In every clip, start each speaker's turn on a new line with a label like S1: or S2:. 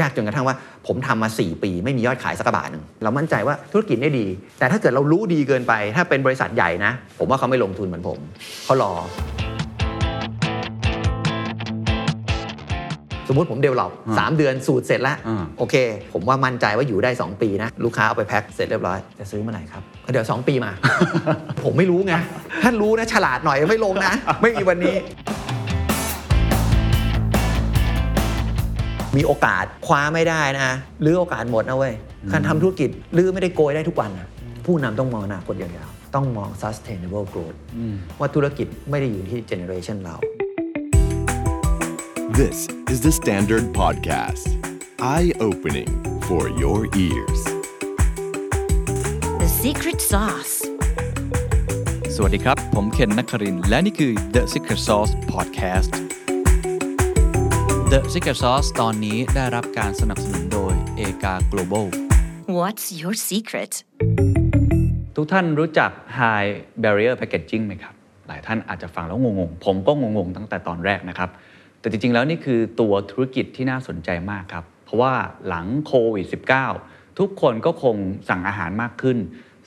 S1: ยากจนกระทั่งว่าผมทำมา 4 ปี ไม่มียอดขายสักกระบาทหนึ่งเรามั่นใจว่าธุรกิจได้ดี แต่ถ้าเกิดเรารู้ดีเกินไป ถ้าเป็นบริษัทใหญ่นะ ผมว่าเขาไม่ลงทุนเหมือนผมเขารอ สมมติผมเดเวลลอป
S2: อ่า
S1: สามเดือนสูตรเสร็จแล้ว
S2: อ่า
S1: โอเค ผมว่ามั่นใจว่าอยู่ได้ 2 ปีนะ ลูกค้าเอาไปแพ็คเสร็จเรียบร้อย จะซื้อเมื่อไหร่ครับ เดี๋ยว 2 ปีมา ผมไม่รู้ไงท่านรู้นะฉลาดหน่อยไม่ลงนะ ไม่มีวันนี้ มีโอกาสคว้าไม่ได้นะหรือโอกาสหมดนะเว้ยการทำธุรกิจลื้อไม่ได้โกยได้ทุกวันนะผู้นำต้องมองอนาคตยาวๆต้องมอง sustainable growth ว่าธุรกิจไม่ได้อยู่ที่ generation เรา
S3: This is the Standard Podcast. Eye opening for your ears.
S4: The secret sauce.
S2: สวัสดีครับ ผมเคนนักครินทร์และนี่คือ The Secret Sauce Podcast The Secret Sauce ตอนนี้ได้รับการสนับสนุนโดยเอกา Global
S4: What's your secret?
S2: ทุกท่านรู้จัก High Barrier Packaging ไหมครับ หลายท่านอาจจะฟังแล้วงงๆ ผมก็งงๆ ตั้งแต่ตอนแรกนะครับ แต่จริงๆ แล้วนี่คือตัวธุรกิจที่น่าสนใจมากครับ เพราะว่าหลังโควิด -19 ทุกคนก็คงสั่งอาหารมากขึ้น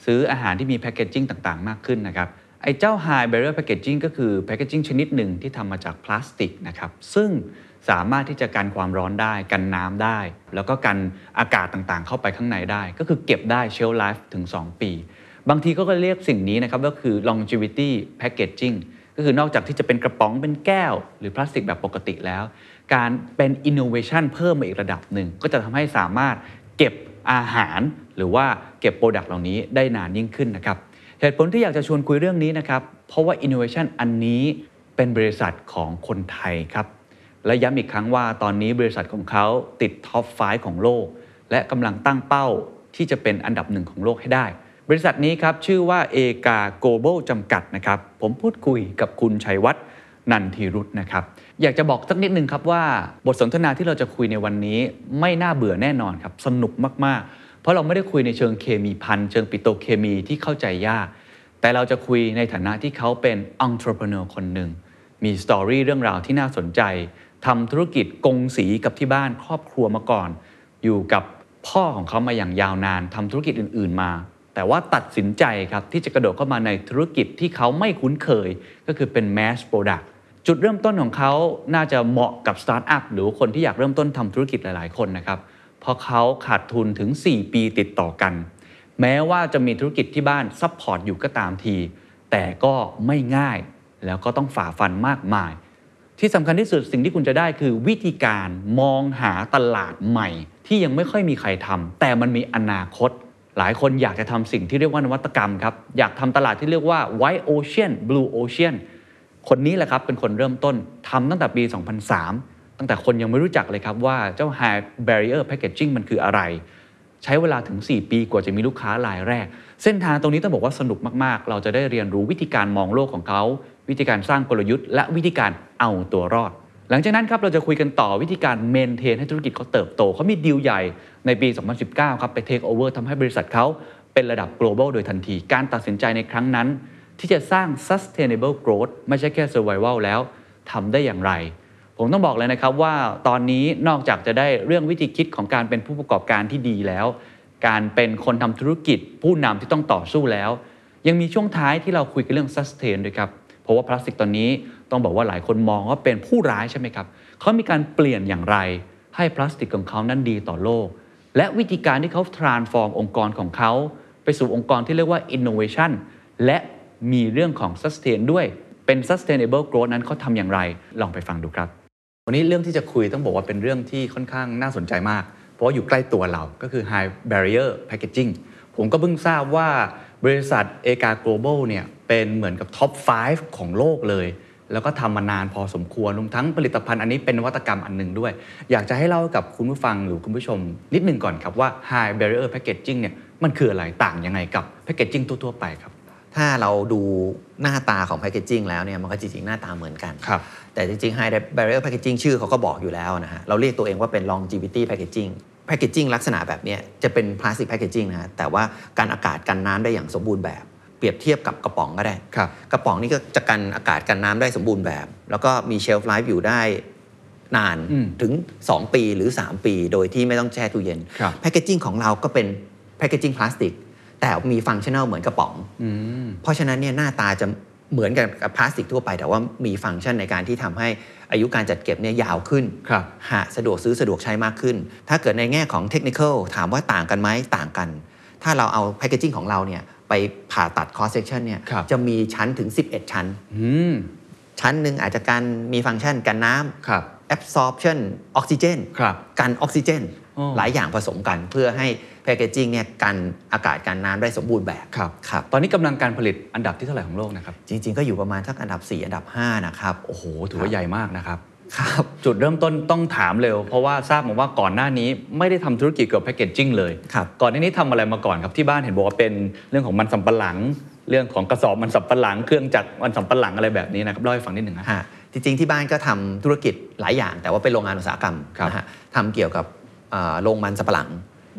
S2: ซื้ออาหารที่มีแพคเกจจิ้งต่างๆ มากขึ้นนะครับ ไอ้เจ้า High Barrier Packaging ก็คือแพคเกจจิ้งชนิดหนึ่งที่ทำมาจากพลาสติกนะครับ ซึ่งสามารถที่จะกันความร้อนได้ กันน้ำได้ แล้วก็กันอากาศต่างๆ เข้าไปข้างในได้ ก็คือเก็บได้เชลไลฟ์ถึง 2 ปี บางทีก็เรียกสิ่งนี้นะครับก็คือ longevity packaging ก็คือนอกจากที่จะเป็นกระป๋องเป็นแก้ว หรือพลาสติกแบบปกติแล้ว การเป็น innovation เพิ่มมาอีกระดับหนึ่ง ก็จะทำให้สามารถเก็บอาหาร หรือว่าเก็บโปรดักต์เหล่านี้ได้นานยิ่งขึ้นนะครับ เหตุผลที่อยากจะชวนคุยเรื่องนี้นะครับ เพราะว่า innovation อันนี้เป็นบริษัทของคนไทยครับ และย้ำอีกครั้งว่าตอนนี้บริษัทของเขาติดท็อป 5 ของโลก และกำลังตั้งเป้าที่จะเป็นอันดับหนึ่งของโลกให้ได้ บริษัทนี้ครับ ชื่อว่าเอกา Global จำกัดนะครับ ผมพูดคุยกับคุณชัยวัฒน์นันทีรุตนะครับ อยากจะบอกสักนิดนึงครับว่าบทสนทนาที่เราจะคุยในวันนี้ไม่น่าเบื่อแน่นอนครับ สนุกมากๆ เพราะเราไม่ได้คุยในเชิงเคมีพันเชิงปิโตรเคมีที่เข้าใจยาก แต่เราจะคุยในฐานะที่เขาเป็น entrepreneur คนหนึ่ง มีสตอรี่เรื่องราวที่น่าสนใจ ทำธุรกิจกงสีกับที่บ้านครอบครัวมาก่อน อยู่กับพ่อของเขามาอย่างยาวนาน ทำธุรกิจอื่น ๆ มา แต่ว่าตัดสินใจครับ ที่จะกระโดดเข้ามาในธุรกิจที่เขาไม่คุ้นเคย ก็คือเป็น mass product จุดเริ่มต้นของเขาน่าจะเหมาะกับสตาร์ทอัพหรือคนที่อยากเริ่มต้นทำธุรกิจหลาย ๆ คนนะครับ เพราะเขาขาดทุนถึง 4 ปีติดต่อกัน แม้ว่าจะมีธุรกิจที่บ้านซัพพอร์ตอยู่ก็ตามที แต่ก็ไม่ง่าย แล้วก็ต้องฝ่าฟันมากมาย ที่สำคัญที่สุดสิ่งที่คุณจะได้คือวิธีการมองหาตลาดใหม่ ที่ยังไม่ค่อยมีใครทำแต่มันมีอนาคต หลายคนอยากจะทำสิ่งที่เรียกว่านวัตกรรมครับ อยากทำตลาดที่เรียกว่า white ocean blue ocean คนนี้แหละครับเป็นคนเริ่มต้นทำตั้งแต่ปี 2003 ตั้งแต่คนยังไม่รู้จักเลยครับว่าเจ้า high barrier packaging มันคืออะไร ใช้เวลาถึง 4 ปีกว่าจะมีลูกค้ารายแรก เส้นทางตรงนี้ต้องบอกว่าสนุกมาก ๆ เราจะได้เรียนรู้วิธีการมองโลกของเขา วิธีการสร้างกลยุทธ์ และวิธีการเอาตัวรอด หลังจากนั้นครับเราจะคุยกันต่อวิธีการเมนเทนให้ธุรกิจเขาเติบโต เขามีดีลใหญ่ในปี 2019 ครับ ไปเทคโอเวอร์ทำให้บริษัทเขาเป็นระดับ global โดยทันที การตัดสินใจในครั้งนั้น ที่จะสร้าง sustainable growth ไม่ใช่แค่ survival แล้วทำได้อย่างไร ผมต้องบอกเลยนะครับว่าตอนนี้นอกจากจะได้เรื่องวิธีคิดของการเป็นผู้ประกอบการที่ดีแล้ว การเป็นคนทำธุรกิจ ผู้นำที่ต้องต่อสู้แล้ว ยังมีช่วงท้ายที่เราคุยกันเรื่อง sustain ด้วยครับ เพราะว่าพลาสติกตอนนี้ต้องบอกว่าหลายคนมองว่าเป็นผู้ร้ายใช่ไหมครับเขามีการเปลี่ยนอย่างไร ให้พลาสติกของเขานั้นดีต่อโลก และวิธีการที่เขา transform องค์กรของเขา ไปสู่องค์กรที่เรียกว่า innovation และมีเรื่องของ sustain ด้วยเป็น sustainable growth นั้นเขาทำอย่างไร ลองไปฟังดูครับ วันนี้เรื่องที่จะคุยต้องบอกว่าเป็นเรื่องที่ค่อนข้างน่าสนใจมาก เพราะว่าอยู่ใกล้ตัวเราก็คือ high barrier packaging ผมก็เพิ่งทราบว่าบริษัทเอกา global เนี่ยเป็นเหมือนกับท็อป 5 ของโลกเลย แล้วก็ทำมานานพอสมควรรวมทั้งผลิตภัณฑ์อันนี้เป็นนวัตกรรมอันหนึ่งด้วย อยากจะให้เล่ากับคุณผู้ฟังหรือคุณผู้ชม นิดหนึ่งก่อนครับว่า high barrier packaging เนี่ยมันคืออะไรต่างยังไงกับ packaging ทั่วๆไปครับ
S1: ถ้าเราดูหน้าตาของแพคเกจจิ้งแล้วเนี่ยมันก็จริงๆ หน้าตาเหมือนกัน
S2: ครับ
S1: แต่จริงๆ High Barrier Packaging ชื่อเขาก็บอกอยู่แล้วนะฮะ เราเรียกตัวเองว่าเป็น longevity packaging แพคเกจจิ้งลักษณะแบบเนี้ยจะเป็นพลาสติกแพคเกจจิ้งนะฮะแต่ว่าการอากาศกันน้ำได้อย่างสมบูรณ์แบบ เปรียบเทียบกับกระป๋องก็ได้
S2: ครับ
S1: กระป๋องนี่ก็จะกันอากาศกันน้ำได้สมบูรณ์แบบ แล้วก็มีเชลฟ์ไลฟ์อยู่ได้ นาน
S2: อืม
S1: ถึง 2 ปีหรือ 3 ปี โดยที่ไม่ต้องแช่ตู้เย็น
S2: ครับ
S1: แพคเกจจิ้งของเราก็เป็นแพคเกจจิ้งพลาสติก แต่มีฟังก์ชันแนลเหมือนกระป๋อง
S2: อืม
S1: เพราะฉะนั้นเนี่ยหน้าตาจะเหมือนกับกับพลาสติกทั่วไป แต่ว่ามีฟังก์ชันในการที่ทำให้อายุการจัดเก็บเนี่ยยาวขึ้น
S2: ครับ
S1: หาสะดวกซื้อสะดวกใช้มากขึ้น ถ้าเกิดในแง่ของเทคนิคถามว่าต่างกันไหมต่างกัน ถ้าเราเอาแพคเกจิ้งของเราเนี่ยไปผ่าตัดคอสเซ c ชันเนี่ย
S2: ครับ
S1: จะมีชั้นถึง 11 ชั้น
S2: อืม
S1: ชั้นหนึ่งอาจจะกันมีฟังก์ชันกันน้
S2: ครับ
S1: ำ absorption ออกซิเจน
S2: ครับ
S1: กันออกซิเจน
S2: อ๋อ
S1: หลายอย่างผสมกันเพื่อให้แพคเกจิ้งเนี่ยกันอากาศกันน้ำได้สมบูรณ์แบบ
S2: ครับ
S1: ครับ
S2: ตอนนี้กำลังการผลิตอันดับที่เท่าไหร่ของโลกนะครับ
S1: จริง ๆ ก็อยู่ประมาณทักอันดับ 4 อันดับ 5 นะครับ
S2: โอ้โหถือว่าใหญ่มากนะครับ
S1: ครับ
S2: จุดเริ่มต้นต้องถามเร็ว เพราะว่าทราบมาว่าก่อนหน้านี้ไม่ได้ทำธุรกิจเกี่ยวกับแพคเกจจิ้งเลย
S1: ครับ
S2: ก่อนหน้านี้ทำอะไรมาก่อนครับที่บ้านเห็นบอกว่าเป็นเรื่องของมันสำปะหลัง เรื่องของกระสอบมันสำปะหลัง เครื่องจักรมันสำปะหลังอะไรแบบนี้นะครับเล่าให้ฟังนิดหนึ่งนะ
S1: ฮะจริง ๆ ที่บ้านก็ทำธุรกิจหลายอย่าง แต่ว่าเป็นโรงงานอุตสาหกรรม
S2: ครับ
S1: นะฮะทำเกี่ยวกับเอ่อโรงมันสำปะหลัง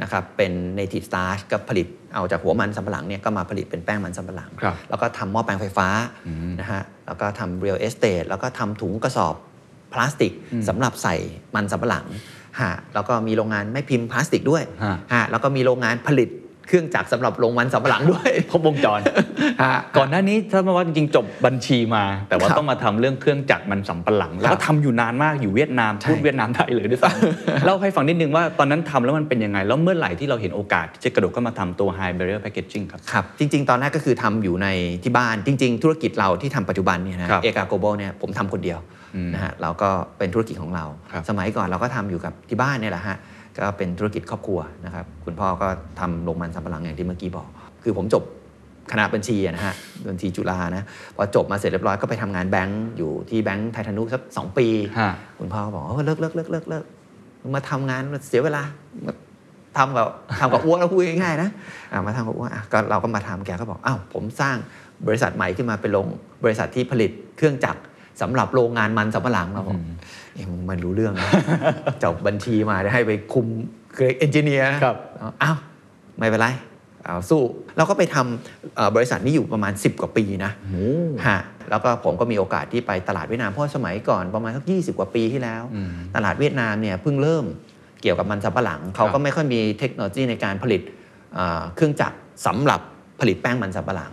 S1: นะครับ เป็น native starch ก็ผลิตเอาจากหัวมันสำปะหลังเนี่ยก็มาผลิตเป็นแป้งมันสำปะหลัง
S2: ครับ
S1: แล้วก็ทำหม้อแปลงไฟฟ้า
S2: อืม
S1: นะฮะ แล้วก็ทำ real estate แล้วก็ทำถุงกระสอบพลาสติก
S2: อืม
S1: สำหรับใส่มันสำปะหลังฮะแล้วก็มีโรงงานไม่พิมพ์พลาสติกด้วย
S2: ฮะ
S1: ฮะแล้วก็มีโรงงานผลิตเครื่องจักรสำหรับโรงมันสำปะหลังด้วย
S2: ครบวงจร
S1: ฮ ะ
S2: ก่อนหน้านี้ทราบมาว่าจริงๆจบบัญชีมา แต่ว่า
S1: ครับ
S2: ต้องมาทำเรื่องเครื่องจักรมันสำปะหลัง แล้ว
S1: ค
S2: ก็
S1: รับ
S2: ทำอยู่นานมากอยู่เวียดนาม
S1: ใช่
S2: พูดเวียดนามได้เลยด้วยซ้ำ เล่าให้ฟังนิดนึงว่าตอนนั้นทำแล้วมันเป็นยังไง แล้วเมื่อไหร่ที่เราเห็นโอกาสที่จะกระโดดเข้ามาทำตัว high barrier packaging ครับ
S1: ครับ จริง ๆ ตอนแรกก็คือทำอยู่ในที่บ้านจริง ๆ ธุรกิจเราที่ทำปัจจุบันเนี่ยนะครับ เอกาโกโบเนี่ยผมทำคนเดียว
S2: อืม
S1: นะฮะเราก็เป็นธุรกิจของเรา
S2: ครับ
S1: สมัยก่อนเราก็ทำอยู่กับที่บ้านเนี่ยแหละฮะก็เป็นธุรกิจครอบครัวนะครับคุณพ่อก็ทำโรงมันสำปะหลังอย่างที่เมื่อกี้บอก คือผมจบคณะบัญชีอะนะฮะบัญชีจุฬานะพอจบมาเสร็จเรียบร้อยก็ไปทำงานแบงก์อยู่ที่แบงก์ไททานุสักสองปี
S2: ฮะ
S1: คุณพ่อก็บอกว่าเลิกเลิกเลิกเลิกเลิกมาทำงานเสียเวลามาทำกับทำกับอ้วนแล้วพูดง่ายๆนะอ่ะมาทำกับอ้วนอ่ะก็เราก็มาทำแกก็บอกอ้าวผมสร้างบริษัทใหม่ขึ้นมาเป็นโรงบริษัทที่ผลิตเครื่องจักรสำหรับโรงงานมันสำปะหลังเราบอกเอ๊ะมึงมันรู้เรื่องนะ จบบัญชีมาได้ให้ไปคุมเอนจิเนียร์
S2: ครับ
S1: อ้าว ไม่เป็นไรเอาสู้เราก็ไปทำเอ่อบริษัทนี้อยู่ประมาณ 10 กว่าปีนะฮะแล้วก็ผมก็มีโอกาสที่ไปตลาดเวียดนามเพราะสมัยก่อนประมาณสัก20 กว่าปีที่แล้ว
S2: อืม
S1: ตลาดเวียดนามเนี่ยเพิ่งเริ่มเกี่ยวกับมันสำปะหลัง เขาก็ไม่ค่อยมีเทคโนโลยีในการผลิตเอ่อเครื่องจักรสำหรับผลิตแป้งมันสำปะหลัง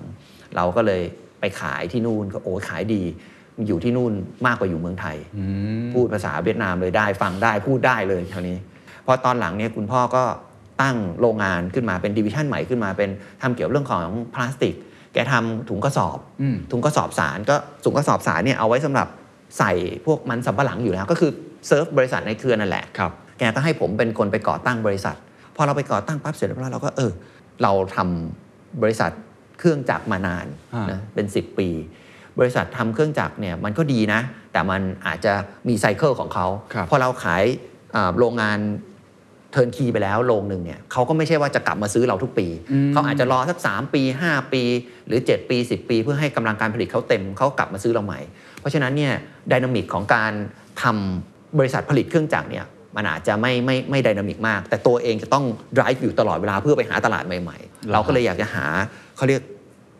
S1: เราก็เลยไปขายที่นู่นก็โอ้ยขายดี อยู่ที่นู่นมากกว่าอยู่เมืองไทย
S2: อืม
S1: พูดภาษาเวียดนามเลยได้ฟังได้พูดได้เลยคราวนี้พอตอนหลังเนี่ยคุณพ่อก็ตั้งโรงงานขึ้นมาเป็นดิวิชันใหม่ขึ้นมาเป็นทำเกี่ยวเรื่องของพลาสติก แกทำถุงกระสอบ
S2: อืม
S1: ถุงกระสอบสารก็ถุงกระสอบสารเนี่ยเอาไว้สำหรับใส่พวกมันสำปะหลังอยู่แล้ว ก็คือเซิร์ฟบริษัทในเครือนั่นแหละ
S2: ครับ
S1: แกก็ให้ผมเป็นคนไปก่อตั้งบริษัท พอเราไปก่อตั้งปั๊บเสร็จเรียบร้อยเราก็เออ เราทำบริษัทเครื่องจักรมานาน
S2: อ่าน
S1: นะเป็น 10 ปี บริษัททำเครื่องจักรเนี่ยมันก็ดีนะ แต่มันอาจจะมีไซเคิลของเขา
S2: ครับ
S1: พอเราขายอ่าโรงงานเทิร์นคีไปแล้วโรงหนึ่งเนี่ยเขาก็ไม่ใช่ว่าจะกลับมาซื้อเราทุกปี เขาอาจจะรอสัก 3 ปี 5 ปี หรือ 7 ปี 10 ปี เพื่อให้กำลังการผลิตเขาเต็มเขากลับมาซื้อเราใหม่ เพราะฉะนั้นเนี่ยดินามิกของการทำบริษัทผลิตเครื่องจักรเนี่ยมันอาจจะไม่ไม่ไม่ดินามิกมาก แต่ตัวเองจะต้อง drive อยู่ตลอดเวลาเพื่อไปหาตลาดใหม่ๆ เราก็เลยอยากจะหาเขาเรียก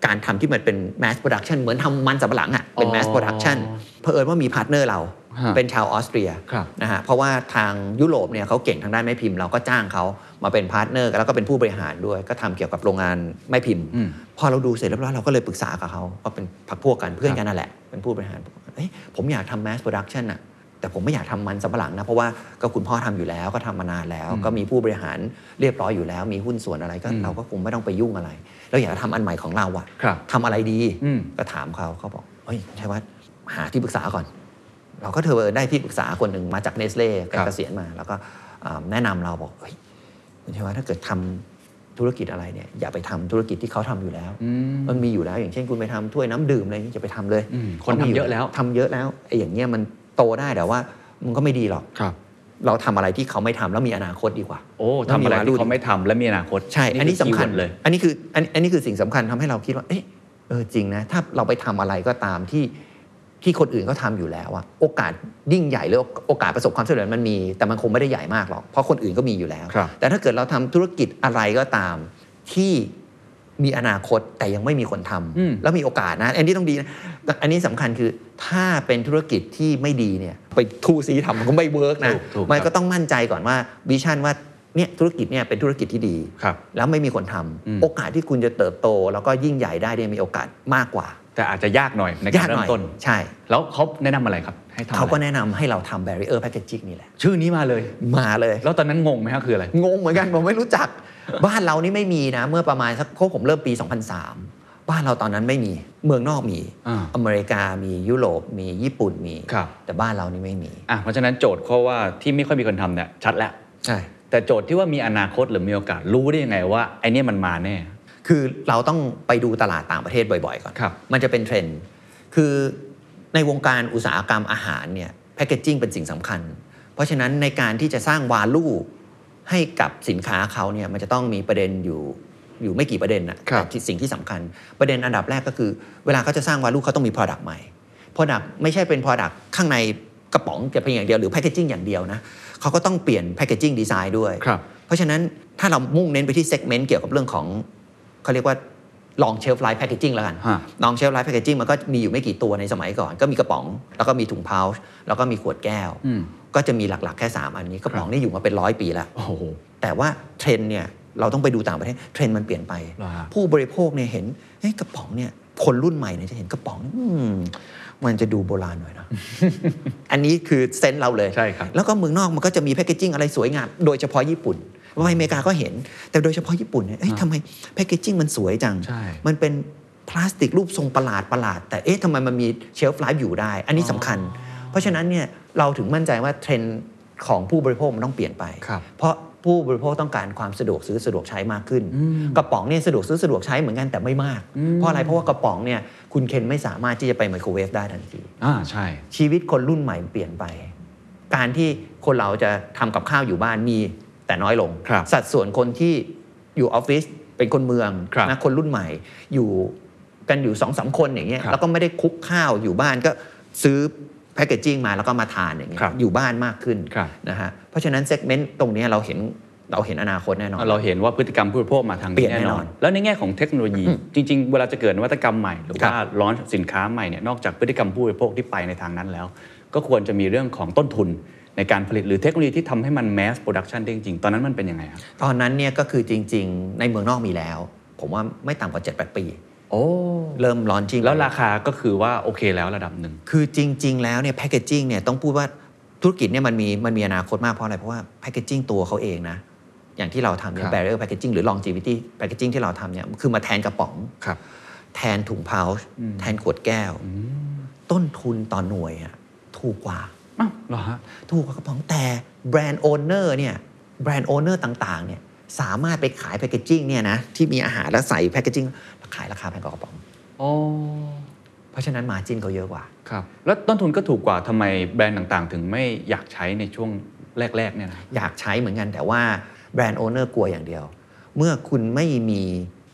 S1: การทำที่มันเป็น mass production เหมือนทำมันสำปะหลังอะ่ะเป็น mass production
S2: อ๋อ
S1: เผอิญว่ามีพาร์ทเนอร์เรา
S2: ฮะ
S1: เป็นชาวออสเตรีย
S2: ครับ
S1: นะฮะเพราะว่าทางยุโรปเนี่ยเขาเก่งทางด้านแม่พิมพ์เราก็จ้างเขามาเป็นพาร์ทเนอร์แล้วก็เป็นผู้บริหารด้วย ก็ทำเกี่ยวกับโรงงานแม่พิมพ์
S2: อืม
S1: พอเราดูเสร็จเรียบร้อยเราก็เลยปรึกษากับเขาก็เป็นพักพวกกันเพื่อนกันนั่นแหละ เป็นผู้บริหารบอกว่าเอ้ยผมอยากทำแมสโปรดักชันอะแต่ผมไม่อยากทำมันสำปะหลังนะ เพราะว่าก็คุณพ่อทำอยู่แล้วก็ทำมานานแล้ว ก็มีผู้บริหารเรียบร้อยอยู่แล้ว มีหุ้นส่วนอะไรก็
S2: อืม
S1: เราก็คงไม่ต้องไปยุ่งอะไร เราอยากจะทำอันใหม่ของเราอะ
S2: ครับ
S1: ทำอะไรดี
S2: อืม
S1: ก็ถามเขาเขาบอกเฮ้ยชัยวัฒน์หาที่ปรึกษาก่อน เราก็เธอได้ที่ปรึกษาคนหนึ่งมาจากเนสเล่แก
S2: ครับ
S1: เกษียณมา แล้วก็อ่าแนะนำเราบอกเฮ้ยคุณชัยวัฒน์ถ้าเกิดทำธุรกิจอะไรเนี่ยอย่าไปทำธุรกิจที่เขาทำอยู่แล้ว
S2: ม
S1: มันมีอยู่แล้ว อย่างเช่นคุณไปทำถ้วยน้ำดื่มอะไรอย่างนี้อย่าไปทำเลย
S2: อืมคนทำเยอะแล้ว
S1: ทำเยอะแล้วไอ้อย่างเงี้ยมันโตได้แต่ว่ามันก็ไม่ดีหรอก
S2: ครับ
S1: เราทำอะไรที่เขาไม่ทำแล้วมีอนาคตดีกว่า
S2: โอ้ทำอะไรที่เขาไม่ทำและมีอนาคต
S1: ใช่ อันนี้
S2: คื
S1: สำคัญ
S2: keyword เลย
S1: อันนี้คืออันอันนี้คือสิ่งสำคัญทำให้เราคิดว่า เอ๊ะเออจริงนะ ถ้าเราไปทำอะไรก็ตามที่ที่คนอื่นเขาทำอยู่แล้วอะโอกาสยิ่งใหญ่หรือโอกาสประสบความสำเร็จมันมี แต่มันคงไม่ได้ใหญ่มากหรอก เพราะคนอื่นก็มีอยู่แล้ว
S2: ครับ
S1: แต่ถ้าเกิดเราทำธุรกิจอะไรก็ตามที่มีอนาคตแต่ยังไม่มีคนทำ
S2: อืม
S1: แล้วมีโอกาสนะ อันนี้ต้องดีนะ อันนี้สำคัญคือถ้าเป็นธุรกิจที่ไม่ดีเนี่ยไปทูซีทำมันก็ไม่เวิร์กนะ
S2: ถูกถูก
S1: มัน
S2: ครับ
S1: ก็ต้องมั่นใจก่อนว่าวิชั่นว่าเนี่ยธุรกิจเนี่ยเป็นธุรกิจที่ดี
S2: ครับ
S1: แล้วไม่มีคนทำ
S2: อืม
S1: โอกาสที่คุณจะเติบโต แล้วก็ยิ่งใหญ่ได้เนี่ยมีโอกาสมากกว่า
S2: แต่อาจจะยากหน่อยในกาย
S1: าร กหน่
S2: เริ่
S1: อ
S2: ม
S1: ย
S2: ต้น
S1: ใช่
S2: แล้วเขาแนะนำอะไรครับให้ทำอะไร
S1: เขาก็แนะนำให้เราทำ barrier packaging นี่แหละ
S2: ชื่อนี้มาเลย
S1: มาเลย
S2: แล้วตอนนั้นงงไหมครับคืออะไร
S1: งงเหมือนกัน ผมไม่รู้จัก บ้านเรานี่ไม่มีนะ เมื่อประมาณสักโคผมเริ่มปี 2003 บ้านเราตอนนั้นไม่มี เมืองนอกมี
S2: อ่า
S1: อเมริกามียุโรปมีญี่ปุ่นมี
S2: ครับ
S1: แต่บ้านเรานี่ไม่มี
S2: อ่ะเพราะฉะนั้นโจทย์ข้อว่าที่ไม่ค่อยมีคนทำเนี่ยชัดแล้ว
S1: ใช่
S2: แต่โจทย์ที่ว่ามีอนาคตหรือมีโอกาสรู้ได้ยังไงว่าไอเนี่ยมันมาแน่
S1: คือเราต้องไปดูตลาดต่างประเทศบ่อยๆ ก่อน
S2: ครับ
S1: มันจะเป็นเทรนด์ คือในวงการอุตสาหกรรมอาหารเนี่ยแพคเกจิ้งเป็นสิ่งสำคัญ เพราะฉะนั้นในการที่จะสร้างวาลูให้กับสินค้าเขาเนี่ยมันจะต้องมีประเด็นอยู่อยู่ไม่กี่ประเด็นนะครับ แต่ที่สิ่งที่สำคัญ ประเด็นอันดับแรกก็คือ เวลาเขาจะสร้างวาลูเขาต้องมี Product ใหม่ Product ไม่ใช่เป็น Product ข้างในกระป๋องแต่เพียงอย่างเดียวหรือแพคเกจิ้งอย่างเดียวนะเขาก็ต้องเปลี่ยนแพคเกจิ้งดีไซน์ด้วย
S2: ครับ
S1: เพราะฉะนั้นถ้าเรามุ่งเน้นไปที่เซกเมนต์เกี่ยวกับเรื่องของเขาเรียกว่าลองเชลฟ์ไลฟ์แพคเกจิ้งแล้วกัน
S2: ฮะ
S1: ลองเชลฟ์ไลฟ์แพคเกจิ้งมันก็มีอยู่ไม่กี่ตัวในสมัยก่อน ก็มีกระป๋อง แล้วก็มีถุงพาวช์แล้วก็มีขวดแก้ว
S2: อืม
S1: ก็จะมีหลักๆ แค่ 3 อันนี้กระป๋อง
S2: ครับ
S1: นี่อยู่มาเป็นร้อยปีแล้ว
S2: โอ้โห
S1: แต่ว่าเทรนด์เนี่ยเราต้องไปดูต่างประเทศเทรนด์มันเปลี่ยนไป
S2: เหรอฮะ
S1: ผู้บริโภคเนี่ยเห็นเฮ้ยกระป๋องเนี่ยคนรุ่นใหม่เนี่ยจะเห็นกระป๋องอืมมันจะดูโบราณหน่อย นะ อันนี้คือเซนส์เราเลย
S2: ใช่ครับ
S1: แล้วก็เมืองนอกมันก็จะมีแพคเกจิ้งอะไรสวยงาม โดยเฉพาะญี่ปุ่นว่าอเมริกาก็เห็น แต่โดยเฉพาะญี่ปุ่นเนี่ยเอ้ยทำไมแพคเกจิ้งมันสวยจัง
S2: ใช่
S1: มันเป็นพลาสติกรูปทรงประหลาดประหลาด แต่เอ๊ะทำไมมันมีเชลฟ์ไลฟ์อยู่ได้ อันนี้สำคัญ เพราะฉะนั้นเนี่ยเราถึงมั่นใจว่าเทรนด์ของผู้บริโภคมันต้องเปลี่ยนไป
S2: ครับ
S1: เพราะผู้บริโภคต้องการความสะดวกซื้อสะดวกใช้มากขึ้น
S2: อืม
S1: กระป๋องเนี่ยสะดวกซื้อสะดวกใช้เหมือนกันแต่ไม่มาก
S2: อืม
S1: เพราะอะไรเพราะว่ากระป๋องเนี่ยคุณเคนไม่สามารถที่จะไปไมโครเวฟได้ทันที
S2: อ่าใช่
S1: ชีวิตคนรุ่นใหม่เปลี่ยนไป การที่คนเราจะทำกับข้าวอยู่บ้านมีแต่น้อยลง
S2: ครับ
S1: สัดส่วนคนที่อยู่ออฟฟิศเป็นคนเมือง
S2: ครับ
S1: นะคนรุ่นใหม่อยู่กันอยู่สองสามคนอย่างเงี้ย
S2: ครับ
S1: แล้วก็ไม่ได้คลุกข้าวอยู่บ้านก็ซื้อแพคเกจิ้งมาแล้วก็มาทานอย่างเงี้ย
S2: ครับ
S1: อยู่บ้านมากขึ้น
S2: ครับ
S1: นะฮะเพราะฉะนั้นเซกเมนต์ตรงเนี้ยเราเห็นเราเห็นอนาคตแน่นอน
S2: เราเห็นว่าพฤติกรรมผู้บริโภคมาทาง
S1: เปลี่ยน
S2: แน่นอน
S1: แน่นอน
S2: แล้วในแง่ของเทคโนโลยี
S1: อืม
S2: จริง ๆ เวลาจะเกิดนวัตกรรมใหม่ หรือ
S1: ครับ
S2: ว่าร้อนสินค้าใหม่เนี่ยนอกจากพฤติกรรมผู้บริโภคที่ไปในทางนั้นแล้ว ก็ควรจะมีเรื่องของต้นทุนในการผลิตหรือเทคโนโลยีที่ทำให้มันแมสโปรดักชันได้จริงๆ ตอนนั้นมันเป็นยังไงครับ
S1: ตอนนั้นเนี่ยก็คือจริง ๆ ในเมืองนอกมีแล้ว ผมว่าไม่ต่ำกว่า7-8ปี
S2: โอ้
S1: เริ่มร้อนจริง
S2: แล้วราคาก็คือว่าโอเคแล้วระดับหนึ่ง
S1: คือจริง ๆ แล้วเนี่ยแพคเกจิ้งเนี่ยต้องพูดว่าธุรกิจเนี่ยมันมีมันมีอนาคตมากเพราะอะไรเพราะว่าแพคเกจิ้งตัวเขาเองนะ อย่างที่เราทำเนี่ย
S2: ครับ
S1: barrier packaging หรือ longevity packaging ที่เราทำเนี่ยคือมาแทนกระป๋อง
S2: ครับ
S1: แทนถุงพาวช์
S2: อืม
S1: แทนขวดแก้ว
S2: อืม
S1: ต้นทุนต่อหน่วยอะถูกกว่า
S2: อ้าวเหรอฮะ
S1: ถูกกว่ากระป๋องแต่แบรนด์โอเนอร์เนี่ยแบรนด์โอเนอร์ต่างๆเนี่ยสามารถไปขายแพคเกจิ้งเนี่ยนะที่มีอาหารแล้วใส่แพคเกจิ้งขายราคาแพงกว่ากระป๋อง
S2: อ๋อ
S1: เพราะฉะนั้นมาจินเขาเยอะกว่า
S2: ครับ แล้วต้นทุนก็ถูกกว่าทำไมแบรนด์ต่างๆ ถึงไม่อยากใช้ในช่วงแรก ๆ เนี่ยนะ
S1: อยากใช้เหมือนกันแต่ว่าแบรนด์โอเนอร์กลัวอย่างเดียว เมื่อคุณไม่มี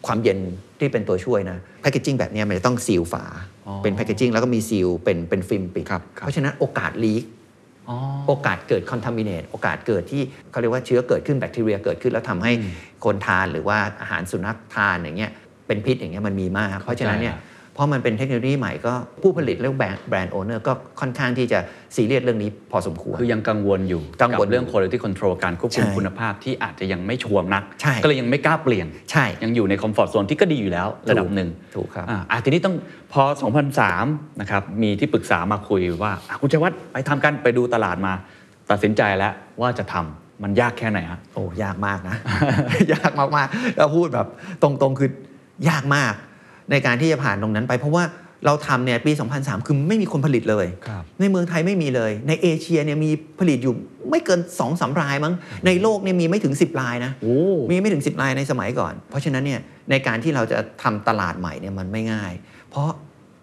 S1: ความเย็นที่เป็นตัวช่วยนะแพคเกจิ้งแบบเนี้ยมันจะต้องซีลฝา
S2: อ๋อ
S1: เป็นแพคเกจิ้งแล้วก็มีซีลเป็นเป็นฟิล์มปิด
S2: ครับครับ
S1: เพราะฉะนั้นโอกาสลีก
S2: อ๋อ
S1: โอกาสเกิดคอนท m มิเนตโอกาสเกิดที่เขาเรียกว่าเชื้อเกิดขึ้นแบคทีเรียเกิดขึ้น แล้วทำให้
S2: อืม
S1: คนทานหรือว่าอาหารสุนัขทานอย่างเงี้ยเป็นพิษอย่างเงี้ยมันมีมาก เพราะฉะนั้นเนี่ย
S2: ครั
S1: เพราะมันเป็นเทคโนโลยีใหม่ก็ผู้ผลิตและแบรนด์โอเนอร์ก็ค่อนข้างที่จะซีเรียสเรื่องนี้พอสมควร
S2: คือยังกังวลอยู่
S1: กังวล
S2: บเรื่อง quality control การควบคุม
S1: ใช่
S2: คุณภาพที่อาจจะยังไม่ชัวร์นัก
S1: ใช่
S2: ก็เลยยังไม่กล้าเปลี่ยน
S1: ใช่
S2: ยังอยู่ในคอมฟอร์ z โซนที่ก็ดีอยู่แล้ว ระดับหนึ่ง
S1: ถูกครับ
S2: อ่าอ่ะทีนี้ต้องพอ 2003 นะครับ มีที่ปรึกษามาคุยว่าอ่ะคุณชัยวัฒน์ไปทำกันไปดูตลาดมา ตัดสินใจแล้วว่าจะทำมันยากแค่ไหนฮะ
S1: โอ้ยากมากนะ ยากมากๆแล้วพูดแบบตรงๆคือยากมาก ในการที่จะผ่านตรงนั้นไป เพราะว่าเราทำเนี่ยปี 2003 คือไม่มีคนผลิตเลย
S2: ครับ
S1: ในเมืองไทยไม่มีเลย ในเอเชียเนี่ยมีผลิตอยู่ไม่เกิน2อสารายมั้งในโลกเนี่ยมีไม่ถึง 10 รายนะ
S2: โอ้
S1: มีไม่ถึง 10 รายในสมัยก่อน เพราะฉะนั้นเนี่ยในการที่เราจะทำตลาดใหม่เนี่ยมันไม่ง่าย เพราะ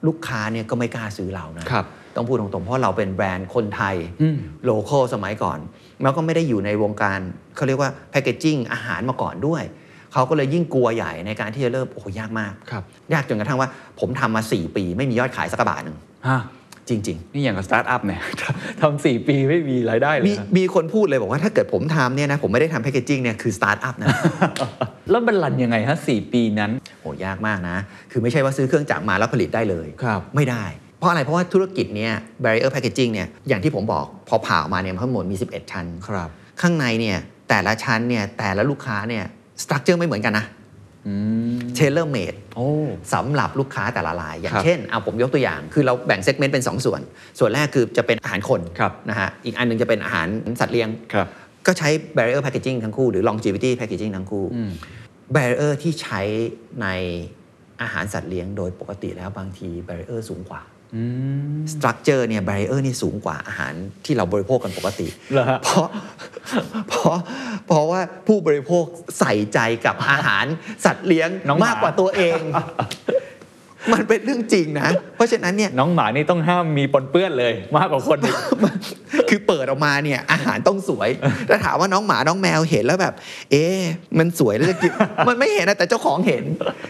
S1: ลูกค้าเนี่ยก็ไม่กล้าซื้อเรานะครับ ต้องพูดตรงๆเพราะเราเป็นแบรนด์คนไทย
S2: อืม
S1: โลโคสมัยก่อนแล้วก็ไม่ได้อยู่ในวงการเขาเรียกว่าแพ c เกจิ้งอาหารมาก่อนด้วย เขาก็เลยยิ่งกลัวใหญ่ในการที่จะเริ่ม โอ้โหยากมาก
S2: ครับ
S1: ยากจนกระทั่งว่าผมทำมา 4 ปี ไม่มียอดขายสักกระบาทหนึ่ง
S2: ฮะ
S1: จริง
S2: นี่อย่างกับสตาร์ทอัพเนี่ย ทำสี่ปีไม่มีรายได้เล
S1: ๆ มี
S2: ยนะ
S1: มีคนพูดเลยบอกว่าถ้าเกิดผมทำเนี่ยนะ ผมไม่ได้ทำแพ c เกจิ้งเนี่ยคือสตาร์ทอัพนะ
S2: แล้วบรรลันยังไงฮะสี่ปีนั้น
S1: โหยากมากนะ คือไม่ใช่ว่าซื้อเครื่องจักรมาแล้วผลิตได้เลย
S2: ครับ
S1: ไม่ได้ เพราะอะไร เพราะว่าธุรกิจเนี้ย barrier packaging เนี่ย อย่างที่ผมบอก พอผ่าออกมาเนี่ยทั้งหมดมี 11 ชั้น
S2: ครับ
S1: ข้างในเนี่ย แต่ละชั้นเนี่ย แต่ละลูกค้าเนี่ย สตรัคเจอร์ไม่เหมือนกันนะ
S2: อืม
S1: tailor made
S2: โอ้
S1: สำหรับลูกค้าแต่ละราย อย่า
S2: ค
S1: ง
S2: รับ
S1: เช่นเอาผมยกตัวอย่าง คือเราแบ่งเซกเมนต์เป็น 2 ส่วน ส่วนแรกคือจะเป็นอาหารคน
S2: ครับ
S1: นะฮะ อีกอันหนึงจะเป็นอาหารสัตว์เลี้ยง
S2: ครับ
S1: ก็ใช้ barrier packaging ทั้งคู่ หรือ longevity packaging ทั้งคู่
S2: อืม
S1: แบรเออร์ที่ใช้ในอาหารสัตว์เลี้ยงโดยปกติแล้วบางทีแบรเออร์สูงกว่า
S2: อืม
S1: สตรัคเจอร์เนี่ยแบรเออร์นี่สูงกว่าอาหารที่เราบริโภคกันปกติ
S2: เหรอฮะ
S1: เพราะ เพราะเพราะว่าผู้บริโภคใส่ใจกับอาหารสัตว์เลี้ยง
S2: น้องหมาม
S1: มากกว่าตัวเอง มันเป็นเรื่องจริงนะ เพราะฉะนั้นเนี่ย
S2: น้องหมานี่ต้องห้ามมีปนเปื้อนเลย มากกว่าคน อีก
S1: คือเปิดออกมาเนี่ยอาหารต้องสวย แต่ถามว่าน้องหมาน้องแมวเห็นแล้วแบบ เอ๊ะมันสวยแล้วจะกิน มันไม่เห็นนะแต่เจ้าของเห็น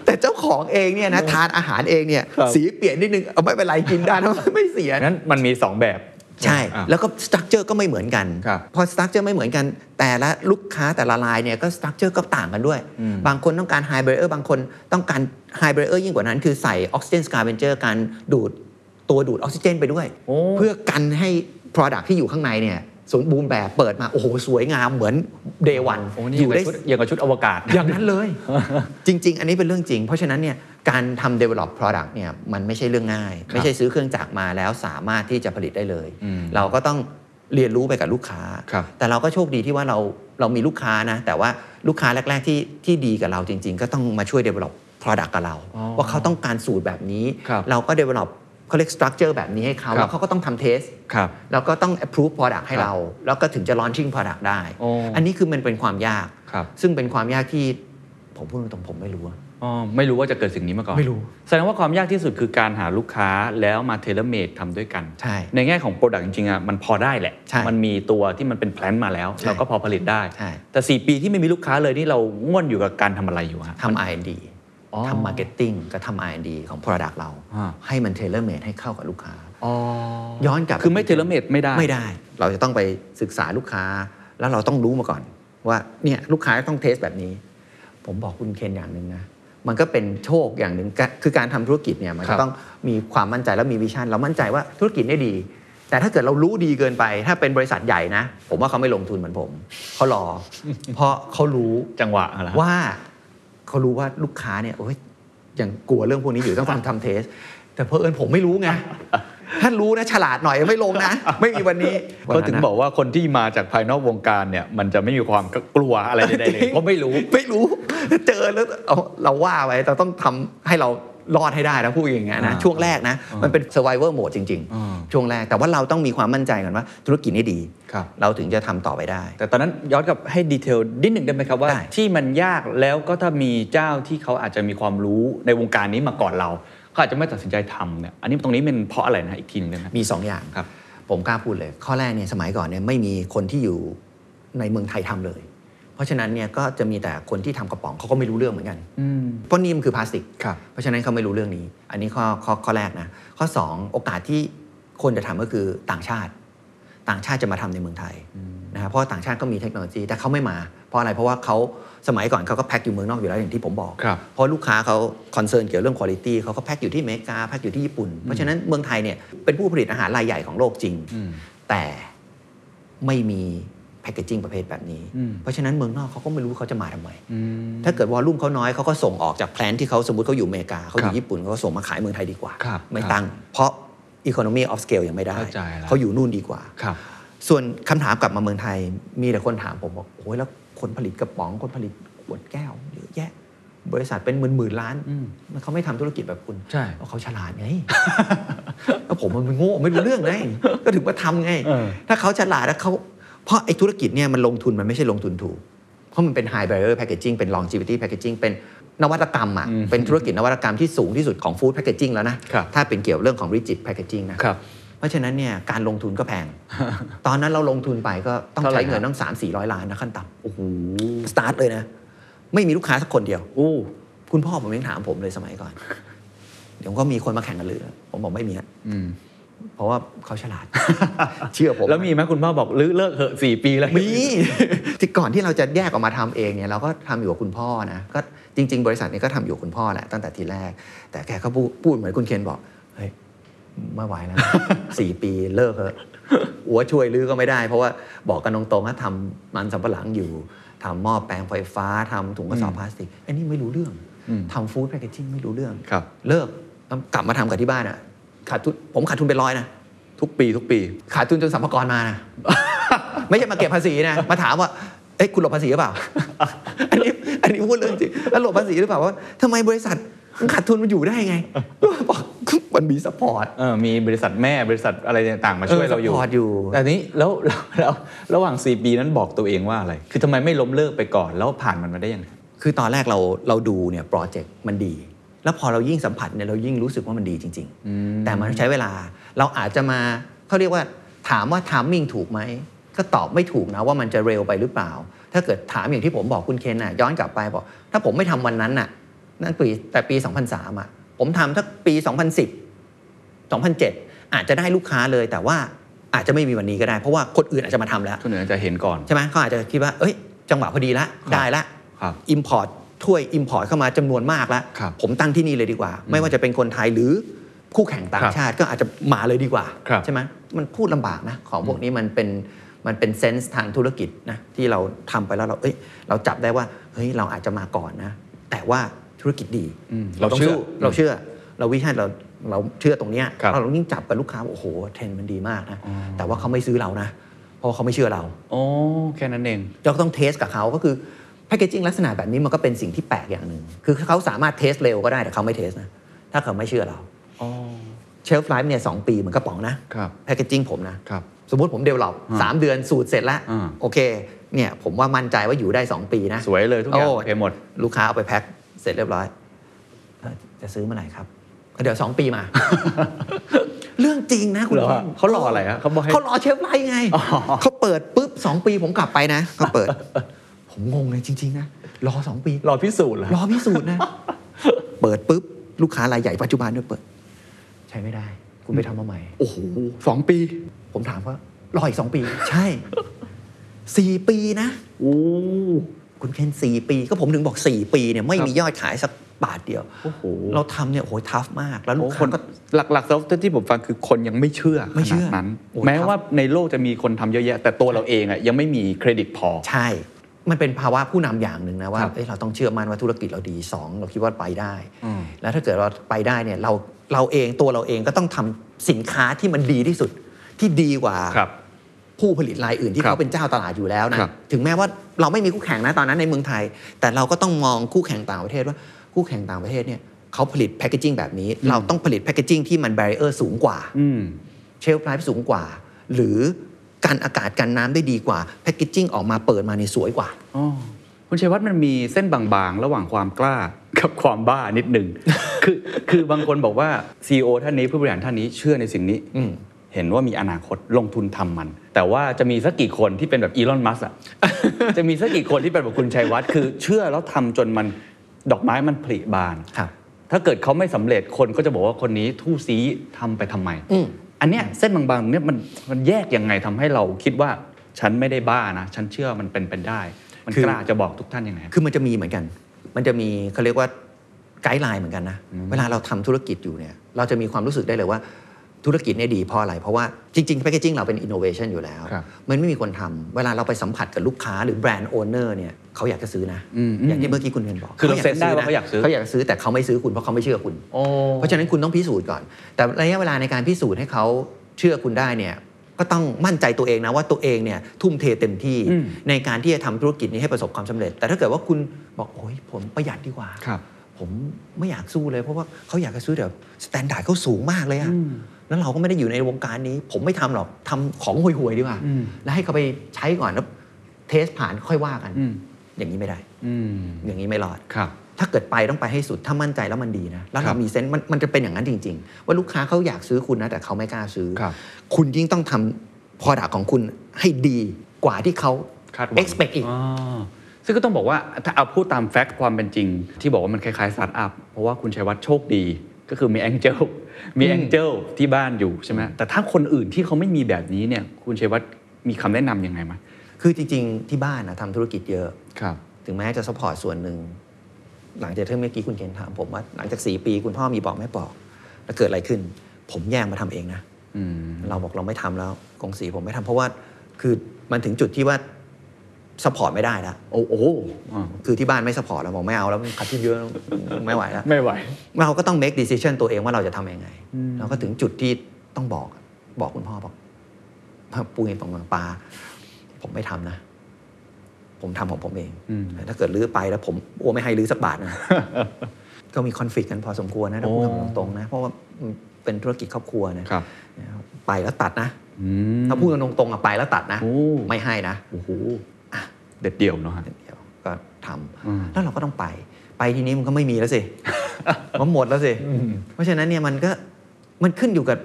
S1: แต่เจ้าของเองเนี่ยนะทานอาหารเองเนี่ย
S2: ครับ
S1: สีเปลี่ยนนิดนึงเอาไม่เป็นไรกินได้ นะไม่เสีย
S2: งั้นมันมี 2 แบบ
S1: ใช่
S2: อ่ะ
S1: แล้วก็สตรัคเจอร์ก็ไม่เหมือนกัน
S2: ครับ
S1: พอสตรัคเจอร์ไม่เหมือนกัน แต่ละลูกค้าแต่ละรายเนี่ยก็สตรัคเจอร์ก็ต่างกันด้วย
S2: อืม
S1: บางคนต้องการไฮเบรเออร์บางคนต้องการไฮเบรเออร์ยิ่งกว่านั้น คือใส่ออกซิเจนสกาเบนเจอร์การดูดตัวดูดออกซิเจนไปด้วย
S2: โอ้
S1: เพื่อกันให้ Product ที่อยู่ข้างในเนี่ยสมบูรณ์แบบเปิดมา โอ้โห สวยงามเหมือนเดวัน
S2: โอ้นี่
S1: อ
S2: อยู่ ยู่
S1: ได้
S2: ได้อย่างกับชุดอวกาศ
S1: อย่างนั้นเลย จริง ๆ อันนี้เป็นเรื่องจริง เพราะฉะนั้นเนี่ยการทำ develop product เนี่ยมันไม่ใช่เรื่องง่าย ไม่ใช่ซื้อเครื่องจักรมาแล้วสามารถที่จะผลิตได้เลย
S2: อืม
S1: เราก็ต้องเรียนรู้ไปกับลูกค้า
S2: ครับ
S1: แต่เราก็โชคดีที่ว่าเราเรามีลูกค้านะ แต่ว่าลูกค้าแรก ๆ ที่ที่ดีกับเราจริง ๆ ก็ต้องมาช่วย develop product กับเรา
S2: อ๋อ
S1: ว่าเขาต้องการสูตรแบบนี้
S2: ครับ
S1: เราก็ develop เขาเรียก structure แบบนี้ให้เขา
S2: ครับ
S1: แล้วเขาก็ต้องทำ test
S2: ครับ
S1: แล้วก็ต้อง approve product ให้
S2: ครับ
S1: เรา แล้วก็ถึงจะ launching product ได้
S2: โอ้
S1: อันนี้คือมันเป็นความยาก
S2: ครับ
S1: ซึ่งเป็นความยากที่ผมพูดตรงๆผมไม่รู้อะ
S2: อ๋อไม่รู้ว่าจะเกิดสิ่งนี้มาก่อน
S1: ไม่รู้
S2: แสดงว่าความยากที่สุดคือการหาลูกค้าแล้วมาเทเลเมดทำด้วยกัน
S1: ใช่
S2: ในแง่ของโปรดักต์จริงๆอ่ะมันพอได้แหละ
S1: ใช่
S2: มันมีตัวที่มันเป็นแพลนมาแล้ว
S1: ใช่
S2: เราก็พอผลิตได้
S1: ใช่
S2: แต่ 4 ปีที่ไม่มีลูกค้าเลยนี่เราง่วนอยู่กับการทำอะไรอยู่ฮะ
S1: ทำ R&D
S2: อ๋อ
S1: ทำ Marketing ก็ทำ R&D ของ Product เรา
S2: อ่า
S1: ให้มัน tailor made ให้เข้ากับลูกค้า
S2: อ๋อ
S1: ย้อนกลับ
S2: คือไม่เทเลเมดไม่ได้
S1: ไม่ได้ เราจะต้องไปศึกษาลูกค้า แล้วเราต้องรู้มาก่อน ว่าเนี่ยลูกค้าต้องเทสแบบนี้ ผมบอกคุณเคนอย่างหนึ่งนะ มันก็เป็นโชคอย่างหนึ่งก็คือการทำธุรกิจเนี่ยมัน
S2: ครั
S1: จะ
S2: บ
S1: ต้องมีความมั่นใจและมีวิชั่นเรามั่นใจว่าธุรกิจได้ดี แต่ถ้าเกิดเรารู้ดีเกินไป ถ้าเป็นบริษัทใหญ่นะ ผมว่าเขาไม่ลงทุนเหมือนผมเขารอ เพราะเขารู้
S2: จังหวะอะไรอฮะ
S1: ว่าเขารู้ว่าลูกค้าเนี่ยโอ้ยยังกลัวเรื่องพวกนี้อยู่ต้องทำทำเทส แต่เพอเอิญผมไม่รู้ไง ถ้ารู้นะฉลาดหน่อยไม่ลงนะ ไม่มีวันนี้
S2: ก็ถึง
S1: วัน
S2: บ
S1: นั้น
S2: อกว่าคนที่มาจากภายนอกวงการเนี่ย มันจะไม่มีความกลัวอะไรใดๆเลยเพราะไม่รู้
S1: นะไม่รู้ เจอแล้วเอาเราว่าไว้เราต้องทำให้เรารอดให้ได้นะพูดอย่างเงี้ยนะ
S2: อ่า
S1: ช่วงแรกนะ
S2: อ่ามั
S1: มันเป็น survivor mode จริง
S2: อ่า
S1: ๆ ช่วงแรกแต่ว่าเราต้องมีความมั่นใจก่อนว่า ธุรกิจนี้ดี
S2: ครับ
S1: เราถึงจะทำต่อไปได้
S2: แต่ตอนนั้นย้อนกลับให้ดีเทลนิดหนึ่งได้ไหมครับว่า
S1: ได้
S2: ที่มันยากแล้วก็ถ้ามีเจ้าที่เขาอาจจะมีความรู้ในวงการนี้มาก่อนเราเขาอาจจะไม่ตัดสินใจทำเนี่ยอันนี้ตรงนี้มันเพราะอะไรนะอีกทีหนึงได้ไหม
S1: มี 2 อย่าง
S2: ครับ
S1: ผมกล้าพูดเลย ข้อแรกเนี่ยสมัยก่อนเนี่ยไม่มีคนที่อยู่ในเมืองไทยทำเลย เพราะฉะนั้นเนี่ยก็จะมีแต่คนที่ทำกระป๋องเขาก็ไม่รู้เรื่องเหมือนกัน เพราะนี่มันคือพลาสติก
S2: ครับ
S1: เพราะฉะนั้นเขาไม่รู้เรื่องนี้ อันนี้ข้อข้อข้อแรกนะ ข้อ 2 โอกาสที่คนจะทำก็คือต่างชาติ ต่างชาติจะมาทำในเมืองไทยนะครับเพราะว่าต่างชาติก็มีเทคโนโลยีแต่เขาไม่มา เพราะอะไรเพราะว่าเขาสมัยก่อนเขาก็แพ็คอยู่เมืองนอกอยู่แล้วอย่างที่ผมบอก
S2: ครับ
S1: เพราะลูกค้าเขาคอนเซิร์นเกี่ยวเรื่องคุณภาพเขาก็แพ็คอยู่ที่อเมริกาแพ็คอยู่ที่ญี่ปุ่น เพราะฉะนั้นเมืองไทยเนี่ยเป็นผู้ผลิตอาหารรายใหญ่ของโลกจริง แต่ไม่มีแพคเกจิ้งประเภทแบบนี้
S2: อืม
S1: เพราะฉะนั้นเมืองนอกเขาก็ไม่รู้เขาจะมาทำไม ถ้าเกิดวอลลุ่มเขาน้อยเขาก็ส่งออกจากแพลนที่เขาสมมติเขาอยู่อเมริกาเขาอ
S2: ครั
S1: ยู่
S2: บ
S1: ญี่ปุ่นเขาก็ส่งมาขายเมืองไทยดีกว่า
S2: ครับ
S1: ไม่ตั้ง เพราะ Economy of Scale ยังไม่ได้
S2: เข้าใจแล้ว
S1: เขาอยู่นู่นดีกว่า
S2: ครับ
S1: ส่วนคำถามกลับมาเมืองไทย มีแต่คนถามผมบอกโอ้ยแล้วคนผลิตกระป๋องคนผลิตขวดแก้วเยอะแยะ บริษัทเป็นหมื่นหมื่นๆล้าน
S2: อืม
S1: มันเขาไม่ทำธุรกิจแบบคุณ
S2: ใช่
S1: เพราะเขาฉลาดไง แล้วผมมันโง่ไม่รู้เรื่องไงก็ถึงมาทำไง
S2: เออ
S1: ถ้าเขาฉลาดแล้วเขาเพราะไอ้ธุรกิจเนี่ยมันลงทุนมันไม่ใช่ลงทุนถูก เพราะมันเป็น high barrier packaging เป็น longevity packaging เป็นนวัตกรรมอ่ะ
S2: อืม
S1: เป็นธุรกิจนวัตกรรมที่สูงที่สุดของ food packaging แล้วนะ
S2: ครับ
S1: ถ้าเป็นเกี่ยวเรื่องของ rigid packaging นะครับ เพราะฉะนั้นเนี่ยการลงทุนก็ แพง ตอนนั้นเราลงทุนไปก็ต้อง
S2: เท่าไหร่
S1: ใช้เงิ
S2: ครั
S1: น
S2: บ
S1: ต้อง 3 4 0 0 ล้านนะขั้นต่
S2: โอ้โห
S1: ำสตาร์ทเลยนะ ไม่มีลูกค้าสักคนเดียว
S2: โอ้
S1: คุณ พ่อผมยังถามผมเลยสมัยก่อน เดี๋ยวก็มีคนมาแข่งกันเรือผมบอกไม่มีฮะ
S2: อืม
S1: เพราะว่าเขาฉ ลาด เชื่อผม
S2: แล้วมีไหมคุณพ่อบอกลือเลิกเหอะสี่ปีแล้ว
S1: มี ที่ก่อนที่เราจะแยกออกมาทำเองเนี่ยเราก็ทำอยู่กับคุณพ่อนะก็จริง ๆ บริษัทนี้ก็ทำอยู่กับคุณพ่อแหละตั้งแต่ทีแรก แต่แกก็พูดพูดเหมือนคุณเคนบอกเฮ้ยไม่ไหวแล้ว สี่ปีเลิกเถอะอัวช่วยลือก็ไม่ได้ เพราะว่าบอกกันตรงๆว่าทำมันสำปะหลังอยู่ทำหม้อแปลงไฟฟ้าทำถุงกระสอบ
S2: อืม
S1: พลาสติกไอ้นี่ไม่รู้เรื่อง
S2: อืม
S1: ทำฟู้ดแพคเกจจิ้งไม่รู้เรื่อง
S2: ครับ
S1: เลิกกลับมาทำกับที่บ้านอ่ะขาดทุนผมขาดทุนเป็นร้อยนะ ทุกปีทุกปี ขาดทุนจนสัมภาระมา นะ ไม่ใช่มาเก็บภาษีนะ มาถามว่า เอ้ยคุณหลบภาษีหรือเปล่า อันนี้อันนี้พูดเรื่องจริงแล้วหลบภาษีหรือเปล่าว่าทำไมบริษัทมันขาดทุนมันอยู่ได้ไงบอก มันมีสปอร์ต
S2: เออมีบริษัทแม่บริษัทอะไรต่างๆมาช่วยเราอยู่
S1: สปอร์ตอยู่
S2: แต่นี้แล้วแล้วแล้วระหว่าง 4 ปีนั้นบอกตัวเองว่าอะไร คือทำไมไม่ล้มเลิกไปก่อนแล้วผ่านมันมาได้ยังไง
S1: คือตอนแรกเราเราดูเนี่ยโปรเจกต์มันดี แล้วพอเรายิ่งสัมผัสเนี่ยเรายิ่งรู้สึกว่ามันดีจริง
S2: อืม
S1: ๆ แต่มันใช้เวลาเราอาจจะมาเขาเรียกว่าถามว่าทามมิ่งถูกไหม ก็ตอบไม่ถูกนะว่ามันจะเร็วไปหรือเปล่า ถ้าเกิดถามอย่างที่ผมบอกคุณเคนน่ะย้อนกลับไปบอก ถ้าผมไม่ทำวันนั้นน่ะนั่นปีแต่ปี 2003อ่ะผมทำถ้าปี 2010 2007 อาจจะได้ลูกค้าเลยแต่ว่าอาจจะไม่มีวันนี้ก็ได้เพราะว่าคนอื่นอาจจะมาทำแล้ว
S2: คนอื่นอาจจะเห็นก่อน
S1: ใช่ไหมเขาอาจจะคิดว่า เอ้ย จังหวะพอดีละ
S2: ครับ
S1: ได้ละ
S2: ครับ
S1: อิมพอร์ตถ้วยอิมพอร์ตเข้ามาจำนวนมากแล้ว
S2: ครับ
S1: ผมตั้งที่นี่เลยดีกว่า ไม่ว่าจะเป็นคนไทยหรือคู่แข่งต่า
S2: ค
S1: ง
S2: รับ
S1: ชาติก็อาจจะมาเลยดีกว่า
S2: ครับ
S1: ใช่ไหมมันพูดลำบากนะ ของพวกนี้มันเป็นมันเป็นเซนส์ทางธุรกิจนะที่เราทำไปแล้วเราเอ้ยเราจับได้ว่าเฮ้ยเราอาจจะมาก่อนนะ แต่ว่าธุรกิจดี
S2: อืม
S1: เราต้องเชื่อ
S2: เรา
S1: เรา
S2: เชื่อ
S1: เชื่อ เราวิชั่นเราเราเชื่อตรงเนี้ย
S2: ครับ
S1: เรายิ่งจับกับลูกค้าว่าโอ้โหเทรนด์มันดีมากนะแต่ว่าเขาไม่ซื้อเรานะเพราะว่าเขาไม่เชื่อเรา
S2: โอ้แค่นั้นเอง
S1: เราก็ต้องเทสกับเขาก็คือแพคเกจิ้งลักษณะแบบนี้มันก็เป็นสิ่งที่แปลกอย่างหนึ่ง คือเขาสามารถเทสเร็วก็ได้แต่เขาไม่เทสนะ ถ้าเขาไม่เชื่อเรา
S2: อ๋อ
S1: เชลฟ์ไลฟ์เนี่ยสองปีเหมือนกระป๋องนะครับ แพคเกจิ้งผมนะ
S2: ครับ
S1: สมมติผมเดเวลลอป
S2: อ่า
S1: สามเดือนสูตรเสร็จแล้ว
S2: อ่า
S1: โอเค เนี่ยผมว่ามั่นใจว่าอยู่ได้ 2 ปีนะ
S2: สวยเลยทุกอย่าง
S1: โอ้
S2: โอเคหมด
S1: ลูกค้าเอาไปแพ็คเสร็จเรียบร้อยเอ่อจะซื้อเมื่อไหร่ครับ เดี๋ยวสองปี มา เรื่องจริงนะคุณ
S2: เหรอ
S1: ผู้ชม
S2: เขารออะไรฮะเขาบอกให้
S1: เขารอเชฟไลท์ไง
S2: อ๋อ
S1: เขาเปิดปุ๊บสองปีผมกลับไปนะเขา เปิด ผมงงเลยจริง ๆ นะ รอสองปี
S2: รอพิสูจน์เหรอ
S1: รอพิสูจน์นะ เปิดปุ๊บ ลูกค้ารายใหญ่ปัจจุบันด้วยเปิด ใช้ไม่ได้ คุณไปทำมาใหม่
S2: โอ้โหสองปี
S1: ผมถามว่ารออีกสองปี ใช่สี่ปีนะ
S2: โอ้
S1: คุณเคนสี่ปีก็ผมถึงบอกสี่ปีเนี่ยไม่
S2: ครับ
S1: มียอดขายสักบาทเดียว
S2: โอ้โห
S1: เราทำเนี่ยโอ้โหทัฟมาก แล้วลู
S2: โอ้
S1: ก
S2: ค
S1: ค้าน ก็
S2: หลักๆแล้วที่ผมฟังคือคนยังไม่เชื่อ
S1: ไม่เชื่อ
S2: ขนาดนั้น
S1: โอ้
S2: แม้
S1: ครับ
S2: ว่าในโลกจะมีคนทำเยอะแยะ แต่ตัวเราเองอะยังไม่มีเครดิตพอ
S1: ใช่ มันเป็นภาวะผู้นำอย่างหนึ่งนะว่า
S2: ครับ
S1: เอ้ยเราต้องเชื่อมั่นว่าธุรกิจเราดีสองเราคิดว่าไปได้
S2: อืม
S1: แล้วถ้าเกิดเราไปได้เนี่ยเราเราเองตัวเราเองก็ต้องทำสินค้าที่มันดีที่สุดที่ดีกว่า
S2: ครับ
S1: ผู้ผลิตรายอื่นที่
S2: ครับ
S1: เขาเป็นเจ้าตลาดอยู่แล้วนะ
S2: ครับ
S1: ถึงแม้ว่าเราไม่มีคู่แข่งนะตอนนั้นในเมืองไทย แต่เราก็ต้องมองคู่แข่งต่างประเทศว่าคู่แข่งต่างประเทศเนี่ยเขาผลิตแพคเกจิ้งแบบนี้
S2: อืม
S1: เราต้องผลิตแพคเกจิ้งที่มันแบรเออร์สูงกว่า
S2: อืม
S1: เชลฟ์ไลฟ์สูงกว่า หรือการอากาศกันน้ำได้ดีกว่าแพคเกจิ้งออกมาเปิดมาในยสวยกว่า
S2: อ๋อคุณชัยวัฒน์มันมีเส้นบางๆ ระหว่างความกล้ากับความบ้านิดหนึ่ง คือคือบางคนบอกว่า CEO ท่านนี้ผู้บริหารท่านนี้เชื่อในสิ่งนี้
S1: อืม
S2: เห็นว่ามีอนาคตลงทุนทำมัน แต่ว่าจะมีสักกี่คนที่เป็นแบบอีลอนมัส อะ จะมีสักกี่คนที่เป็นแบบคุณชัยวัฒน์คือเชื่อแล้วทำจนมันดอกไม้มันผลิบาน
S1: ครับ
S2: ถ้าเกิดเขาไม่สำเร็จคนก็จะบอกว่าคนนี้ทู่ซีทำไปทำไม
S1: อืม
S2: อันเนี้ยเส้นบางๆเนี่ยมันมันแยกยังไงทำให้เราคิดว่าฉันไม่ได้บ้านะ ฉันเชื่อมันเป็นเป็นได้ มัน
S1: คือ
S2: กล้าจะบอกทุกท่านยังไง
S1: คือมันจะมีเหมือนกัน มันจะมีเขาเรียกว่าไกด์ไลน์เหมือนกันนะ เวลาเราทำธุรกิจอยู่เนี่ย เราจะมีความรู้สึกได้เลยว่าธุรกิจเนี่ยดีเพราะอะไร เพราะว่าจริงๆแพคเกจิ้งเราเป็นอินโนเวชันอยู่แล้ว
S2: ครับ
S1: มันไม่มีคนทำ เวลาเราไปสัมผัสกับลูกค้าหรือแบรนด์โอเนอร์เนี่ยเขาอยากจะซื้อนะ
S2: อืมอืม
S1: อย่างที่เมื่อกี้คุณเรียนบอก
S2: คือเราเซ็นได้
S1: ะ
S2: ว่าเขาอยากซื้อ
S1: เขาอยากซื้อแต่เขาไม่ซื้อคุณเพราะเขาไม่เชื่อคุณ
S2: โอ้
S1: เพราะฉะนั้นคุณต้องพิสูจน์ก่อน แต่ระยะเวลาในการพิสูจน์ให้เขาเชื่อคุณได้เนี่ย ก็ต้องมั่นใจตัวเองนะว่าตัวเองเนี่ยทุ่มเทเต็มที่ในการที่จะทำธุรกิจนี้ให้ประสบความสำเร็จ แต่ถ้าเกิดว่าคุณบอกโอ้ยผมประหยัดดีกว่า
S2: ครับ
S1: ผมไม่อยากสู้เลย เพราะว่าเขาอยากจะซื้อแบบสแตนดาร์ดเขาสูงมากเลยอะแล้วเราก็ไม่ได้อยู่ในวงการนี้ ผมไม่ทำหรอกทำของห่วยๆดีกว่า
S2: อืม
S1: แล้วให้เขาไปใช้ก่อนแล้วเทสผ่านค่อยว่ากัน
S2: อืม
S1: อย่างนี้ไม่ได้
S2: อืม
S1: อย่างนี้ไม่รอด
S2: ครับ
S1: ถ้าเกิดไปต้องไปให้สุดถ้ามั่นใจแล้วมันดีนะ แล้ว
S2: ครั
S1: เรา
S2: บ
S1: มีเซนต์มันมันจะเป็นอย่างนั้นจริง ๆ ว่าลูกค้าเขาอยากซื้อคุณนะ แต่เขาไม่กล้าซื้อ
S2: ครับ
S1: คุณยิ่งต้องทำพอด c t ของคุณให้ดีกว่าที่เขา
S2: คาดหวัง
S1: expect อีก
S2: อ๋อซึ่งก็ต้องบอกว่าถ้าเอาพูดตามแฟกต์ความเป็นจริง ที่บอกว่ามันคล้ายๆสตาร์ทอัพเพราะว่าคุณชัยวัฒน์โชคดี ก็คือมีแองเจล มีแองเจลที่บ้านอยู่ใช่ไหมแต่ถ้าคนอื่นที่เขาไม่มีแบบนี้เนี่ยคุณชัยวัฒน์มีคำแนะนำยังไงไหม
S1: คือจริงๆ ที่บ้านนะทำธุรกิจเยอะ
S2: ครับ
S1: ถึงแม้จะสปอร์ตส่วนหนึ่ง หลังจากที่เมื่อกี้คุณเคนถามผมว่า หลังจาก 4 ปีคุณพ่อมีบอกไม่บอกแล้วเกิดอะไรขึ้น ผมแย่งมาทำเองนะ
S2: อืม
S1: เราบอกเราไม่ทำแล้วกงสีผมไม่ทำเพราะว่าคือมันถึงจุดที่ว่าสปอร์ตไม่ได้แล้ว
S2: โอ้โหอ่า
S1: คือที่บ้านไม่สปอร์ตเราบอกไม่เอาแล้วขัดที่เยอะไม่ไหวแล้ว
S2: ไม่ไหว
S1: เราก็ต้อง make decision ตัวเองว่าเราจะทำยังไง เราก็ถึงจุดที่ต้องบอกบอกคุณพ่อบอกปูเองตรงปลาผมไม่ทำนะ ผมทำของผมเอง
S2: อืม
S1: ถ้าเกิดลื้อไปแล้วผมอัวไม่ให้ลื้อสักบาทนะ ก็มีคอนฟ lict กันพอสมควรนะถ้าพูดกันตรงๆนะ เพราะว่ามันเป็นธุรกิจครอบครัวนะครับไปแล้วตัดนะ
S2: อืม
S1: ถ้าพูดกันตรงๆอะไปแล้วตัดนะ
S2: โอ้
S1: ไม่ให้นะ
S2: โอ้โหอ่ะเด็ดเดี่ยวเนาะฮะ
S1: เดี๋ยวก็ทำ
S2: อืม
S1: แล้วเราก็ต้องไป ไปทีนี้มันก็ไม่มีแล้วสิ มันหมดแล้วสิ เพราะฉะนั้นเนี่ยมันก็มันขึ้นอยู่กับ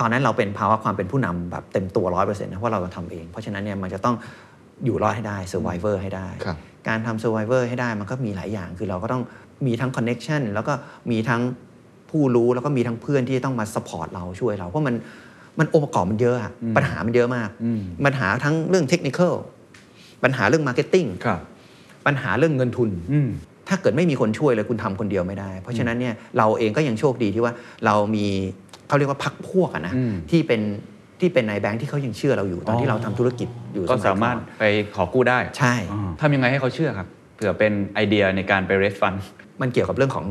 S1: ตอนนั้นเราเป็นภาวะความเป็นผู้นำแบบเต็มตัวร้อยเปอร์เซ็นต์นะเพราะเราทำเอง เพราะฉะนั้นเนี่ยมันจะต้องอยู่รอดให้ได้ survivor ให้ได้
S2: ครับ
S1: การทำ survivor ให้ได้มันก็มีหลายอย่าง คือเราก็ต้องมีทั้ง connection แล้วก็มีทั้งผู้รู้แล้วก็มีทั้งเพื่อนที่ต้องมา support เราช่วยเรา เพราะมันมันองค์ประกอบมันเยอะอะปัญหามันเยอะมาก
S2: อืม
S1: ปัญหาทั้งเรื่องเทคนิคอลปัญหาเรื่องมาร์เก็ตติ้ง
S2: ครับ
S1: ปัญหาเรื่องเงินทุน
S2: อืม
S1: ถ้าเกิดไม่มีคนช่วยเลยคุณทำคนเดียวไม่ได้ เพราะฉะนั้นเนี่ยเราเองก็ยังโชคดีที่ว่าเรามีเขาเรียกว่าพักพวกอะนะ
S2: อืม
S1: ที่เป็นที่เป็นนายแบงค์ที่เขายังเชื่อเราอยู่ตอนที่เราทำธุรกิจอยู่
S2: ก็
S1: ยอน
S2: สามารถไปขอกู้ได้
S1: ใช่
S2: อ่าทำยังไงให้เขาเชื่อครับ เผื่อเป็นไอเดียในการไปเรสฟัน
S1: มันเกี่ยวกับเรื่องของ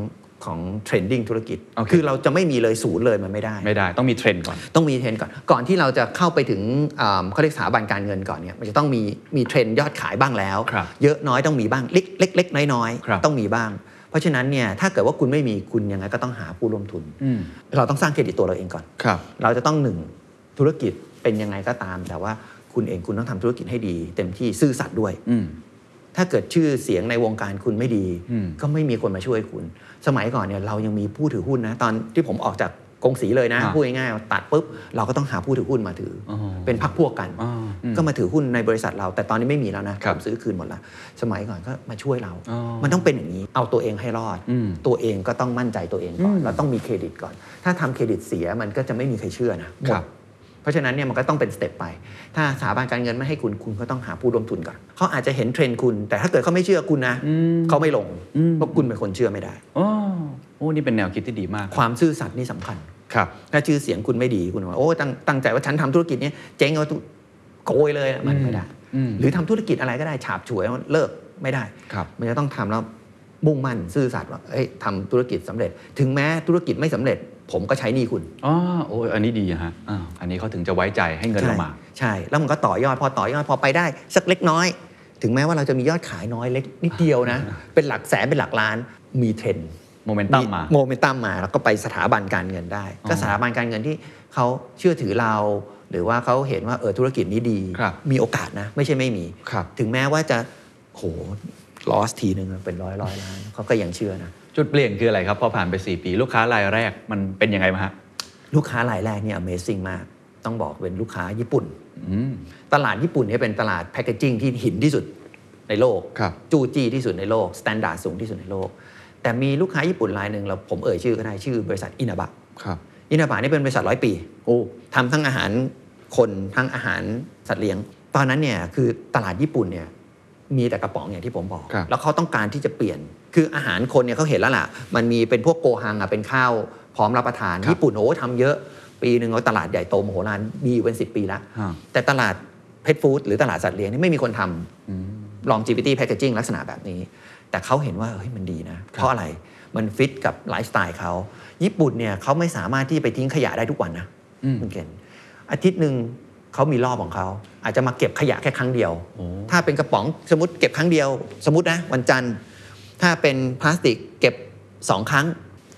S1: ของเทรนดิ้งธุรกิจ
S2: โอเค
S1: คือเราจะไม่มีเลยศูนย์เลยมันไม่ได้
S2: ไม่ได้ต้องมีเทรนด์ก่อน
S1: ต้องมีเทรนด์ก่อนก่อนที่เราจะเข้าไปถึงอ่าเขาเรียกสถาบันการเงินก่อนเนี่ยมันจะต้องมีมีเทรนด์ยอดขายบ้างแล้ว
S2: ครับ
S1: เยอะน้อยต้องมีบ้างเล็กเล็กเล็กน้อยน้อย
S2: ครับ
S1: ต้องมีบ้าง เพราะฉะนั้นเนี่ยถ้าเกิดว่าคุณไม่มีคุณยังไงก็ต้องหาผู้ร่วมทุน
S2: อืม
S1: เราต้องสร้างเครดิตตัวเราเองก่อน
S2: ครับ
S1: เราจะต้องหนึ่งธุรกิจเป็นยังไงก็ตาม แต่ว่าคุณเองคุณต้องทำธุรกิจให้ดี เต็มที่ซื่อสัตย์ด้วย
S2: อืม
S1: ถ้าเกิดชื่อเสียงในวงการคุณไม่ดี
S2: อืม
S1: ก็ไม่มีคนมาช่วยคุณ สมัยก่อนเนี่ยเรายังมีผู้ถือหุ้นนะ ตอนที่ผมออกจากกงสีเลยนะ พูดง่ายๆตัดปุ๊บ เราก็ต้องหาผู้ถือหุ้นมาถืออเป็นพักพวกกัน
S2: อ่าอืม
S1: ก็มาถือหุ้นในบริษัทเรา แต่ตอนนี้ไม่มีแล้วนะ
S2: ค
S1: ผ
S2: รับ
S1: มซื้อคืนหมดละสมัยก่อนก็มาช่วยเรา
S2: อ๋อ
S1: มันต้องเป็นอย่างนี้เอาตัวเองให้รอด
S2: อืม
S1: ตัวเองก็ต้องมั่นใจตัวเองก่อน
S2: อืม
S1: เราต้องมีเครดิตก่อน ถ้าทำเครดิตเสียมันก็จะไม่มีใครเชื่อนะหม
S2: ครั
S1: ด
S2: บ
S1: เพราะฉะนั้นเนี่ยมันก็ต้องเป็นสเต็ปไป ถ้าสถาบันการเงินไม่ให้คุณคุณก็ต้องหาผู้ร่วมทุนก่อนเขาอาจจะเห็นเทรนด์คุณ แต่ถ้าเกิดเขาไม่เชื่อคุณนะเขาไม่ลงเพราะคุณเป็นคนเชื่อไม่ได้
S2: อ๋อโอ้นี่เป็นแนวคิดที่ดีมาก
S1: ค
S2: ครับ
S1: วามซื่อสัตย์นี่สำคัญ
S2: ครับ
S1: ถ้าชื่อเสียงคุณไม่ดีคุณบอกว่าโอ้ตั้งตั้งใจว่าฉันทำธุรกิจเนี้ยเจ๊งเอาทุโกยเลยอะมันไม่ได้
S2: อืม
S1: หรือทำธุรกิจอะไรก็ได้ฉาบฉวยเลิกไม่ได้
S2: ครับ
S1: มันจะต้องทำแล้วมุ่งมั่นซื่อสัตย์ว่าเอ้ยทำธุรกิจสำเร็จ ถึงแม้ธุรกิจไม่สำเร็จ ผมก็ใช้หนี้คุณ
S2: อ๋อโอ้ยอันนี้ดีอะฮะอ่าอันนี้เขาถึงจะไว้ใจให้เงินเรามา
S1: ใช่ใช่ แล้วมันก็ต่อยอดพอต่อยอดพอไปได้ สักเล็กน้อย ถึงแม้ว่าเราจะมียอดขายน้อยเล็กนิดเดียวนะ เป็นหลักแสนเป็นหลักล้านมีเทรนด์
S2: โมเมนตัมมา
S1: โมเมนตัมมาแล้วก็ไปสถาบันการเงินได้ ก็สถาบันการเงินที่เขาเชื่อถือเรา หรือว่าเขาเห็นว่าเออธุรกิจนี้ดี
S2: ครับ
S1: มีโอกาสนะ ไม่ใช่ไม่มี
S2: ครับ
S1: ถึงแม้ว่าจะโหลอสทีนึงเป็นร้อยร้อยล้านเขาก็ยังเชื่อนะ
S2: จุดเปลี่ยนคืออะไรครับ พอผ่านไป 4 ปีลูกค้ารายแรกมันเป็นยังไงมาฮะ
S1: ลูกค้ารายแรกเนี่ย Amazing มาก ต้องบอกเป็นลูกค้าญี่ปุ่น
S2: อืม
S1: ตลาดญี่ปุ่นเนี่ยเป็นตลาดแพคเกจิ้งที่หินที่สุดในโลก
S2: ครับ
S1: จู้จี้ที่สุดในโลกสแตนดาร์ดสูงที่สุดในโลก แต่มีลูกค้าญี่ปุ่นรายหนึ่งเราผมเอ่ยชื่อก็ได้ชื่อบริษัทอินาบะ
S2: ครับ
S1: อินาบะนี่เป็นบริษัทร้อยปี โอ้ทำทั้งอาหารคนทั้งอาหารสัตว์เลี้ยง ตอนนั้นเนี่ยคือตลาดญี่ปุ่นเนี่ยมีแต่กระป๋องอย่างที่ผมบอก
S2: ครับ
S1: แล้วเขาต้องการที่จะเปลี่ยน คืออาหารคนเนี่ยเขาเห็นแล้วล่ะ มันมีเป็นพวกโกฮังอ่ะเป็นข้าวพร้อมรับประทาน
S2: ครับ
S1: ญี่ปุ่นโอ้ทำเยอะ ปีหนึ่งเขาตลาดใหญ่โตมโหฬารมีอยู่เป็น 10 ปีละ
S2: ฮะ
S1: แต่ตลาดเพทฟู้ดหรือตลาดสัตว์เลี้ยงนี่ไม่มีคนทำ ลอง GPT packaging ลักษณะแบบนี้ แต่เขาเห็นว่าเฮ้ยมันดีนะ เพราะอะไรมันฟิตกับไลฟ์สไตล์เขาญี่ปุ่นเนี่ยเขาไม่สามารถที่ไปทิ้งขยะได้ทุกวันนะ
S2: อืม
S1: คุณเก่งอาทิตย์หนึ่งเขามีรอบของเขา อาจจะมาเก็บขยะแค่ครั้งเดียว
S2: โอ้
S1: ถ้าเป็นกระป๋องสมมติเก็บครั้งเดียว สมมตินะวันจันทร์ถ้าเป็นพลาสติกเก็บสองครั้ง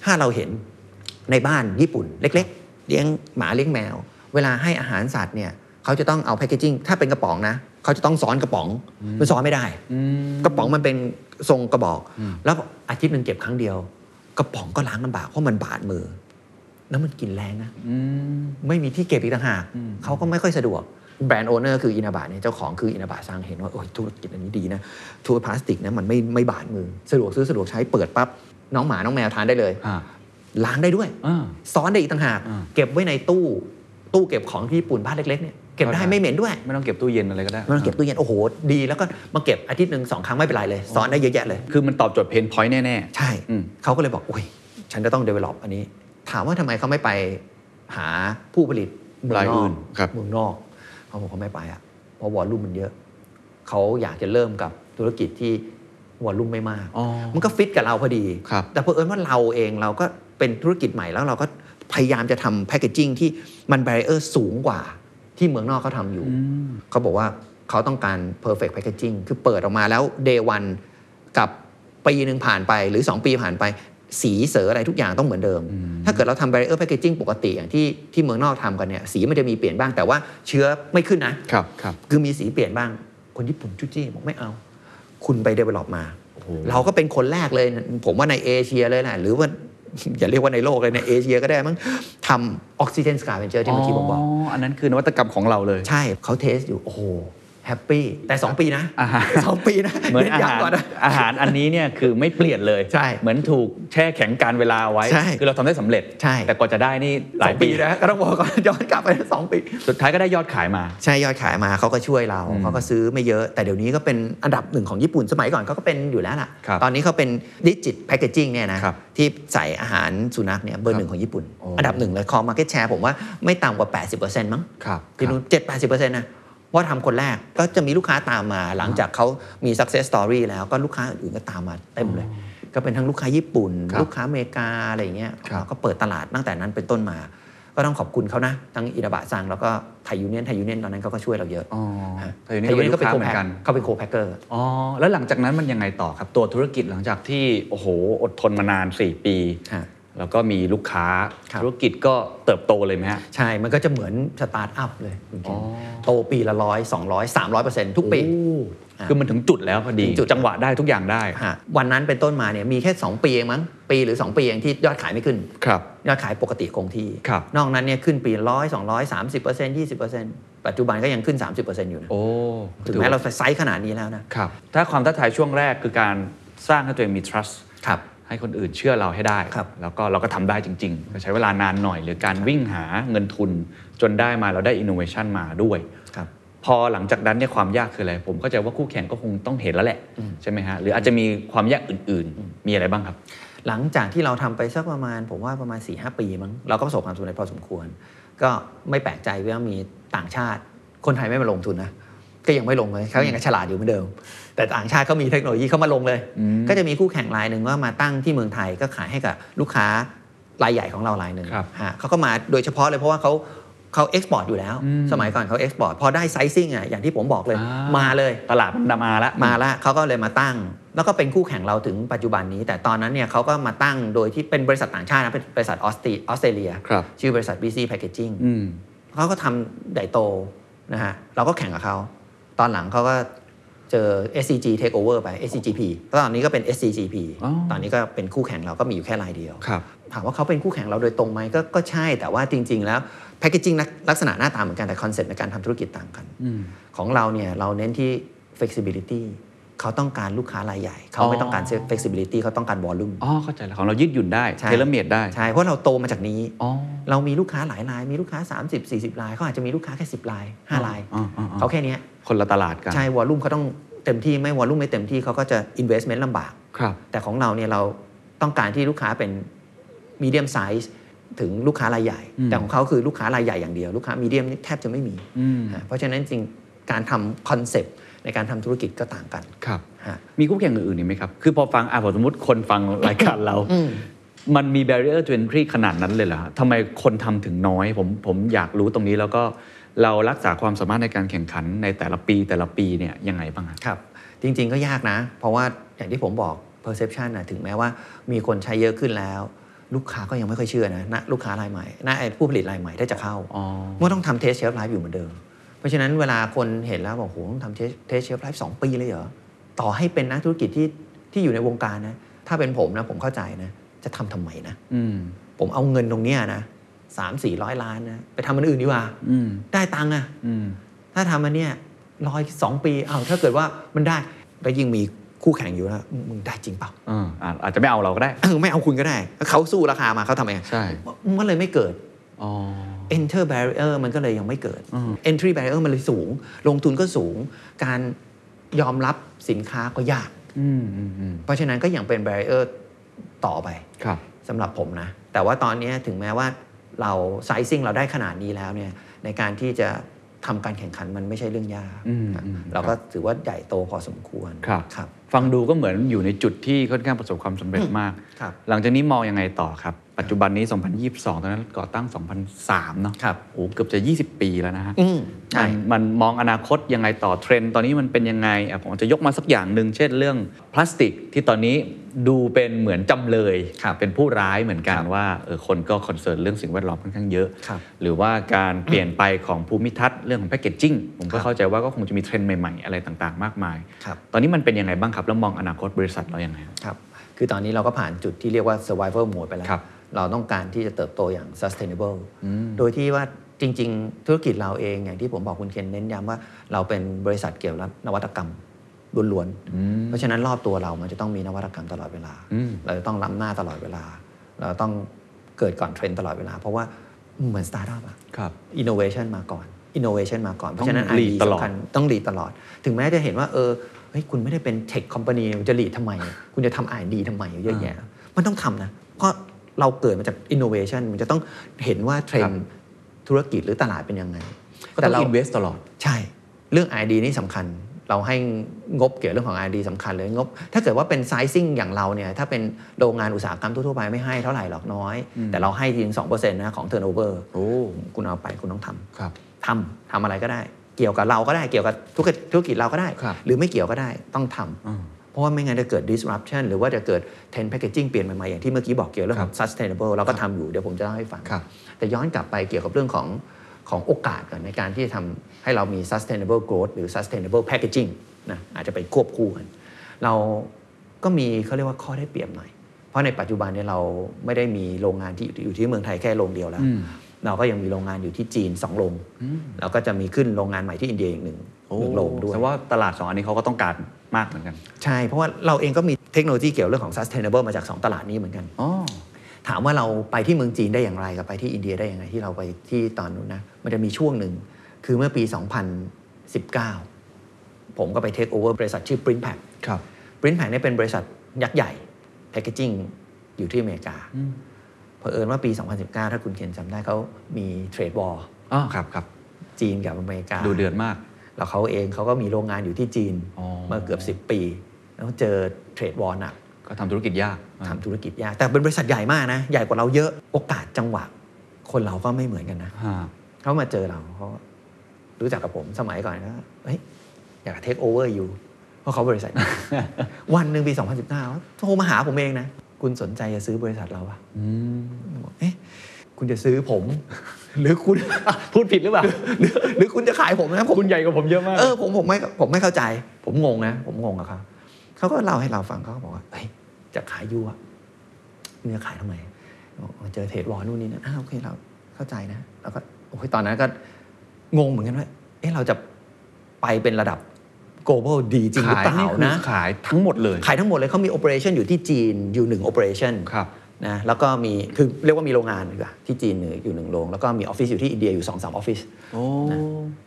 S1: ถ้าเราเห็นในบ้านญี่ปุ่น เล็ก ๆ เลี้ยงหมาเลี้ยงแมว เวลาให้อาหารสัตว์เนี่ยเขาจะต้องเอาแพคเกจิ้งถ้าเป็นกระป๋องนะเขาจะต้องซ้อนกระป๋องมันซ้อนไม่ได้
S2: อืม
S1: กระป๋องมันเป็นทรงกระบอก แล้วอาทิตย์หนึ่งเก็บครั้งเดียว กระป๋องก็ล้างลำบากเพราะมันบาดมือ แล้วมันกินแรงนะ
S2: อืม
S1: ไม่มีที่เก็บอีกต่างหาก
S2: อืม
S1: เขาก็ไม่ค่อยสะดวก แบรนด์โอเนอร์คืออินาบะเนี่ยเจ้าของคืออินาบะสร้างเห็นว่าโอ้ยธุรกิจอันนี้ดีนะทัวร์พลาสติกนะมันไม่ไม่บาดมือ สะดวกซื้อสะดวกใช้เปิดปั๊บน้องหมาน้องแมวทานได้เลย
S2: อ่า
S1: ล้างได้ด้วย
S2: อ่า
S1: ซ้อนได้อีกต่างหาก
S2: อ่า
S1: เก็บไว้ในตู้ ตู้เก็บของที่ญี่ปุ่นบ้านเล็กๆเนี่ยเก็บได้
S2: เข้าใจ
S1: ไม่เหม็นด้วย
S2: ไม่ต้องเก็บตู้เย็นอะไรก็ได้
S1: มันเก็บตู้เย็นโอ้โหดีแล้วก็มาเก็บอาทิตย์หนึ่งสองครั้งไม่เป็นไรเลยซ้อนได้เยอะแยะเลย
S2: คือมันตอบโจทย์เพนพอยต์แน่
S1: ใช่
S2: อืม
S1: เขาก็เลยบอกโอ้ยฉันจะต้อง develop อันนี้ ถามว่าทำไมเขาไม่ไปหาผู้ผลิตเมือง
S2: ราย
S1: นอ
S2: อื่
S1: ก
S2: นครับ
S1: เมืองนอกเขาบอกเขาไม่ไปอ่ะเพราะวอลลุ่มมันเยอะ เขาอยากจะเริ่มกับธุรกิจที่วอลลุ่มไม่มาก
S2: อ๋อ
S1: มันก็ฟิตกับเราพอดี
S2: ครับ
S1: แต่เผอิญว่าเราเองเราก็เป็นธุรกิจใหม่แล้วเราก็พยายามจะทำแพคเกจจิ้งที่มัน b บรเออร์สูงกว่าที่เมืองนอกเขาทำอยู่
S2: อืม
S1: เขาบอกว่าเขาต้องการ perfect packaging คือเปิดออกมาแล้ว day one กับปีหนึ่งผ่านไปหรือ 2 ปีผ่านไป สีเสออะไรทุกอย่างต้องเหมือนเดิม
S2: อืม
S1: ถ้าเกิดเราทำ barrier packaging ปกติอย่างที่ที่เมืองนอกทำกันเนี่ยสีมันจะมีเปลี่ยนบ้างแต่ว่าเชื้อไม่ขึ้นนะ
S2: ครับครับ
S1: คือมีสีเปลี่ยนบ้าง คนญี่ปุ่นจุจี้บอกไม่เอา คุณไป develop มา
S2: โอ้โห
S1: เราก็เป็นคนแรกเลย ผมว่าในเอเชียเลยแหละหรือว่า อย่าเรียกว่าในโลกเลยในเอเชียก็ได้มั้งทำออกซิเจนสกาเวนเจอร์ที่เมื่อกี้ผมบอก
S2: อันนั้นคือนวัตกรรมของเราเลย
S1: ใช่เขาเทสอยู่ โอ้โห แฮปปี้ แต่ 2 ปีนะ
S2: อ่าฮะ
S1: สองปีนะ
S2: เหมือนอา
S1: ย้ำ
S2: หาร
S1: ก่อนนะ
S2: อาหารอันนี้เนี่ยคือไม่เปลี่ยนเลย
S1: ใช่
S2: เหมือนถูกแช่แข็งการเวลาไว้
S1: ใช่
S2: คือเราทำได้สำเร็จ
S1: ใช่
S2: แต่กว่าจะได้นี่
S1: ส
S2: หลา
S1: อย ง
S2: ปี
S1: ปีนะ ก็ต้องบอกก่อน ย้อนกลับไปสองปี
S2: สุดท้ายก็ได้ยอดขายมา
S1: ใช่ ยอดขายมาเขาก็ช่วยเรา
S2: อืม
S1: เขาก็ซื้อไม่เยอะ แต่เดี๋ยวนี้ก็เป็นอันดับหนึ่งของญี่ปุ่นสมัยก่อนเขาก็เป็นอยู่แล้วล่ะ
S2: ครับ
S1: ตอนนี้เขาเป็นดิจิ t แพ c เกจจิ้งเนี่ยนะครับ ที่ใส่อาหารสุนัขเนี่ยเบอร์หนึ่งของญี่ปุ่น
S2: โอ้
S1: อันดับหนึ่งเลยคอมาร์เก็ตแชร์ผมว่าไม่ต่ำกว่า 80%มั้ง
S2: ครับ
S1: ที่นู้นเจ็ดแปดสิบเปอร์เซ็นต์นะเพราะทำคนแรกก็จะมีลูกค้าตามมา หลังจากเขามี success story แล้วก็ลูกค้าอื่นๆก็ตามมาเต็มเลย ก็เป็นทั้งลูกค้าญี่ปุ่น
S2: ครับ
S1: ลูกค้าอเมริกาอะไรอย่างเงี้ย
S2: ครับ
S1: เราก็เปิดตลาดตั้งแต่นั้นเป็นต้นมา ก็ต้องขอบคุณเขานะ ทั้งอิดาบะซังแล้วก็ไทยยูเนียนไทยยูเนียนตอนนั้นเขาก็ช่วยเราเยอะ
S2: อ๋อ
S1: ฮะ
S2: แต่อยู่นี่ก็เป็น
S1: โค
S2: ลูกค้าเหมือนกัน
S1: เขาเป็นโคแพคเกอร์
S2: อ๋อ แล้วหลังจากนั้นมันยังไงต่อครับ ตัวธุรกิจหลังจากที่ โอ้โห อดทนมานาน 4 ปี
S1: ฮะ
S2: แล้วก็มีลูกค้า
S1: ครับ
S2: ธุรกิจก็เติบโตเลยไหมฮะ
S1: ใช่ มันก็จะเหมือนสตาร์ทอัพเลยคุณเคน
S2: อ๋อ
S1: โตปีละร้อยสองร้อยสามร้อยเปอร์เซ็นต์ทุกปี
S2: โอ้คือมันถึงจุดแล้วพอดี
S1: ถึงจุด
S2: จังหวะได้ทุกอย่างได้
S1: ฮะวันนั้นเป็นต้นมาเนี่ยมีแค่สองปีเองมั้งปีหรือสองปีเองที่ยอดขายไม่ขึ้น
S2: ครับ
S1: ยอดขายปกติคงที่
S2: ครับ
S1: นอกนั้นเนี่ยขึ้นปีร้อยสองร้อยสามสิบเปอร์เซ็นต์ยี่สิบเปอร์เซ็นต์ปัจจุบันก็ยังขึ้นสามสิบเปอร์เซ็นต์อยู่นะ
S2: โอ้
S1: ถึงแม้เราไซส์ขนาดนี้แล้วนะครับ
S2: ถ้าความท้าทายช่วงแรกคือการสร้างให้ตัวเองมี trust
S1: ครับ
S2: ให้คนอื่นเชื่อเราให้ได้
S1: ครับ
S2: แล้วก็เราก็ทำได้จริงๆก็ใช้เวลานานหน่อย หรือการวิ่งหาเงินทุนจนได้มาเราได้ innovation มาด้วย
S1: ครับ
S2: พอหลังจากนั้นเนี่ยความยากคืออะไร ผมเข้าใจว่าคู่แข่งก็คงต้องเห็นแล้วแหละ ใช่ไหมฮะ หรืออาจจะมีความยากอื่นๆ มีอะไรบ้างครับ
S1: หลังจากที่เราทำไปสักประมาณ ผมว่าประมาณ4ีหปีมั้งเราก็ประสบความสำเร็จพอสมควร ก็ไม่แปลกใจว่ามีต่างชาติ คนไทยไม่มาลงทุนนะก็ยังไม่ลงเลยเขายังฉลาดอยู่เหมือนเดิม แต่ต่างชาติเขามีเทคโนโลยีเขามาลงเลย
S2: อืม
S1: ก็จะมีคู่แข่งรายหนึ่งว่ามาตั้งที่เมืองไทยก็ขายให้กับลูกค้ารายใหญ่ของเรารายหนึ่ง
S2: ครับ
S1: ฮะเขาก็มาโดยเฉพาะเลยเพราะว่าเขาเขาเอ็กซ์พอร์ตอยู่แล้ว
S2: อืม
S1: สมัยก่อนเขาเอ็กซ์พอร์ตพอได้ไซซิ่งอ่ะอย่างที่ผมบอกเลย
S2: อ่าม
S1: มาเลย
S2: ตลาดมันนำมาละ
S1: มาละเขาก็เลยมาตั้ง แล้วก็เป็นคู่แข่งเราถึงปัจจุบันนี้ แต่ตอนนั้นเนี่ยเขาก็มาตั้งโดยที่เป็นบริษัทต่างชาตินะเป็นบริษัทออสติออสเตรเลีย
S2: ครับ
S1: ชื่อบริษัท BC Packaging
S2: อืม
S1: เขาก็ทำใหญ่โตนะฮะเราก็แข่งกับเขาตอนหลังเขาก็เจอ SCG take over ไป SCGP แล้วตอนนี้ก็เป็น SCGP
S2: อ๋อ
S1: ตอนนี้ก็เป็นคู่แข่งเราก็มีอยู่แค่รายเดียว
S2: ครับ
S1: ถามว่าเขาเป็นคู่แข่งเราโดยตรงไหมกก็ใช่แต่ว่าจริง ๆ แล้วแพคเกจิ้งลักษณะหน้าตาเหมือนกันแต่คอนเซ็ปต์ในการทำธุรกิจต่างกัน
S2: อืม
S1: ของเราเนี่ยเราเน้นที่ flexibility เขาต้องการลูกค้ารายใหญ่ เขาไม่ต้องการ flexibility เขาต้องการ volume
S2: อ๋อ เข้าใจแล้วของเรายืดหยุ่นได้
S1: ใช่
S2: เทเลเมดได้
S1: ใช่เพราะเราโตมาจากนี้
S2: อ๋อ
S1: เรามีลูกค้าหลายราย มีลูกค้า 30 40รายเขาอาจจะมีลูกค้าแค่ 10ราย5ราย
S2: อ๋ออ๋ออ๋อ
S1: เขาแค่เนี้ย
S2: คนละตลาดกัน
S1: ใช่ volume เขาต้องเต็มที่ไม่ volume ไม่เต็มที่เขาก็จะ investment ลำบาก
S2: ครับ
S1: แต่ของเราเนี่ยเราต้องการที่ลูกค้าเป็น medium size ถึงลูกค้ารายใหญ่
S2: อืม
S1: แต่ของเขาคือลูกค้ารายใหญ่อย่างเดียวลูกค้า medium นี่แทบจะไม่มี
S2: อืม
S1: ฮะเพราะฉะนั้นจริงการทำคอนเซปต์ในการทำธุรกิจก็ต่างกัน
S2: ครับ
S1: ฮะ
S2: มีคู่แข่งอื่นๆอีกไหมครับ คือพอฟังอ่ะผมสมมติคนฟังรายการเรา
S1: อืม
S2: มันมี barrier to entry ขนาดนั้นเลยเหรอฮะทำไมคนทำถึงน้อย ผมผมอยากรู้ตรงนี้แล้วก็เรารักษาความสามารถในการแข่งขันในแต่ละปีแต่ละปีเนี่ยยังไงบ้างฮะ
S1: ครับ จริงๆก็ยากนะ เพราะว่าอย่างที่ผมบอก perception นะถึงแม้ว่ามีคนใช้เยอะขึ้นแล้ว ลูกค้าก็ยังไม่ค่อยเชื่อนะนะลูกค้ารายใหม่นะไอ้ผู้ผลิตรายใหม่ถ้าจะเข้า
S2: อ๋อ
S1: มันก็ต้องทำเทสเชฟไลฟ์อยู่เหมือนเดิม เพราะฉะนั้นเวลาคนเห็นแล้วบอกโหต้องทำเทสเชฟไลฟ์สองปีเลยเหรอ ต่อให้เป็นนักธุรกิจที่ที่อยู่ในวงการนะ ถ้าเป็นผมนะผมเข้าใจนะ จะทำทำไมนะ
S2: อืม
S1: ผมเอาเงินตรงเนี้ยนะสามสี่ร้อยล้านนะไปทำมันอื่นดีกว่า
S2: อืม
S1: ได้ตังค์อะ
S2: อืม
S1: ถ้าทำอันเนี้ยรออีกสองปี เอาวถ้าเกิดว่ามันได้ แล้วยิ่งมี คู่แข่งอยู่แล้วมึงมึงได้จริงเปล่า
S2: เอออ่ะอาจจะไม่เอาเราก็ได้
S1: เออไม่เอาคุณก็ได้ เขาสู้ราคามาเขาทำไง
S2: ใช่
S1: มันเลยไม่เกิด
S2: อ๋อ
S1: enter barrier มันก็เลยยังไม่เกิด
S2: อืม
S1: entry barrier มันเลยสูง ลงทุนก็สูง การยอมรับสินค้าก็ยาก
S2: อืมอืมอืม
S1: เพราะฉะนั้นก็ยังเป็น barrier ต่อไป
S2: ครับ
S1: สำหรับผมนะ แต่ว่าตอนนี้ถึงแม้ว่าเรา sizing เราได้ขนาดนี้แล้วเนี่ยในการที่จะทำการแข่งขันมันไม่ใช่เรื่องยาก
S2: อืม
S1: นะ
S2: อืม
S1: เราก็ถือว่าใหญ่โตพอสมควร
S2: ครับ
S1: ครับ
S2: ฟังดูก็เหมือนอยู่ในจุดที่ค่อนข้างประสบความสำเร็จมาก
S1: ครับ
S2: หลังจากนี้มองยังไงต่อครับ ปัจจุบันนี้ 2022 ตอนนั้นก่อตั้ง 2003 เนาะ
S1: ครับ
S2: โอ้เกือบจะ 20 ปีแล้วนะฮะ
S1: อืมใช่
S2: มันมันมองอนาคตยังไงต่อเทรนด์ตอนนี้มันเป็นยังไงอ่ะผมจะยกมาสักอย่างหนึ่งเช่นเรื่องพลาสติกที่ตอนนี้ดูเป็นเหมือนจำเลยเป็นผู้ร้ายเหมือนกันว่าเออคนก็คอนเซิร์นเรื่องสิ่งแวดล้อมค่อนข้างเยอะ
S1: ครับ
S2: หรือว่าการเปลี่ยนไปของภูมิทัศน์เรื่องของแพคเกจจิ้งผม
S1: ค
S2: ก็
S1: รับ
S2: เข้าใจว่าก็คงจะมีเทรนด์ใหม่ๆ อะไรต่างๆ มากมาย
S1: ครับ
S2: ตอนนี้มันเป็นยังไงบ้างครับ แล้วมองอนาคตบริษัทเราอย่างไงครับ
S1: ครับ คือตอนนี้เราก็ผ่านจุดที่เรียกว่า survival mode ไปแล้ว
S2: ครับ
S1: เราต้องการที่จะเติบโตอย่าง sustainable
S2: อืม
S1: โดยที่ว่าจริง ๆ ธุรกิจเราเองอย่างที่ผมบอกคุณเคนเน้นย้ำว่าเราเป็นบริษัทเกี่ยวกับนวัตกรรมล้วน
S2: อืม
S1: ๆ เพราะฉะนั้นรอบตัวเรามันจะต้องมีนวัตกรรมตลอดเวลา
S2: อืม
S1: เราจะต้องล้ำหน้าตลอดเวลา เราต้องเกิดก่อนเทรนด์ตลอดเวลา เพราะว่าเหมือนสตาร์ทอัพอะ
S2: ครับ
S1: อินโนเวชันมาก่อน อินโนเวชันมาก่อน เพ
S2: ต้อง
S1: ราะฉะนั้น
S2: lead
S1: ID
S2: ตลอด
S1: สำคัญต้องรีตลอด ถึงแม้จะเห็นว่า เออ เฮ้ย คุณไม่ได้เป็นเทคคอมพานีคุณจะรีทำไม คุณจะทำไอดีทำไมเยอะแยะ มันต้องทำนะ เพราะเราเกิดมาจากอินโนเวชันมันจะต้องเห็นว่าเทรน
S2: ครั
S1: ด์
S2: บ
S1: ธุรกิจหรือตลาดเป็นยังไง
S2: ก็ต้องอินเวสตลอด
S1: ใช่ เรื่อง ID นี่สำคัญ เราให้งบเกี่ยวเรื่องของ ID สำคัญเลยงบ ถ้าเกิดว่าเป็นไซซิ่งอย่างเราเนี่ย ถ้าเป็นโรงงานอุตสาหกรรมทั่วๆไปไม่ให้เท่าไหร่หรอกน้อย
S2: อืม
S1: แต่เราให้ทีสองเปอร์เซ็นต์นะของเทิร์นโอเวอร์
S2: โอ้
S1: คุณเอาไปคุณต้องทำ
S2: ครับ
S1: ทำทำอะไรก็ได้ เกี่ยวกับเราก็ได้เกี่ยวกับธุรกิจธุรกิจเราก็ได้
S2: ครับ
S1: หรือไม่เกี่ยวก็ได้ต้องทำ
S2: อ่า
S1: เพราะว่าไม่งั้นจะเกิด disruption หรือว่าจะเกิด trend packaging เปลี่ยนใหม่ๆ อย่างที่เมื่อกี้บอกเกี่ยวเรื่องของ sustainable เราก็ทำอยู่เดี๋ยวผมจะเล่าให้ฟัง
S2: ครับ
S1: แต่ย้อนกลับไปเกี่ยวกับเรื่องของของโอกาสก่อนในการที่จะทำให้เรามี sustainable growth หรือ sustainable packaging นะอาจจะไปควบคู่กัน เราก็มีเขาเรียกว่าข้อได้เปรียบหน่อย เพราะในปัจจุบันเนี่ยเราไม่ได้มีโรงงานที่อยู่ที่เมืองไทยแค่โรงเดียวแล้ว
S2: อืม
S1: เราก็ยังมีโรงงานอยู่ที่จีนสองโรง แล้วก็จะมีขึ้นโรงงานใหม่ที่อินเดียอีกหนึ่งหนึ่งโรงด้วย
S2: แต่ว่าตลาดสองอันนี้เขาก็ต้องการมากเหมือนกัน
S1: ใช่ เพราะว่าเราเองก็มีเทคโนโลยีเกี่ยวเรื่องของ sustainable มาจาก 2 ตลาดนี้เหมือนกัน
S2: อ๋อ
S1: ถามว่าเราไปที่เมืองจีนได้อย่างไรกับไปที่อินเดียได้อย่างไรที่เราไปที่ตอนนู้นนะ มันจะมีช่วงหนึ่ง คือเมื่อปี 2019 ผมก็ไปเทคโอเวอร์บริษัทชื่อ Print Pack
S2: ครับ
S1: Print Pack เนี่ยเป็นบริษัทยักษ์ใหญ่ แพคเกจิ้งอยู่ที่อเมริกา
S2: อืม
S1: เผอิญว่าปี 2019 ถ้าคุณเคนจำได้เขามีเทรดบอล
S2: อ๋อ ครับครับ
S1: จีนกับอเมริกา
S2: ดูเดือดมาก
S1: แล้วเขาเองเขาก็มีโรงงานอยู่ที่จีน
S2: อ๋อ
S1: เมื่อเกือบ 10 ปี แล้วเจอเทรดวอร์หนัก
S2: ก็ทำธุรกิจยากอ่า
S1: ทำธุรกิจยากแต่เป็นบริษัทใหญ่มากนะ ใหญ่กว่าเราเยอะโอกาสจังหวะ คนเราก็ไม่เหมือนกันนะ
S2: ฮะ
S1: เขามาเจอเราเขารู้จักกับผมสมัยก่อนก็เฮ้ยอยากเทคโอเวอร์อยู่เพราะเขาบริษั ท วันหนึ่งปี 2019โทรมาหาผมเองนะ คุณสนใจจะซื้อบริษัทเราปะ
S2: อืม
S1: ผมบอกเอ๊ะคุณจะซื้อผม หรือคุณ
S2: พูดผิดหรือเปล่า
S1: หรือหรือคุณจะขายผมนะผม
S2: คุณใหญ่กว่าผมเยอะมาก
S1: เออผมผมไม่ผมไม่เข้าใจ ผมงงนะ ผมงงกับเขาเขาก็เล่าให้เราฟังเขาก็บอกว่าเฮ้ยจะขายยูอะเนื้อขายทำไมบอกว่าเจอเทรดวอร์นู่นนี่นะอ้าวโอเคเราเข้าใจนะ แล้วก็โอ้ยตอนนั้นก็งงเหมือนกันว่าเอ๊ะเราจะไปเป็นระดับ global ดีจริงหรือ
S2: ขาย
S1: เปล่า
S2: นี่คือ
S1: นะ
S2: ขายทั้งหมดเลย
S1: ขายทั้งหมดเลยเขามี operation อยู่ที่จีนอยู่หนึ่ง operation
S2: ครับ
S1: นะแล้วก็มีคือเรียกว่ามีโรงงานดีกว่าที่จีนอยู่หนึ่งโรงแล้วก็มีออฟฟิศอยู่ที่อินเดียอยู่สองสามออฟฟิศ
S2: โอ้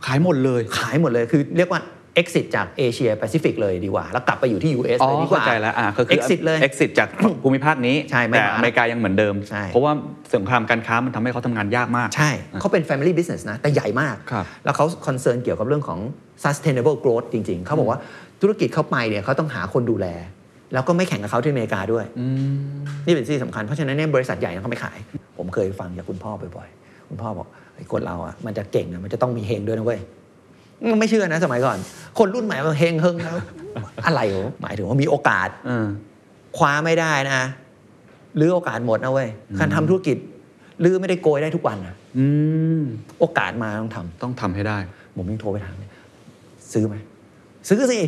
S2: ขายหมดเลย
S1: ขายหมดเลย คือเรียกว่า exit จากเอเชียแปซิฟิกเลยดีกว่า แล้วกลับไปอยู่ที่ US
S2: อ๋อ
S1: เลยดีก
S2: เข้า
S1: ว่า
S2: ใจแล้วอ่าก็คือ
S1: exit เลย
S2: exit จาก ภูมิภาคนี้
S1: ใช่ไม่
S2: แต่
S1: มา
S2: อเมริกายังเหมือนเดิม
S1: ใช่
S2: เพราะว่าสงครามการค้ามันทำให้เขาทำงานยากมาก
S1: ใช่ เขาเป็น family business นะ แต่ใหญ่มาก
S2: ครับ
S1: แล้วเขาคอนเซิร์นเกี่ยวกับเรื่องของ sustainable growth จริง ๆ เขาบอกว่าธุรกิจเข้าไปเนี่ยเขาต้องหาคนดูแล แล้วก็ไม่แข่งกับเขาที่อเมริกาด้วย
S2: อืม
S1: นี่เป็นสิ่งสำคัญ เพราะฉะนั้นเนี่ยบริษัทใหญ่เขาไม่ขาย ผมเคยฟังจากคุณพ่อบ่อยๆ คุณพ่อบอกไอ้คนเราอ่ะมันจะเก่งอะมันจะต้องมีเฮงด้วยนะเว้ยไม่เชื่อนะสมัยก่อน คนรุ่นใหม่มันเฮงเฮงแล้ว อะไรวะหมายถึงว่ามีโอกาส
S2: อ่า
S1: คว้าไม่ได้นะหรือโอกาสหมดนะเว้ยการทำธุรกิจลือไม่ได้โกยได้ทุกวันนะ
S2: อืม
S1: โอกาสมาต้องทำ
S2: ต้องทำให้ได้
S1: ผมยังโทรไปถามเลยซื้อไหมซื้อสิ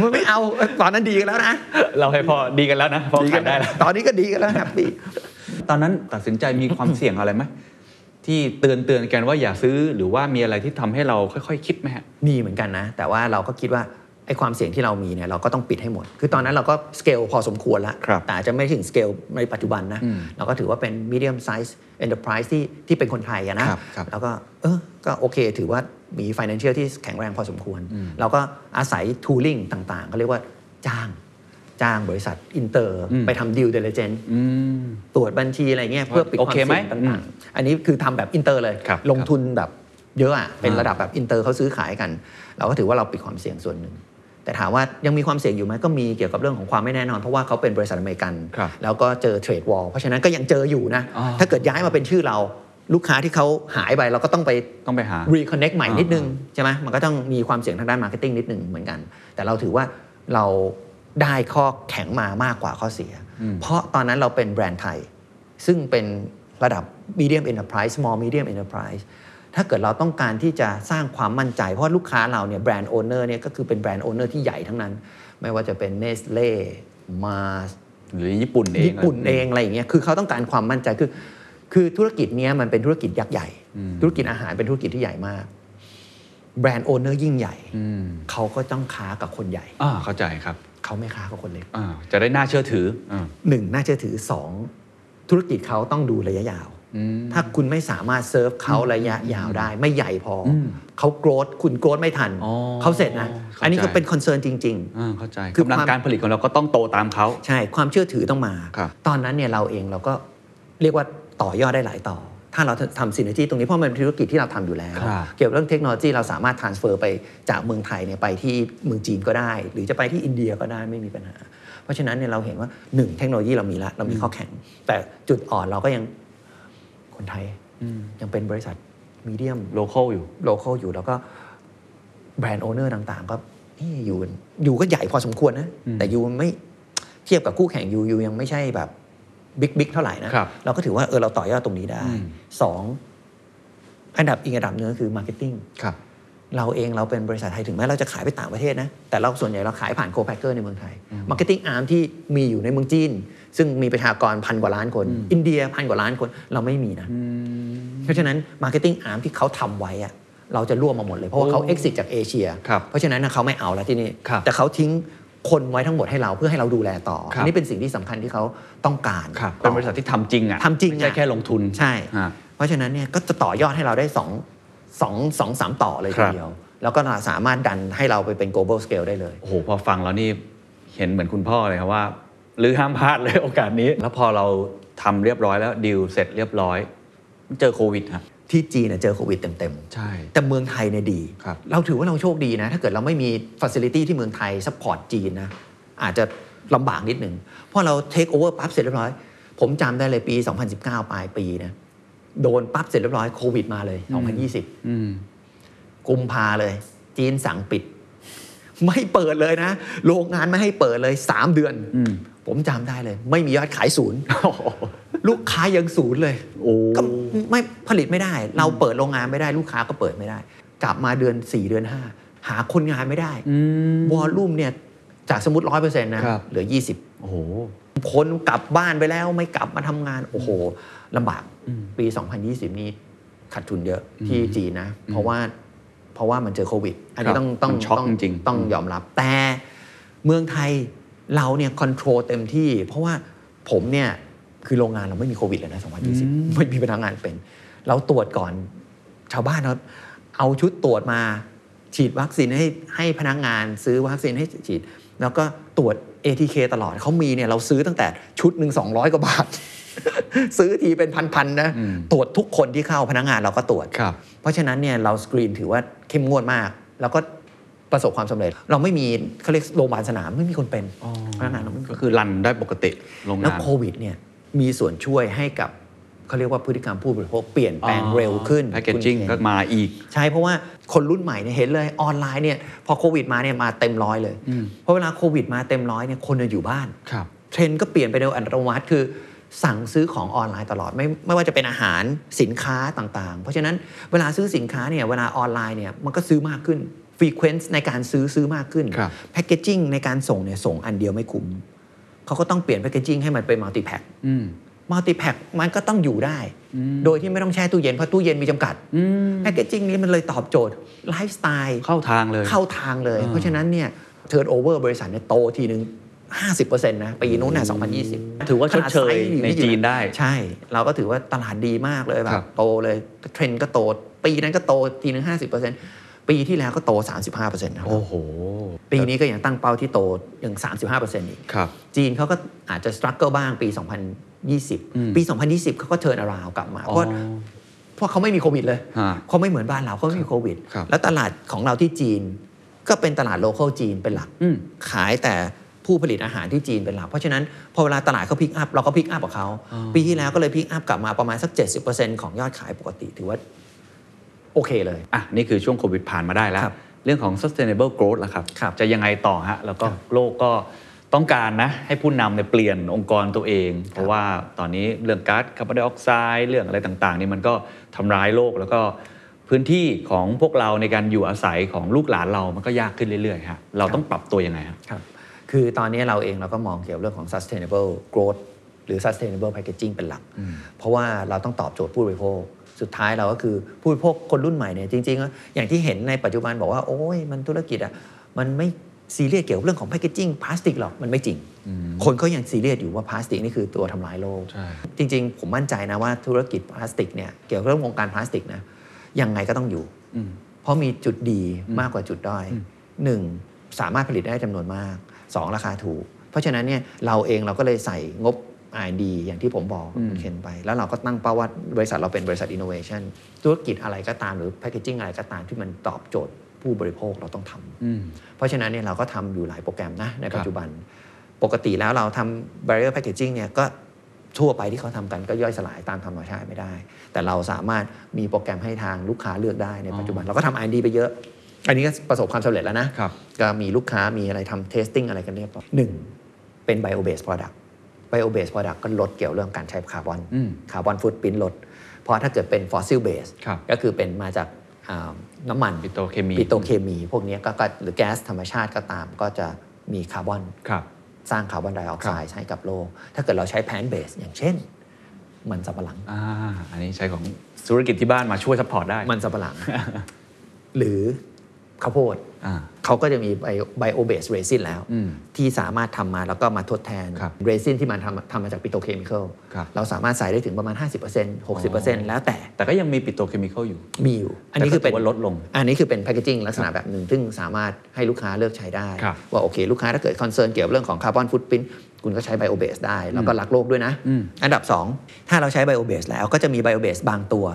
S1: มันไม่เอาเอ้ยตอนนั้นดีกัน แล้วนะ
S2: เราให้พอดีกันแล้วนะพอขายได้แล้ว
S1: ตอนนี้ก็ดีกันแล้วแฮปปี้
S2: ตอนนั้นตัดสินใจมีความ เสี่ยงอะไรไหมที่เตือนเตือนกันว่าอย่าซื้อหรือว่ามีอะไรที่ทำให้เราค่อย ๆ คิดไหมฮะ
S1: มีเหมือนกันนะ แต่ว่าเราก็คิดว่าไอ ไอ้ความเสี่ยงที่เรามีเนี่ยเราก็ต้องปิดให้หมด คือตอนนั้นเราก็สเกลพอสมควรละ
S2: ครับ
S1: แต่อาจจะไม่ถึงสเกลในปัจจุบันนะ
S2: อืม
S1: เราก็ถือว่าเป็น medium size enterprise ที่ที่เป็นคนไทยอะนะครับ
S2: ครับ
S1: แล้วก็เออก็โอเค ถือว่ามี financial ที่แข็งแรงพอสมควร เราก็อาศัย tooling ต่างๆเขาเรียกว่าจ้างจ้างบริษัทอินเตอร์ไปทำดิวเดลิเจน
S2: อืม
S1: ตรวจบัญชีอะไรเงี้ยเพื่อปิดค
S2: โอ
S1: วาม
S2: เค
S1: เสี่ยง
S2: ไหม
S1: ต่างๆ อันนี้คือทำแบบอินเตอร์เลย
S2: ครับ
S1: ลงทุนแบบเยอะอะเป็น
S2: อ่า
S1: ระดับแบบอินเตอร์เขาซื้อขายกัน เราก็ถือว่าเราปิดความเสี่ยงส่วนหนึ่ง แต่ถามว่ายังมีความเสี่ยงอยู่ไหมก็มีเกี่ยวกับเรื่องของความไม่แน่นอน เพราะว่าเขาเป็นบริษัทอเมริกัน
S2: ครับ
S1: แล้วก็เจอเทรดวอลเพราะฉะนั้นก็ยังเจออยู่นะ
S2: อ่า
S1: ถ้าเกิดย้ายมาเป็นชื่อเราลูกค้าที่เขาหายไปเราก็ต้องไป
S2: ต้องไปหา
S1: reconnect ใหม่
S2: อ่านิ
S1: นิดนึง ใช่ไหมมันก็ต้องมีความเสี่ยงทางด้าน marketing นิดนึงเหมือนกัน แต่เราถือว่าเราได้ข้อแข็งมามากกว่าข้อเสีย
S2: อืม
S1: เพราะตอนนั้นเราเป็นแบรนด์ไทย ซึ่งเป็นระดับ medium enterprise small medium enterprise ถ้าเกิดเราต้องการที่จะสร้างความมั่นใจ เพราะลูกค้าเราเนี่ยแบรนด์โอเนอร์เนี่ยก็คือเป็นแบรนด์โอเนอร์ที่ใหญ่ทั้งนั้น ไม่ว่าจะเป็น Nestle Mars
S2: หรือญี่ปุ่นเอง
S1: ญี่ปุ่นเองอะไรอย่างเงี้ย คือเขาต้องการความมั่นใจ คือ คือธุรกิจเนี้ยมันเป็นธุรกิจยักษ์ใหญ่ ธุรกิจอาหารเป็นธุรกิจที่ใหญ่มาก แบรนด์โอเนอร์ยิ่งใหญ่
S2: อืม
S1: เขาก็ต้องค้ากับคนใหญ่
S2: อ่าเข้าใจครับ
S1: เขาไม่ค้ากับคนเล็ก
S2: อ่าจะได้น่าเชื่อถืออ่า
S1: หนึ่งน่าเชื่อถือสองธุรกิจเขาต้องดูระยะยาว
S2: อืม
S1: ถ้าคุณไม่สามารถเซิร์ฟเขาระยะยาวได้ ไม่ใหญ่พออ
S2: ม
S1: เขาโกรธคุณโกรธไม่ทัน
S2: อ๋อ
S1: เขาเสร็จนะ
S2: เข้าใจ
S1: อันนี้ก็เป็นคอนเซิร์นจริง
S2: อ่าเข้าใจ
S1: คือค
S2: กำลัง
S1: วาม
S2: การผลิตของเราก็ต้องโตตามเขา
S1: ใช่ ความเชื่อถือต้องมา
S2: ครับ
S1: ตอนนั้นเนี่ยเราเองเราก็เรียกว่าต่อยอดได้หลายต่อ ถ้าเราทำสินที่ตรงนี้เพราะมันเป็นธุรกิจที่เราทำอยู่แล้ว
S2: ครับ
S1: เกี่ยวกับเรื่องเทคโนโลยีเราสามารถ transfer ไปจากเมืองไทยเนี่ยไปที่เมืองจีนก็ได้ หรือจะไปที่อินเดียก็ได้ไม่มีปัญหา เพราะฉะนั้นเนี่ยเราเห็นว่าหนึ่งเทคโนโลยีเรามีละเรามีข้อแข็ง แต่จุดอ่อนเราก็ยังคนไทย
S2: อืม
S1: ยังเป็นบริษัทมีเดียม
S2: โลเคอลอยู่
S1: โลเคอลอยู่แล้วก็แบรนด์โอเนอร์ต่างๆ ก็เอ๊ะอยู่อยู่ก็ใหญ่พอสมควรนะ
S2: อืม
S1: แต่ยูไม่เทียบกับคู่แข่งยูยูยังไม่ใช่แบบบิ๊กบิ๊กเท่าไหร่นะ
S2: ครับ
S1: เราก็ถือว่าเออเราต่อยอดตรงนี้ได้
S2: อืม
S1: สองอันดับอีกอันดับหนึงก็คือมาร์เก็ตติ้ง
S2: ครับ
S1: เราเองเราเป็นบริษัทไทยถึงแม้เราจะขายไปต่างประเทศนะ แต่เราส่วนใหญ่เราขายผ่านโคแพคเกอร์ในเมืองไทยมาร์เก็ตติ้งอาร์มที่มีอยู่ในเมืองจีน ซึ่งมีประชากรพันกว่าล้านคน อินเดียพันกว่าล้านคนเราไม่มีนะ เพราะฉะนั้น Marketing Arm ที่เขาทำไว้อะเราจะร่วมมาหมดเลย เพราะว่าเขา
S2: โอ้
S1: exit จากเอเชีย
S2: ครับ
S1: เพราะฉะนั้นนะเขาไม่เอาแล้วที่นี่
S2: ครับ
S1: แต่เขาทิ้งคนไว้ทั้งหมดให้เราเพื่อให้เราดูแลต่อ
S2: ครับ
S1: อันนี้เป็นสิ่งที่สำคัญที่เขาต้องการ
S2: ครับ
S1: ต่
S2: เป็
S1: อ
S2: นบริษัทที่ทำจริงอ่ะ
S1: ทำจริงอะ
S2: ไม่ใช่แค่ลงทุน
S1: ใช่
S2: ฮะ
S1: เพราะฉะนั้นเนี่ยก็จะต่อยอดให้เราได้2 2 2 3 ต่อเลยที
S2: ครับ
S1: เดียว แล้วก็สามารถดันให้เราไปเป็น global scale ได้เลย
S2: โอ้โห พอฟังแล้วนี่เห็นเหมือนคุณพ่อเลยครับว่าหรือห้ามพลาดเลยโอกาสนี้ แล้วพอเราทำเรียบร้อยแล้วดีลเสร็จเรียบร้อย เจอโควิดฮะ
S1: ที่จีนน่ะเจอโควิดเต็มๆ
S2: ใช่
S1: แต่เมืองไทยเนี่ยดี
S2: ครับ
S1: เราถือว่าเราโชคดีนะ ถ้าเกิดเราไม่มีฟัสซิลิตี้ที่เมืองไทยซัพพอร์ตจีนนะ อาจจะลำบากนิดหนึ่งเพราะเราเทคโอเวอร์ปั๊บเสร็จเรียบร้อย ผมจำได้เลยปี 2019 ปลายปีนะ โดนปั๊บเสร็จเรียบร้อยโควิดมาเลย
S2: อื
S1: 2020
S2: อืม
S1: กุมภาเลย จีนสั่งปิด ไม่เปิดเลยนะ โรงงานไม่ให้เปิดเลย 3 เดือน
S2: อืม
S1: ผมจำได้เลย ไม่มียอดขายศูนย์
S2: โอ้โห
S1: ลูกค้ายังศูนย์เลย
S2: โอ้
S1: ก็ไม่ผลิตไม่ได้ เราเปิดโรงงานไม่ได้ลูกค้าก็เปิดไม่ได้ กลับมาเดือน 4 เดือน 5 หาคนงานไม่ได้
S2: อืม
S1: วอลลุ่มเนี่ยจากสมมติร้อยเปอร์เซ็นต์นะครับ เหลือ
S2: โอ้โห
S1: 20 คนกลับบ้านไปแล้วไม่กลับมาทำงาน โอ้โหลำบาก
S2: อืม
S1: ปี 2020 นี้ขาดทุนเยอะที่จีนนะ เพราะว่าเพราะว่ามันเจอโควิด อันนี้
S2: ครับ
S1: ต้องต้อง
S2: มันช็อก
S1: ต้
S2: จริงๆ
S1: ต้องยอมรับ แต่เมืองไทยเราเนี่ยคอนโทรลเต็มที่ เพราะว่าผมเนี่ยคือโรงงานเราไม่มีโควิดเลยนะ 2020 ไม่มีพนักงานเป็น เราตรวจก่อนชาวบ้านเราเอาชุดตรวจมา ฉีดวัคซีนให้ให้พนักงานซื้อวัคซีนให้ฉีด แล้วก็ตรวจ ATK ตลอดเขามีเนี่ยเราซื้อตั้งแต่ชุดหนึ่ง200 กว่าบาท ซื้อทีเป็นพันๆนะ
S2: อืม
S1: ตรวจทุกคนที่เข้าพนักงานเราก็ตรวจ
S2: ครับ
S1: เพราะฉะนั้นเนี่ยเราสกรีนถือว่าเข้มงวดมาก แล้วก็ประสบความสำเร็จ เราไม่มีเขาเรียกโรงพยาบาลสนามไม่มีคนเป็นพนักงานเราไม่มี
S2: ก็คือรันได้ปกติโรง
S1: แล้ว
S2: งาน
S1: โควิดเนี่ยมีส่วนช่วยให้กับเขาเรียกว่าพฤติกรรมผู้บริโภคเปลี่ยนแปลงเร็วขึ้น
S2: แพคเกจจิ้ง
S1: คุณ
S2: ก็
S1: เห็น
S2: มาอีก
S1: ใช่เพราะว่าคนรุ่นใหม่เนี่ยเห็นเลยออนไลน์เนี่ยพอโควิดมาเนี่ยมาเต็มร้อยเลย
S2: อืม
S1: เพราะเวลาโควิดมาเต็มร้อยเนี่ยคนจะอยู่บ้าน
S2: ครับ
S1: เทรนด์ก็เปลี่ยนไปโดยอัตโนมัติคือสั่งซื้อของออนไลน์ตลอด ไม่ไม่ว่าจะเป็นอาหารสินค้าต่างๆ เพราะฉะนั้นเวลาซื้อสินค้าเนี่ยเวลาออนไลน์เนี่ยมันก็ซื้อมากขึ้นฟรีเควนซ์ในการซื้อซื้อมากขึ้น
S2: ครับ
S1: แพคเกจิ้งในการส่งเนี่ยส่งอันเดียวไม่คุ้มเขาก็ต้องเปลี่ยนแพคเกจิ้งให้มันเป็นมัลติแพค
S2: อืม
S1: มัลติแพคมันก็ต้องอยู่ได้ โดยที่ไม่ต้องแช่ตู้เย็นเพราะตู้เย็นมีจำกัด
S2: อืม
S1: แพคเกจิ้งนี้มันเลยตอบโจทย์ไลฟ์สไตล์
S2: เข้าทางเลย
S1: เข้าทางเลย
S2: อ่า
S1: เพราะฉะนั้นเนี่ย เทิร์นโอเวอร์บริษัทเนี่ยโตทีหนึ่ง50%นะปีนู้นน่ะ2020
S2: ถือว่าชดเช
S1: ขนา
S2: ย
S1: ไซส์อ
S2: ในจีนได้
S1: ใช่ เราก็ถือว่าตลาดดีมากเลยแบ
S2: ครับ บ
S1: โตเลยเทรนด์ก็โต ปีนั้นก็โตทีหนึ่ง50%ปีที่แล้วก็โต 35%นะ
S2: โอ้โห
S1: ปีนี้ก็ยังตั้งเป้าที่โตยัง35%อีก
S2: ครับ
S1: จีนเขาก็อาจจะสครั g เกิลบ้างปี
S2: อืม
S1: 2020 ปี 2020 เขาก็เทิร์นอราวกลับมาเพ
S2: อ๋อ
S1: ราะเพราะเขาไม่มีโควิดเลย
S2: ฮะ
S1: เขาไม่เหมือนบ้านเราเขาไม่มีโควิด
S2: ครับ
S1: แล้วตลาดของเราที่จีน ก็เป็นตลาดโลเคอลจีนเป็นหลัก
S2: อืม
S1: ขายแต่ผู้ผลิตอาหารที่จีนเป็นหลัก เพราะฉะนั้นพอเวลาตลาดเขาพิกอัพเราก็พิกอัพกับเขา
S2: อ๋อ
S1: ปีที่แล้วก็เลยพิกอัพกลับมาประมาณสัก 70%ของยอดขายปกติถือว่า โอเคเลย
S2: อ่ะ นี่คือช่วงโควิดผ่านมาได้แล้ว
S1: ครับ
S2: เรื่องของ sustainable growth ล่ะครับ
S1: ครับ
S2: จะยังไงต่อฮะ แล้วก็
S1: ครับ
S2: โลกก็ต้องการนะ ให้ผู้นำเนี่ยเปลี่ยนองค์กรตัวเอง เพราะว่าตอนนี้เรื่องก๊าซคาร์บอนไดออกไซด์เรื่องอะไรต่าง ๆ นี่มันก็ทำร้ายโลกแล้วก็พื้นที่ของพวกเราในการอยู่อาศัยของลูกหลานเรามันก็ยากขึ้นเรื่อยๆฮะเรา
S1: ครับ
S2: ต้องปรับตัวยังไงฮะ
S1: ครับ คือตอนนี้เราเองเราก็มองเกี่ยวเรื่องของ sustainable growth หรือ sustainable packaging เป็นหลัก เพราะว่าเราต้องตอบโจทย์ผู้บริโภค สุดท้ายเราก็คือผู้บริโภคคนรุ่นใหม่เนี่ยจริงๆแล้วอย่างที่เห็นในปัจจุบันบอกว่า โอ้ยมันธุรกิจอ่ะมันไม่ซีเรียสเกี่ยวกับเรื่องของ packaging พลาสติกหรอก มันไม่จริง คนเขายังซีเรียสอยู่ว่าพลาสติกนี่คือตัวทำลายโลก
S2: ใช่
S1: จริงๆ ผมมั่นใจนะว่าธุรกิจพลาสติกเนี่ยเกี่ยวกับเรื่องวงการพลาสติกนะยังไงก็ต้องอยู่
S2: อืม
S1: เพราะมีจุดดีมากกว่าจุดด้อย
S2: อืม
S1: หนึ่งสามารถผลิตได้จำนวนมากสองราคาถูก เพราะฉะนั้นเนี่ยเราเองเราก็เลยใส่งบ R&D อย่างที่ผมบอกคุณเคนไป แล้วเราก็ตั้งเป้าว่าบริษัทเราเป็นบริษัท Innovation ธุรกิจอะไรก็ตามหรือ Packaging อะไรก็ตามที่มันตอบโจทย์ผู้บริโภคเราต้องทำ
S2: อืม
S1: เพราะฉะนั้นเนี่ยเราก็ทำอยู่หลายโปรแกรมนะ ในปัจจุบัน ปกติแล้วเราทำ barrier packaging เนี่ยก็ทั่วไปที่เขาทำกันก็ย่อยสลายตามธรรมชาติไม่ได้ แต่เราสามารถมีโปรแกรมให้ทางลูกค้าเลือกได้ในปัจจุบัน เราก็ทำ R&D ไปเยอะ อันนี้ก็ประสบความสำเร็จแล้วนะครับ ก็มีลูกค้ามีอะไรทำ testing อะไรกันเรียบร้อยหนึ่งเป็น bio based product bio based product ก็ลดเกี่ยวเรื่องการใช้คาร์บอน
S2: อืม
S1: คาร์บอนฟุตปรินลดเพราะถ้าเกิดเป็น fossil base
S2: ครับ
S1: ก็คือเป็นมาจากอ่าน้ำมัน
S2: ปิโตรเคมี
S1: ปิโตรเคมี พวกเนี้ยก็ก็หรือแก๊สธรรมชาติก็ตามก็จะมีคาร์บอน
S2: ครับ
S1: สร้างคาร์บอนไดออกไซด์ให้กับโลก ถ้าเกิดเราใช้แพลนเบสอย่างเช่น มันสับปะหลัง
S2: อ่า อันนี้ใช้ของธุรกิจที่บ้านมาช่วยซัพพอร์ตได้
S1: มันสับปะหลัง หรือข้าวโพด
S2: อ่า
S1: เขาก็จะมีไบโอเบสเรซินแล้ว
S2: อืม
S1: ที่สามารถทำมาแล้วก็มาทดแทน
S2: ครับ
S1: เรซินที่มันทำทำมาจากปิโตรเคมีคอล
S2: ครับ
S1: เราสามารถใส่ได้ถึงประมาณ 50% 60%แล้วแต่
S2: แต่ก็ยังมีปิโตรเคมีเข้าอยู่
S1: มีอยู่ อันนี้
S2: แต่ก็
S1: คือเป็น
S2: ถืว่าลดลง
S1: อันนี้คือเป็นแพคเกจิ้งลักษณะแบบหนึ่ง ซึ่งสามารถให้ลูกค้าเลือกใช้ได้
S2: ครับ
S1: ว่าโอเค ลูกค้าถ้าเกิดคอนเซิร์นเกี่ยวกับเรื่องของคาร์บอนฟุตพิ้นคุณก็ใช้ไบโอเบสได้ แล้วก็รักโลกด้วยนะ
S2: อืม
S1: อันดับ 2 ถ้าเราใช้ไบโอเบสแล้วก็จะมีไบโอเบสบางตัว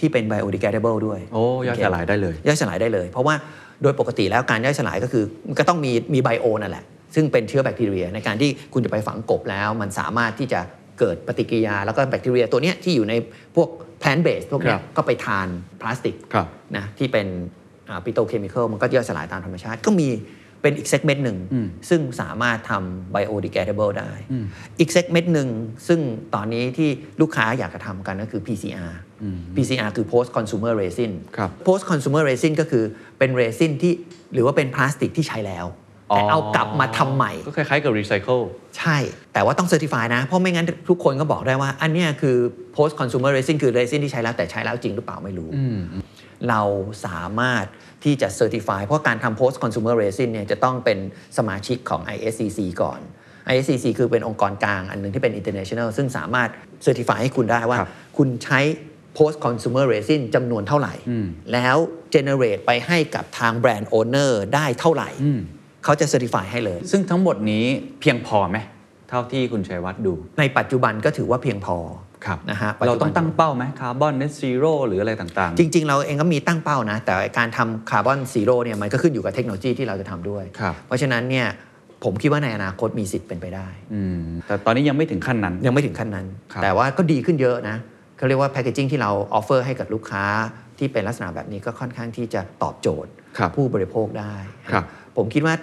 S1: ที่เป็นไบโอดีแกเดเบิลด้วย
S2: โอ้ยอด
S1: เค
S2: สลายได้เลย
S1: ย่อยสลายได้เลย เพราะว่าโดยปกติแล้วการย่อยสลายก็คือมันก็ต้องมีมีไบโอนั่นแหละ ซึ่งเป็นเชื้อแบคทีเรีย ในการที่คุณจะไปฝังกบแล้ว มันสามารถที่จะเกิดปฏิกิริยาแล้วก็แบคทีเรียตัวเนี้ยที่อยู่ในพวกแพลนเบสพวกเนี้
S2: ครั
S1: ย
S2: บ
S1: ก็ไปทานพลาสติก
S2: ครับ
S1: นะที่เป็นปิโตเคมีคอลมันก็ย่อยสลายตามธรรมชาติ ก็มีเป็นอีกเซกเมนต์หนึ่ง
S2: อืม
S1: ซึ่งสามารถทำไบโอดีแกเดเบิลได้
S2: อืม
S1: อีกเซกเมนต์หนึ่ง ซึ่งตอนนี้ที่ลูกค้าอยากจะทำกันก็คือ PCR PCR คือ post consumer resin
S2: ครับ
S1: post consumer resin ก็คือเป็นเรซินที่หรือว่าเป็นพลาสติกที่ใช้แล้ว แต่เอากลับมาทำใหม่
S2: ก็คล้ายๆกับรีไซเคิล
S1: ใช่ แต่ว่าต้องเซอร์ติฟายนะ เพราะไม่งั้นทุกคนก็บอกได้ว่า อันเนี้ยคือ post consumer resin คือเรซินที่ใช้แล้วแต่ใช้แล้วจริงหรือเปล่าไม่รู้ เราสามารถที่จะเซอร์ติฟายเพราะการทำ post consumer resin เนี่ยจะต้องเป็นสมาชิกของ ISCC ก่อน ISCC คือเป็นองค์กรกลางอันหนึงที่เป็น international ซึ่งสามารถเซอร์ติฟายให้คุณได้ว่า
S2: ครับ
S1: คุณใช้ post consumer resin จำนวนเท่าไหร่
S2: อืม
S1: แล้ว generate ไปให้กับทางแบรนด์ owner ได้เท่าไหร่ เขาจะเซอร์ติฟายให้เลย
S2: ซึ่งทั้งหมดนี้เพียงพอไหม เท่าที่คุณชัยวัฒน์ดู
S1: ในปัจจุบันก็ถือว่าเพียงพอ
S2: ครับ
S1: นะฮะ
S2: เราต้องตั้งเป้าไหมคาร์บอนเน t ซีโร่หรืออะไรต่างๆ
S1: จริง ๆ เราเองก็มีตั้งเป้านะ แต่การทำคาร์บอนซีโร่เนี่ยมันก็ขึ้นอยู่กับเทคโนโลยีที่เราจะทำด้วย
S2: ครับ
S1: เพราะฉะนั้นเนี่ยผมคิดว่าในอนาคตมีสิทธิ์เป็นไปได้
S2: อืมแต่ตอนนี้ยังไม่ถึงขั้นนั้น
S1: ยังไม่ถึงขั้นนั้น
S2: ครับ
S1: แต่ว่าก็ดีขึ้นเยอะนะเขาเรียกว่าแพ c เกจิ้งที่เราออฟเฟอร์ให้กับลูกค้าที่เป็นลักษณะแบบนี้ก็ค่อนข้างที่จะตอบโจทย์
S2: ครับ
S1: ผู้บริโภคได้
S2: ครับ
S1: ผมคิดว่า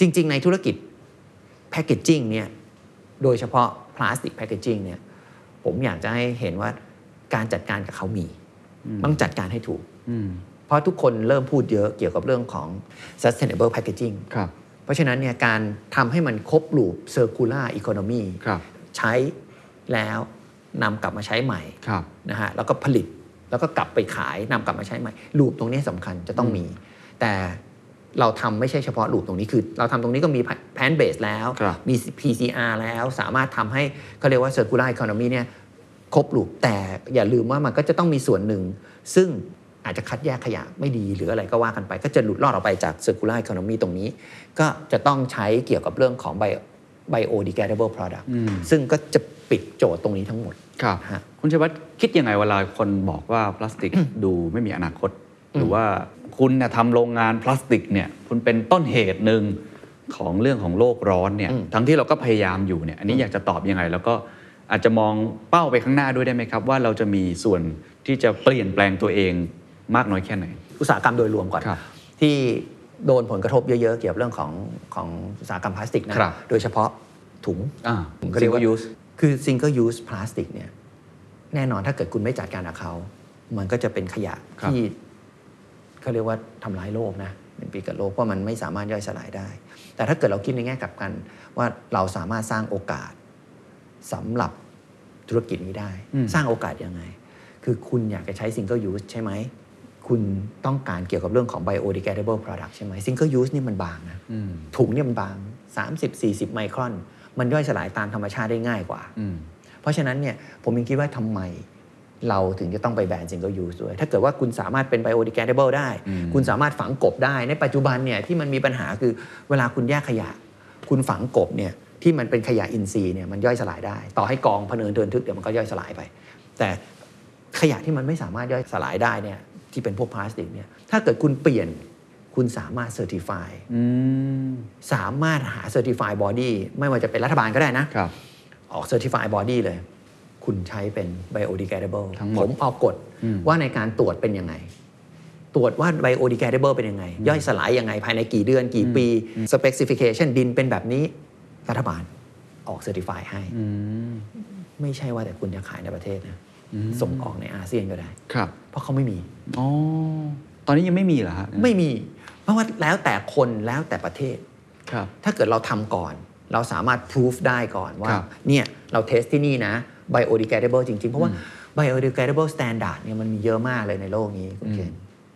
S1: จริง ๆ ในธุรกิจแพ c เกจิ้งเนี่ยโดยเฉพาะพลาสติกแพ c เกจิ้งเนี่ยผมอยากจะให้เห็นว่าการจัดการกับเขามี ต้องจัดการให้ถูก
S2: อืม
S1: เพราะทุกคนเริ่มพูดเยอะเกี่ยวกับเรื่องของ sustainable packaging
S2: ครับ
S1: เพราะฉะนั้นเนี่ยการทำให้มันครบลูป circular economy
S2: ครับ
S1: ใช้แล้วนำกลับมาใช้ใหม่
S2: ครับ
S1: นะฮะแล้วก็ผลิตแล้วก็กลับไปขายนำกลับมาใช้ใหม่ลูปตรงนี้สำคัญจะต้องมี แต่ เราทำไม่ใช่เฉพาะลูปตรงนี้คือ เราทำตรงนี้ก็มีแพนเบสแล้ว
S2: ครับ
S1: มี PCR แล้วสามารถทำให้เขาเรียกว่า circular economy เนี่ยครบลูปแต่อย่าลืมว่ามันก็จะต้องมีส่วนหนึ่ง ซึ่งอาจจะคัดแยกขยะไม่ดีหรืออะไรก็ว่ากันไป ก็จะหลุดรอดออกไปจาก circular economy ตรงนี้ ก็จะต้องใช้เกี่ยวกับเรื่องของ bio biodegradable product ซึ่งก็จะปิดโจทย์ตรงนี้ทั้งหมด
S2: ครับ
S1: ฮะ
S2: คุณชัยวัฒน์คิดยังไงเวลาคนบอกว่าพลาสติก ดูไม่มีอนาคต หรือว่าคุณเนี่ยทำโรงงานพลาสติกเนี่ยคุณเป็นต้นเหตุหนึ่งของเรื่องของโลกร้อนเนี่ยทั้งที่เราก็พยายามอยู่เนี่ยอันนี้อยากจะตอบยังไง แล้วก็อาจจะมองเป้าไปข้างหน้าด้วยได้ไหมครับ ว่าเราจะมีส่วนที่จะเปลี่ยนแปลงตัวเองมากน้อยแค่ไหน
S1: อุตสาหกรรมโดยรวมก่อน
S2: ครับ
S1: ที่โดนผลกระทบเยอะๆ เกี่ยวกับเรื่องของของอุตสาหกรรมพลาสติกนะครับ โดยเฉพาะถุง
S2: อ่า
S1: ผมก็เรียก
S2: single
S1: ว่า
S2: use
S1: คือ single use plastic เนี่ยแน่นอนถ้าเกิดคุณไม่จัดการกับเขา มันก็จะเป็นขยะ
S2: ครับ
S1: ที่เขาเรียกว่าทำร้ายโลกนะเป็นปีกับโลกเพราะมันไม่สามารถย่อยสลายได้ แต่ถ้าเกิดเราคิดในแง่กลับกัน ว่าเราสามารถสร้างโอกาสสำหรับธุรกิจนี้ได้ สร้างโอกาสยังไง คือคุณอยากจะใช้ single use ใช่ไหม คุณต้องการเกี่ยวกับเรื่องของ biodegradable product ใช่ไหม single use นี่มันบางนะ
S2: อืม
S1: ถุงเนี่ยมันบาง 30 40 ไมครอน มันย่อยสลายตามธรรมชาติได้ง่ายกว่า
S2: อืม
S1: เพราะฉะนั้นเนี่ยผมยังคิดว่าทำไมเราถึงจะต้องไปแบนซิงเกิลยูสด้วย ถ้าเกิดว่าคุณสามารถเป็นไบโอดีแกเดเบิลได้
S2: อืม
S1: คุณสามารถฝังกบได้ ในปัจจุบันเนี่ยที่มันมีปัญหาคือเวลาคุณแยกขยะ คุณฝังกบเนี่ยที่มันเป็นขยะอินทรีย์เนี่ยมันย่อยสลายได้ ต่อให้กองพะเนินเดินทึกเดี๋ยวมันก็ย่อยสลายไป แต่ขยะที่มันไม่สามารถย่อยสลายได้เนี่ยที่เป็นพวกพลาสติกเนี่ยถ้าเกิดคุณเปลี่ยนคุณสามารถเซอร์ติฟาย
S2: อืม
S1: สามารถหา Certified Body ไม่ว่าจะเป็นรัฐบาลก็ได้นะ
S2: ครับ
S1: ออก Certified Body เลย คุณใช้เป็น biodegradable
S2: ทั้งหมด
S1: ผมออกกฎ
S2: อืม
S1: ว่าในการตรวจเป็นยังไง ตรวจว่า biodegradable เป็นยังไง ย่อยสลายยังไง ภายในกี่เดือนกี่ปี specification ดินเป็นแบบนี้ รัฐบาลออก Certify ให้
S2: อืม
S1: ไม่ใช่ว่าแต่คุณจะขายในประเทศนะ ส่งออกในอาเซียนก็ได้
S2: ครับ
S1: เพราะเขาไม่มี
S2: อ๋อตอนนี้ยังไม่มีเหรอฮะ
S1: ไม่มี เพราะว่าแล้วแต่คนแล้วแต่ประเทศ
S2: ครับ
S1: ถ้าเกิดเราทำก่อน เราสามารถพิสูจได้ก่อนว่า
S2: ครับ
S1: เนี่ยเราเทสที่นี่นะ biodegradable จริง ๆ เพราะว่า biodegradable standard เนี่ยมันมีเยอะมากเลยในโลกนี้คุณเคน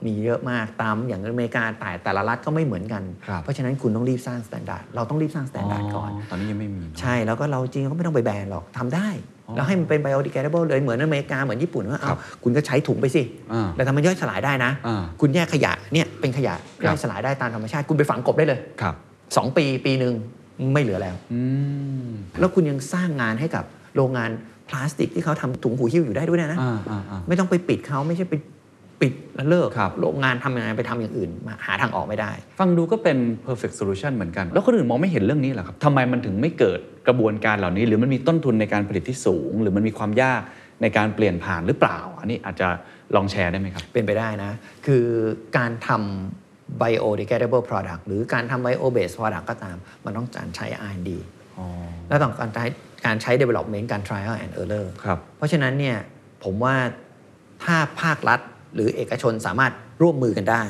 S1: มีเยอะมากตามอย่างอเมริกาแต่แต่ละรัฐก็ไม่เหมือนกัน
S2: ครับ
S1: เพราะฉะนั้นคุณต้องรีบสร้าง standard เราต้องรีบสร้าง standard ก่อน
S2: ตอนนี้ยังไม่มี
S1: ใช่แล้วก็เราจริงๆก็ไม่ต้องไปแบนหรอกทำได้
S2: อ๋อ
S1: แล้วให้มันเป็น biodegradable เลยเหมือนอเมริกา เหมือนญี่ปุ่นก็
S2: ค
S1: เอา
S2: รับ
S1: คุณก็ใช้ถุงไปสิ
S2: อ่า
S1: แล้วทำมันย่อยสลายได้นะ
S2: อ่า
S1: คุณแยกขยะเนี่ยเป็นขยะ
S2: ครับ
S1: ย่อยสลายได้ตามธรรมชาติคุณไปฝังกลบได้เลย
S2: ครับ
S1: สองปีปีหนึ่งไม่เหลือแล้ว
S2: อืม
S1: แล้วคุณยังสร้างงานให้กับโรงงานพลาสติกที่เขาทำถุงหูหิ้วอยู่ได้ด้วยนะ
S2: อ่าอ่าอ่า
S1: ไม่ต้องไปปิดเขาไม่ใช่ไปปิดแล้วเลิก
S2: ครับ
S1: โรงงานทำยังไงไปทำอย่างอื่นมาหาทางออกไม่ได้
S2: ฟังดูก็เป็น perfect solution เหมือนกัน แล้วคนอื่นมองไม่เห็นเรื่องนี้เหรอครับทำไมมันถึงไม่เกิดกระบวนการเหล่านี้ หรือมันมีต้นทุนในการผลิตที่สูง หรือมันมีความยากในการเปลี่ยนผ่านหรือเปล่า อันนี้อาจจะลองแชร์ได้ไหมครับ
S1: เป็นไปได้นะ คือการทำ biodegradable product หรือการทำ bio based product ก็ตาม มันต้องการใช้ R&D
S2: อ๋อ
S1: และต้องการใช้การใช้ development การ trial and error
S2: ครับ
S1: เพราะฉะนั้นเนี่ยผมว่าถ้าภาครัฐหรือเอกชนสามารถร่วมมือกันได้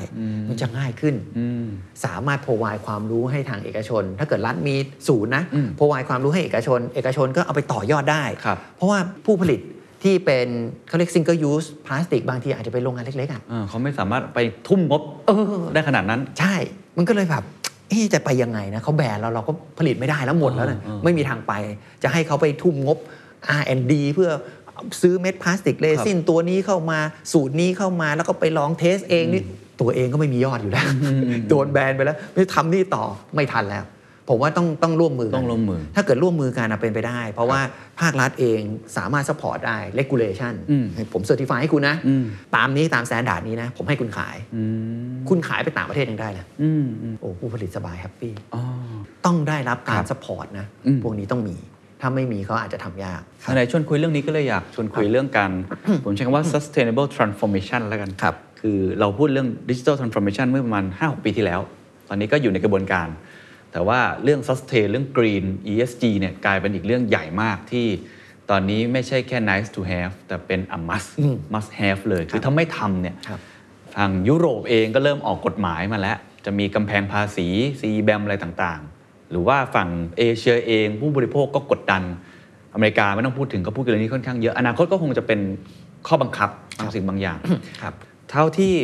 S1: มันจะง่ายขึ้น
S2: อืม
S1: สามารถ provide ความรู้ให้ทางเอกชน ถ้าเกิดรัฐมีศูนย์นะ
S2: อืม
S1: provide ความรู้ให้เอกชน เอกชนก็เอาไปต่อยอดได้
S2: ครับ
S1: เพราะว่าผู้ผลิตที่เป็นเขาเรียก single use พลาสติกบางทีอาจจะเป็นโรงงานเล็กๆอ่ะ
S2: อ่าเขาไม่สามารถไปทุ่มงบได้ขนาดนั้น
S1: ใช่ มันก็เลยแบบเอ๊ะจะไปยังไงนะเขาแบนเราเราก็ผลิตไม่ได้แล้วหมดแล้วนะ
S2: อ่าอ่า
S1: ไม่มีทางไป จะให้เขาไปทุ่มงบ R&D เพื่อซื้อเม็ดพลาสติกเรซินตัวนี้เข้ามาสูตรนี้เข้ามาแล้วก็ไปลองเทสเองนี่ตัวเองก็ไม่มียอดอยู่แล้ว โดนแบนไปแล้ว ไม่ทำนี่ต่อไม่ทันแล้ว ผมว่าต้องต้องร่วมมือกัน
S2: ต้องร่วมมือ
S1: ถ้าเกิดร่วมมือกันอะเป็นไปได้ เพราะว่าภาครัฐเองสามารถสปอร์ตได้เลกูเลชัน
S2: อืม
S1: ผมเซอร์ติฟายให้คุณนะ
S2: อืม
S1: ตามนี้ตามแสนดาดนี้นะ ผมให้คุณขาย
S2: อืม
S1: คุณขายไปต่างประเทศยังได้เลย
S2: อืมอืม
S1: โอ้ผู้ผลิตสบายแฮปปี้
S2: อ๋อ
S1: ต้องได้รับการ
S2: ครับ
S1: สปอร์ตนะ
S2: อืม
S1: พวกนี้ต้องมี ถ้าไม่มีเขาอาจจะทำยาก
S2: ไหนๆชวนคุยเรื่องนี้ก็เลยอยากชวนคุยเรื่อง การ ผมใช้คำว่า sustainable transformation แล้วกัน
S1: ครับ
S2: คือเราพูดเรื่อง digital transformation เมื่อประมาณ 5-6 ปีที่แล้ว ตอนนี้ก็อยู่ในกระบวนการ แต่ว่าเรื่อง sustain เรื่อง green ESG เนี่ยกลายเป็นอีกเรื่องใหญ่มากที่ตอนนี้ไม่ใช่แค่ nice to have แต่เป็น a must must have เลย คือถ้าไม่ทำเนี่ย
S1: ครับ
S2: ทางยุโรปเองก็เริ่มออกกฎหมายมาแล้ว จะมีกำแพงภาษีซีแบมอะไรต่างๆ หรือว่าฝั่งเอเชียเอง ผู้บริโภคก็กดดัน อเมริกาไม่ต้องพูดถึงก็พูดกันเรื่องนี้ค่อนข้างเยอะ อนาคตก็คงจะเป็นข้อบังคับบางสิ่งบางอย่าง
S1: ครับ
S2: เท่าที่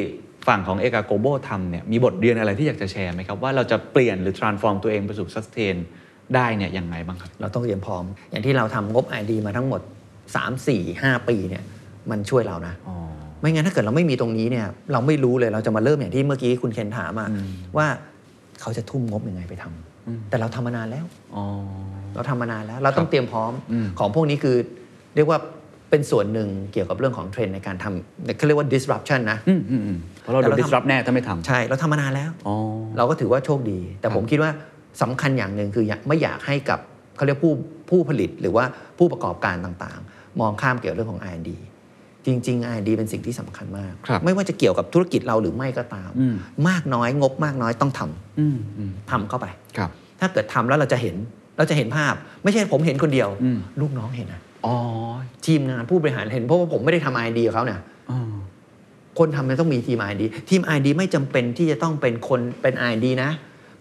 S2: ฝั่งของเอกาโกโบทำเนี่ยมีบทเรียนอะไรที่อยากจะแชร์ไหมครับ ว่าเราจะเปลี่ยนหรือ transform ตัวเองไปสู่ sustain ได้เนี่ยยังไงบ้างครับ
S1: เราต้องเตรียมพร้อม อย่างที่เราทำงบ ID มาทั้งหมด 3 4 5 ปีเนี่ยมันช่วยเรานะ ไม่งั้นถ้าเกิดเราไม่มีตรงนี้เนี่ยเราไม่รู้เลยเราจะมาเริ่มอย่างที่เมื่อกี้คุณเคนถามอะ
S2: อืม
S1: ว่าเขาจะทุ่มงบยังไงไปทำ
S2: อืม
S1: แต่เราทำมานานแล้ว
S2: อ๋อ
S1: เราทำมานานแล้ว เราต้องเตรียมพร้อม
S2: อืม
S1: ของพวกนี้คือ เรียกว่าเป็นส่วนหนึ่งเกี่ยวกับเรื่องของเทรนด์ในการทำเขาเรียกว่า disruption นะ
S2: ืมอืมอืมเพราะเราโด
S1: แต่
S2: น
S1: เราทำ
S2: disrupt แน่ถ้าไม่ทำ
S1: ใช่ เราทำมานานแล้ว
S2: อ๋อ
S1: เราก็ถือว่าโชคดี แต่ผมคิดว่าสำคัญอย่างหนึ่งคืออย่าไม่อยากให้กับเขาเรียกผู้ผู้ผลิตหรือว่าผู้ประกอบการต่างๆ มองข้ามเกี่ยวเรื่องของ R&D จริง ๆ R&D เป็นสิ่งที่สำคัญมาก
S2: ครับ
S1: ไม่ว่าจะเกี่ยวกับธุรกิจเราหรือไม่ก็ตาม
S2: อืม
S1: มากน้อยงบมากน้อยต้องทำ
S2: อืมอืม
S1: ทำเข้าไป
S2: ครับ
S1: ถ้าเกิดทำแล้วเราจะเห็นเราจะเห็นภาพ ไม่ใช่ผมเห็นคนเดียว
S2: อืม
S1: ลูกน้องเห็นนะ
S2: อ๋อ
S1: ทีมงานผู้บริหารเห็นเพราะว่าผมไม่ได้ทำ R&D กับเขาเนี่ย
S2: อ๋อ
S1: คนทำมันต้องมีทีม ID ทีม ID ไม่จำเป็นที่จะต้องเป็นคนเป็น ID นะ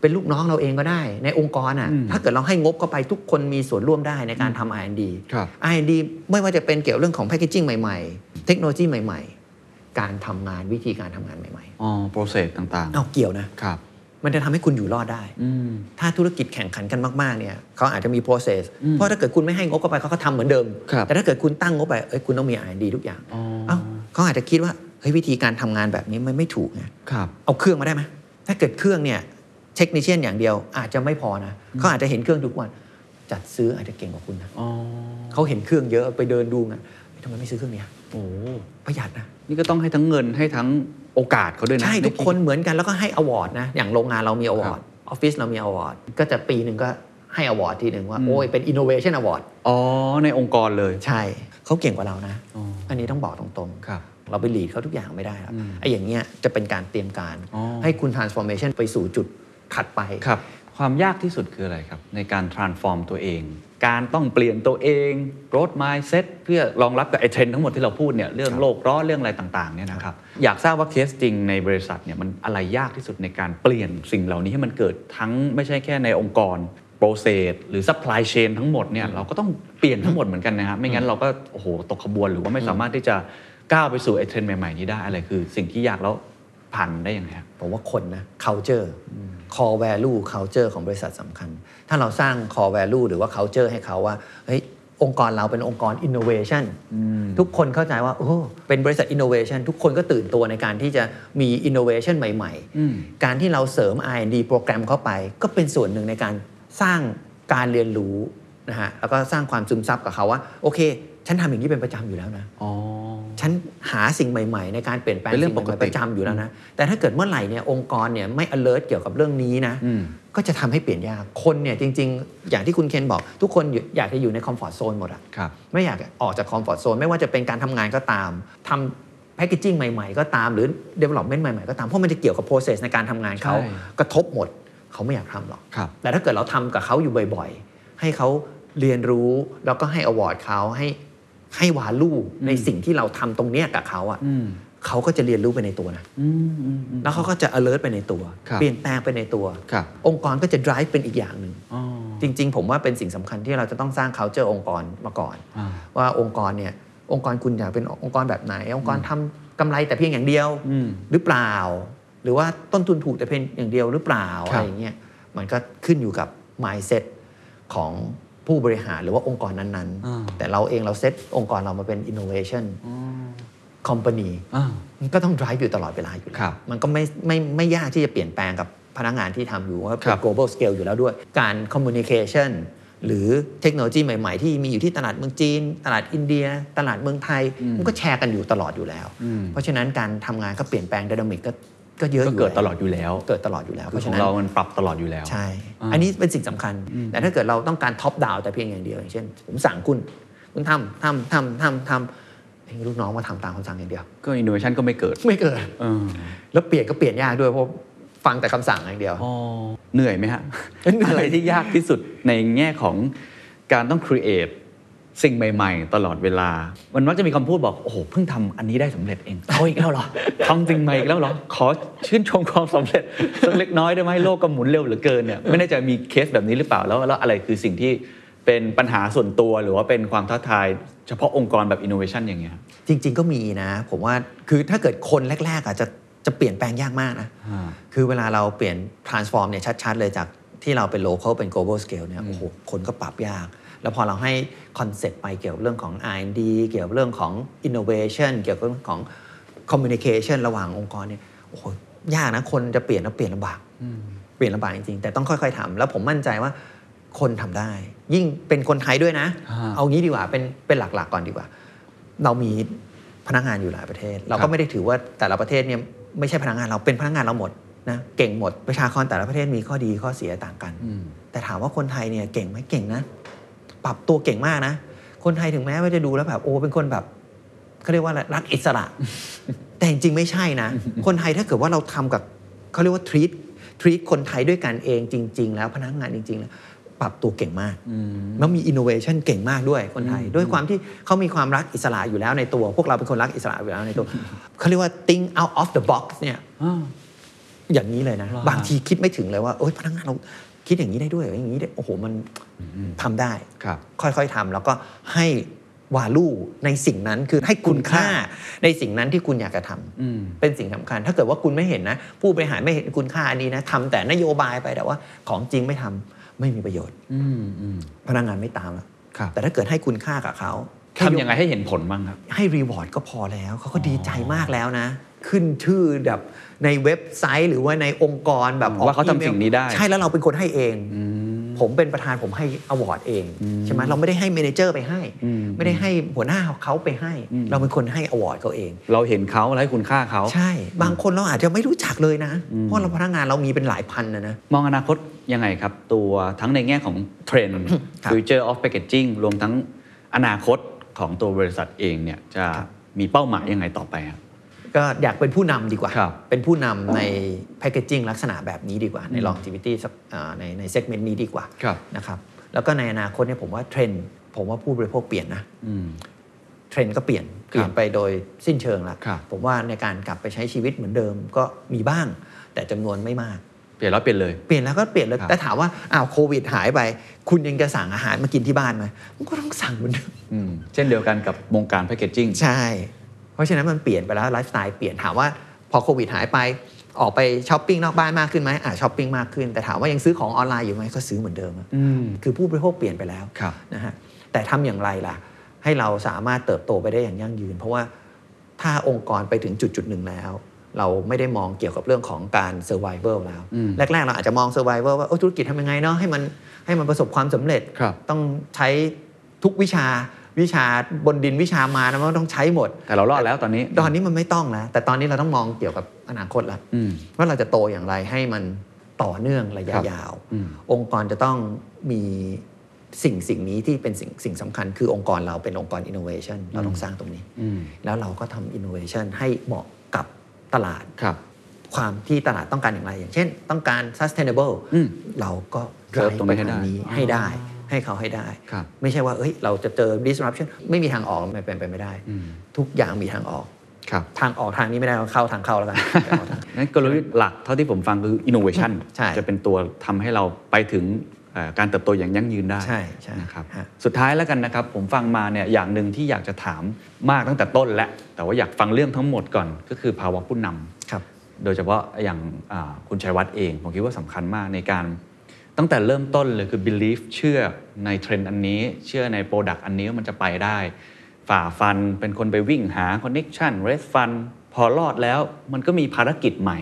S1: เป็นลูกน้องเราเองก็ได้ ในองค์กรอ่ะ
S2: อืม
S1: ถ้าเกิดเราให้งบเข้าไปทุกคนมีส่วนร่วมได้ในการทำ ID
S2: ครับ
S1: ID ไม่ว่าจะเป็นเกี่ยวเรื่องของแพ c เกจิ้งใหม่ ๆ เทคโนโลยีใหม่ ๆ การทำงานวิธีการทำงานใหม่
S2: อ๋อ process ต่าง
S1: ๆ เอาเกี่ยวนะ
S2: ๆ ครับ
S1: มันจะทำให้คุณอยู่รอดได้
S2: อืม
S1: ถ้าธุรกิจแข่งขันกันมาก ๆ เนี่ยเขาอาจจะมี process
S2: อืม
S1: เพราะถ้าเกิดคุณไม่ให้งบเข้าไปเขาก็ทำเหมือนเดิม
S2: ครับ
S1: แต่ถ้าเกิดคุณตั้งงบไปเอ้ยคุณต้องมี ID ทุกอย่าง
S2: อ๋อ
S1: เอ้าเขาอาจจะคิดว่าเฮ้ยวิธีการทำงานแบบนี้มันไม่ถูกไง
S2: ครับ
S1: เอาเครื่องมาได้ไหม ถ้าเกิดเครื่องเนี่ยเทคนิเชียนอย่างเดียวอาจจะไม่พอนะเขาอาจจะเห็นเครื่องทุกวัน จัดซื้ออาจจะเก่งกว่าคุณนะ
S2: อ๋อ
S1: เขาเห็นเครื่องเยอะไปเดินดูไงเฮ้ยทำไมไม่ซื้อเครื่องเนี้ย
S2: โอ้
S1: ประหยัดนะ
S2: นี่ก็ต้องให้ทั้งเงินให้ทั้งโอกาสเขาด้วยนะ
S1: ใช่ทุกคนเหมือนกันแล้วก็ให้อวอร์ดนะอย่างโรงงานเรามีอวอร์ดออฟฟิศเรามีอวอร์ดก็จะปีหนึ่งก็ให้อวอร์ดทีหนึ่งว่าโอ้ยเป็นอินโนเวชันอวอร์ด
S2: อ๋อ ในองค์กรเลย
S1: ใช่เขาเก่งกว่าเรานะ
S2: อ๋อ
S1: อันนี้ต้องบอกตรงๆ
S2: ครับ
S1: เราไปหลีดเขาทุกอย่างไม่ได้ครับ
S2: อืม
S1: ไอ้อย่างเงี้ยจะเป็นการเตรียมการ
S2: อ๋อ
S1: ให้คุณ transformation ไปสู่จุดถัดไป
S2: ครับ ความยากที่สุดคืออะไรครับ ในการ transform ตัวเอง การต้องเปลี่ยนตัวเอง growth mindset เพื่อรองรับกับไอ้เทรนด์ทั้งหมดที่เราพูดเนี่ยเรื่องโลกร้อนเรื่องอะไรต่างๆเนี่ยนะครับ อยากทราบว่าเคสจริงในบริษัทเนี่ยมันอะไรยากที่สุดในการเปลี่ยนสิ่งเหล่านี้ให้มันเกิดทั้งไม่ใช่แค่ในองค์กร process หรือ supply chain ทั้งหมดเนี่ยเราก็ต้องเปลี่ยนทั้งหมดเหมือนกันนะครับไม่งั้นเราก็โอ้โหตกขบวนหรือว่าไม่สามารถที่จะก้าวไปสู่ไอ้เทรนด์ใหม่ๆนี้ได้อะไรคือ สิ่งที่ยากแล้วผ่านได้ยังไงครับ
S1: ผมว่าคนนะ culture core value culture ของบริษัทสำคัญ ถ้าเราสร้าง core value หรือว่า culture ให้เขาว่า เฮ้ย องค์กรเราเป็นองค์กร innovation ทุกคนเข้าใจว่า โอ้ เป็นบริษัท innovation ทุกคนก็ตื่นตัวในการที่จะมี innovation ใหม่
S2: อืม
S1: ๆ การที่เราเสริม R&D โปรแกรมเข้าไป ก็เป็นส่วนหนึ่งในการสร้างการเรียนรู้นะฮะ แล้วก็สร้างความซึมซับกับเขาว่า โอเค ฉันทำอย่างนี้เป็นประจำอยู่แล้วนะ
S2: อ๋อ
S1: ฉันหาสิ่งใหม่ ๆ ในการเปลี่ยนแปลง
S2: เป็นเรื่
S1: สิ่
S2: อง ง
S1: ให
S2: ป
S1: ม่
S2: กติ
S1: ๆประจำอยู่แล้วนะ แต่ถ้าเกิดเมื่อไหร่เนี่ยองค์กรเนี่ยไม่ alert เกี่ยวกับเรื่องนี้นะ
S2: อืม
S1: ก็จะทำให้เปลี่ยนยาก คนเนี่ยจริง ๆ อย่างที่คุณเคนบอก ทุกคนอยู่อยากจะอยู่ในคอมฟอร์ z โซนหมดอะ
S2: ครับ
S1: ไม่อยากออกจากคอมฟอร์ z โซนไม่ว่าจะเป็นการทำงานก็ตามทำแพ c เกจิ้งใหม่ๆ ก็ตามหรือ development ใหม่ ๆ ก็ตาม เพราะมันจะเกี่ยวกับ process ในการทำงานเขา
S2: ใช่
S1: กระทบหมดเขาไม่อยากทำหรอก
S2: ครับ
S1: แต่ถ้าเกิดเราทำกับเขาอยู่บ่อยๆ ให้เขาเรียนรู้แล้วก็ให้อวอร์ดเขาให้ให้วาลูในสิ่งที่เราทำตรงเนี้ยกับเขาอ่ะ
S2: อืม
S1: เขาก็จะเรียนรู้ไปในตัวนะ
S2: อืมอืมอืม
S1: แล้วเขาก็จะ alert ไปในตัว
S2: ครับ
S1: เปลี่ยนแปลงไปในตัว
S2: ครับ
S1: องค์กรก็จะ drive เป็นอีกอย่างหนึ่ง
S2: อ๋อ
S1: จริง ๆ ผมว่าเป็นสิ่งสำคัญที่เราจะต้องสร้าง culture องค์กรมาก่อน
S2: อ่า
S1: ว่าองค์กรเนี่ยองค์กรคุณอยากเป็นองค์กรแบบไหน องค์กรทำกำไรแต่เพียงอย่างเดียว
S2: อืม
S1: หรือเปล่า หรือว่าต้นทุนถูกแต่เพียงอย่างเดียวหรือเปล่า
S2: ครั
S1: อะ
S2: บ
S1: ไรอย่างเงี้ยมันก็ขึ้นอยู่กับ mindset ของผู้บริหารหรือว่าองค์กรนั้นๆ แต่เราเองเราเซตองค์กรเรามาเป็น innovation company
S2: อ่า
S1: มันก็ต้อง drive อยู่ตลอดเวลาอยู่แล้ว
S2: ครับ
S1: มันก็ไม่ไม่ไม่ยากที่จะเปลี่ยนแปลงกับพนักงานที่ทำอยู่ว่า
S2: ค
S1: เป็
S2: รั
S1: น
S2: บ
S1: global scale อยู่แล้วด้วย การ communication หรือเทคโนโลยีใหม่ ๆ ที่มีอยู่ที่ตลาดเมืองจีน ตลาดอินเดีย ตลาดเมืองไทย มันก็แชร์กันอยู่ตลอดอยู่แล้ว
S2: อืม
S1: เพราะฉะนั้นการทำงานก็เปลี่ยนแปลงดินามิกก็ก็เยอะอ
S2: ก็
S1: ยู่
S2: เกิดตลอดอยู่แล้ว
S1: เกิดตลอดอยู่แล้ว
S2: คื
S1: เพ
S2: อ
S1: ราะ
S2: ข
S1: ฉะ
S2: อง
S1: นั้น
S2: เรามันปรับตลอดอยู่แล้ว
S1: ใช่
S2: อ่า
S1: อันนี้เป็นสิ่งสำคัญ แต่ถ้าเกิดเราต้องการท็อปดาวแต่เพียงอย่างเดียวอย่างเช่น ผมสั่งคุณคุณทำทำทำทำทำให้ลูกน้องมาทำตามคำสั่งอย่างเดียว
S2: ก็อินโนเวชันก็ไม่เกิด
S1: ไม่เกิด
S2: เออ
S1: แล้วเปลี่ยนก็เปลี่ยนยากด้วยเพราะฟังแต่คำสั่งอย่างเดียว
S2: อ๋อ เหนื่อยไหมฮะ
S1: เหนื่อย
S2: อะไรที่ยากที่สุดในแง่ของการต้อง create สิ่งใหม่ ๆ ตลอดเวลา มันมักจะมีคำพูดบอก โอ้โห เพิ่งทำอันนี้ได้สำเร็จเอง
S1: เอาอีกแล้วเหรอ
S2: ทำสิ่งใหม่อีกแล้วเหรอ ขอชื่นชมความสำเร็จ สักเล็กน้อยได้ไหมโลกก็หมุนเร็วเหลือเกินเนี่ยไม่แน่ใจมีเคสแบบนี้หรือเปล่าแล้วแล้วอะไรคือสิ่งที่เป็นปัญหาส่วนตัวหรือว่าเป็นความท้าทาย เฉพาะองค์กรแบบอินโนเวชันอย่างเงี้ยครับ
S1: จริง ๆ ก็มีนะ ผมว่าคือถ้าเกิดคนแรก ๆ อาจจะ จะเปลี่ยนแปลงยากมากนะ
S2: อ่า
S1: คือเวลาเราเปลี่ยน transform เนี่ยชัด ๆ เลยจากที่เราเป็น local เป็น global scale เนี่ยโอ้โหคนก็ปรับยาก แล้วพอเราให้คอนเซปต์ไปเกี่ยวกับเรื่องของ R&D เกี่ยวกับเรื่องของ innovation เกี่ยวกับเรื่องของ communication ระหว่างองค์กรเนี่ยโอ้โหยากนะ คนจะเปลี่ยนแล้วเปลี่ยนลำบาก เปลี่ยนลำบากจริง ๆ แต่ต้องค่อย ๆทำแล้วผมมั่นใจว่าคนทำได้ ยิ่งเป็นคนไทยด้วยนะ
S2: อ่า
S1: เอางี้ดีกว่าเป็นเป็นหลักๆก่อนดีกว่า เรามีพนักงานอยู่หลายประเทศ เรา
S2: ครั
S1: ก็
S2: บ
S1: ไม่ได้ถือว่าแต่ละประเทศเนี่ยไม่ใช่พนักงานเราเป็นพนักงานเราหมดนะเก่งหมดประชากรแต่ละประเทศมีข้อดีข้อเสียต่างกัน
S2: อืม
S1: แต่ถามว่าคนไทยเนี่ยเก่งไหมเก่งนะ ปรับตัวเก่งมากนะ คนไทยถึงแม้ว่าจะดูแล้วแบบโอ้เป็นคนแบบเขาเรียกว่าอะไรรักอิสระ แต่จริงๆไม่ใช่ นะ คนไทยถ้าเกิดว่าเราทำกับเขาเรียกว่าทรีตทรีตคนไทยด้วยกันเองจริง ๆ แล้วพนักงานจริงๆแล้วปรับตัวเก่งมาก แล้วมีอินโนเวชันเก่งมากด้วยคนไทย
S2: อืม
S1: ด้วยความที่เขามีความรักอิสระอยู่แล้วในตัว พวกเราเป็นคนรักอิสระอยู่แล้ว ในตัว เขาเรียกว่า think out of the box เนี่ย
S2: อ้าว
S1: อย่างนี้เลยนะ
S2: ว้าว
S1: บางทีคิดไม่ถึงเลยว่าโอ๊ยพนักงานเราคิดอย่างนี้ได้ด้วยเหรออย่างนี้ได้โอ้โหมันทำได้
S2: ครับ
S1: ค่อยๆทำแล้วก็ให้วาลูในสิ่งนั้นคือให้คุณค่าในสิ่งนั้นที่คุณอยากจะทำ
S2: อืม
S1: เป็นสิ่งสำคัญ ถ้าเกิดว่าคุณไม่เห็นนะ ผู้บริหารไม่เห็นคุณค่าอันนี้นะทำแต่นโยบายไปแต่ว่าของจริงไม่ทำไม่มีประโยชน์
S2: อืมอืม
S1: พนักงานไม่ตามแล้ว
S2: ครับ
S1: แต่ถ้าเกิดให้คุณค่ากับเขาแค่
S2: ทำยังไงให้เห็นผลบ้างครับ
S1: ให้รีวอร์ดก็พอแล้ว เขาก็ดีใจมากแล้วนะ ขึ้นชื่อแบบในเว็บไซต์ หรือว่าในองค์กรแบบออก
S2: ว่าเขาทำสิ่งนี้ได้
S1: ใช่แล้วเราเป็นคนให้เอง
S2: อืม
S1: ผมเป็นประธานผมให้อวอร์ดเองใช่ไหมเราไม่ได้ให้เมเนเจอร์ไปให้
S2: อืม
S1: ไม่ได้ให้หัวหน้าเขาไปให้
S2: อืม
S1: เราเป็นคนให้อวอร์ดเขาเอง
S2: เราเห็นเขาเราให้คุณค่าเขา
S1: ใช่ บางคนเราอาจจะไม่รู้จักเลยนะ
S2: อืม
S1: เพราะเราพนักงานเรามีเป็นหลายพันนะนะ
S2: มองอนาคตยังไงครับ ตัวทั้งในแง่ของเท รนด์
S1: ครับ
S2: future of packaging รวมทั้งอนาคตของตัวบริษัทเองเนี่ยจะมีเป้าหมายยังไงต่อไปครับ
S1: ก็อยากเป็นผู้นำดีกว่า
S2: ครับ
S1: เป็นผู้นำในแพ c เกจจิ้งลักษณะแบบนี้ดีกว่า ใน
S2: อืม
S1: longevity สักอ่าในในเซกเมนต์นี้ดีกว่า
S2: ครับ
S1: นะครับแล้วก็ในอนาคตเนี่ยผมว่าเทรนด์ผมว่าผู้บริโภคเปลี่ยนนะ
S2: อืม
S1: เทรนด์ก็เปลี่ยน เปลี่ยนไปโดยสิ้นเชิงละ
S2: ครับ
S1: ผมว่าในการกลับไปใช้ชีวิตเหมือนเดิมก็มีบ้าง แต่จำนวนไม่มาก
S2: เปลี่ยนแล้วเปลี่ยนเลย
S1: เปลี่ยนแล้วก็เปลี่ยนเลย
S2: ครับ
S1: แต่ถามว่าอ้าวโควิดหายไป คุณยังจะสั่งอาหารมากินที่บ้านไหมมันก็ต้องสั่งเหมือนเดิม
S2: อืมเช่นเดียวกันกับวงการแพคเกจจิ้ง
S1: ใช่ เพราะฉะนั้นมันเปลี่ยนไปแล้วไลฟ์สไตล์เปลี่ยนถามว่าพอโควิดหายไปออกไปช้อปปิ้งนอกบ้านมากขึ้นไหมอ่าช้อปปิ้งมากขึ้น แต่ถามว่ายังซื้อของออนไลน์อยู่ไหมก็ซื้อเหมือนเดิมอะ
S2: อืม
S1: คือผู้บริโภคเปลี่ยนไปแล้ว
S2: ครับ
S1: นะฮะแต่ทำอย่างไรล่ะ ให้เราสามารถเติบโตไปได้อย่างยั่งยืน เพราะว่าถ้าองค์กรไปถึงจุดจุดๆหนึ่งแล้ว เราไม่ได้มองเกี่ยวกับเรื่องของการ survival แล้ว
S2: อืม
S1: แรก ๆ เราอาจจะมอง survival ว่าโอ้ธุรกิจทำยังไงเนาะให้มันให้มันประสบความสำเร็จ
S2: ครับ
S1: ต้องใช้ทุกวิชาวิชาบนดินวิชามานะมันต้องใช้หมด
S2: แต่เรารอดแล้วตอนนี้
S1: ตอนนี้มันไม่ต้องแล้ว แต่ตอนนี้เราต้องมองเกี่ยวกับอนาคตแล้ว
S2: อืม
S1: ว่าเราจะโตอย่างไรให้มันต่อเนื่องระยะ
S2: ครับ
S1: ยาว
S2: อืม
S1: องค์กรจะต้องมีสิ่งสิ่งนี้ที่เป็นสิ่งสิ่งสำคัญ คือองค์กรเราเป็นองค์กร innovation เราต้องสร้างตรงนี้
S2: อืม
S1: แล้วเราก็ทำ innovation ให้เหมาะกับตลาด
S2: ครับ
S1: ความที่ตลาดต้องการอย่างไร อย่างเช่น ต้องการ sustainable
S2: อืม
S1: เราก็
S2: Serve
S1: drive
S2: ตรงนี้
S1: ป
S2: ให้ได้
S1: ทานี้
S2: อ๋อ
S1: ให้ได้ ให้เขาให้ได้
S2: ครับ
S1: ไม่ใช่ว่าเอ้ยเราจะเจอ disruption ไม่มีทางออกมันเป็นไปไม่ได้
S2: อืม
S1: ทุกอย่างมีทางออก
S2: ครับ
S1: ทางออกทางนี้ไม่ได้เราเข้าทางเข้า แล้วกัน
S2: งั้นกลยุทธ์หลักเท่าที่ผมฟังคือ innovation
S1: ใช่
S2: จะเป็นตัวทำให้เราไปถึงเอ่อการเติบโตอย่างยั่งยืนได้
S1: ใช่ใช่
S2: นะครับ
S1: ฮะ
S2: สุดท้ายแล้วกันนะครับ ผมฟังมาเนี่ยอย่างหนึ่งที่อยากจะถามมากตั้งแต่ต้นแล้วแต่ว่าอยากฟังเรื่องทั้งหมดก่อนก็คือภาวะผู้นำ
S1: ครับ
S2: โดยเฉพาะอย่างอ่าคุณชัยวัฒน์เอง ผมคิดว่าสำคัญมากในการตั้งแต่เริ่มต้นเลยคือ belief เชื่อในเทรนด์อันนี้ เชื่อในโปรดักต์อันนี้ว่ามันจะไปได้ ฝ่าฟันเป็นคนไปวิ่งหา connection raise fund พอรอดแล้วมันก็มีภารกิจใหม่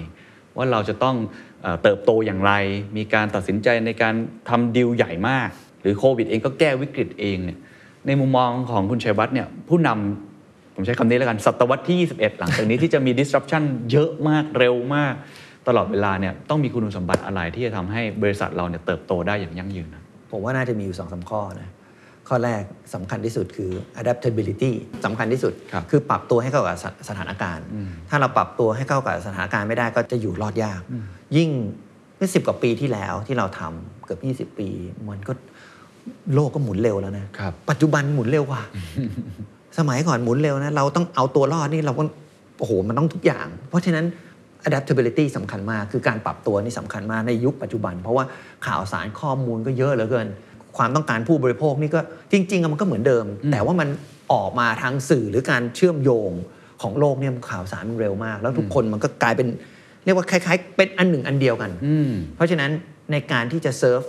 S2: ว่าเราจะต้องเอ่อเติบโตอย่างไร มีการตัดสินใจในการทำดีลใหญ่มาก หรือโควิดเองก็แก้วิกฤตเองเนี่ย ในมุมมองของคุณชัยวัฒน์เนี่ยผู้นำผมใช้คำนี้แล้วกันศตวรรษที่ 21 หลังจากนี้ที่จะมี disruption เยอะมากเร็วมาก ตลอดเวลาเนี่ยต้องมีคุณสมบัติอะไรที่จะทำให้บริษัทเราเนี่ยเติบโตได้อย่างยั่งยืนนะ
S1: ผมว่าน่าจะมีอยู่สองสามข้อนะ ข้อแรกสำคัญที่สุดคือ adaptability สำคัญที่สุด
S2: ครับ
S1: อปรับตัวให้เข้ากับสสถานการณ์ ถ้าเราปรับตัวให้เข้ากับสถานการณ์ไม่ได้ก็จะอยู่รอดยาก ยิ่งเมื่อสิบกว่าปีที่แล้วที่เราทำเกือบ 20 ปี มันก็โลกก็หมุนเร็วแล้วนะ
S2: ครับ
S1: ปัจจุบันหมุนเร็วกว่า สมัยก่อนหมุนเร็วนะ เราต้องเอาตัวรอดนี่เราก็โอ้โหมันต้องทุกอย่าง เพราะฉะนั้น adaptability สำคัญมาก คือการปรับตัวนี่สำคัญมากในยุคปัจจุบัน เพราะว่าข่าวสารข้อมูลก็เยอะเหลือเกิน ความต้องการผู้บริโภคนี่ก็จริงๆอะมันก็เหมือนเดิม แต่ว่ามันออกมาทางสื่อหรือการเชื่อมโยง ของโลกเนี่ยข่าวสารมันเร็วมาก แล้วทุกคนมันก็กลายเป็นเรียกว่าคล้าย ๆ เป็นอันหนึ่งอันเดียวกัน
S2: อืม
S1: เพราะฉะนั้นในการที่จะเซิร์ฟ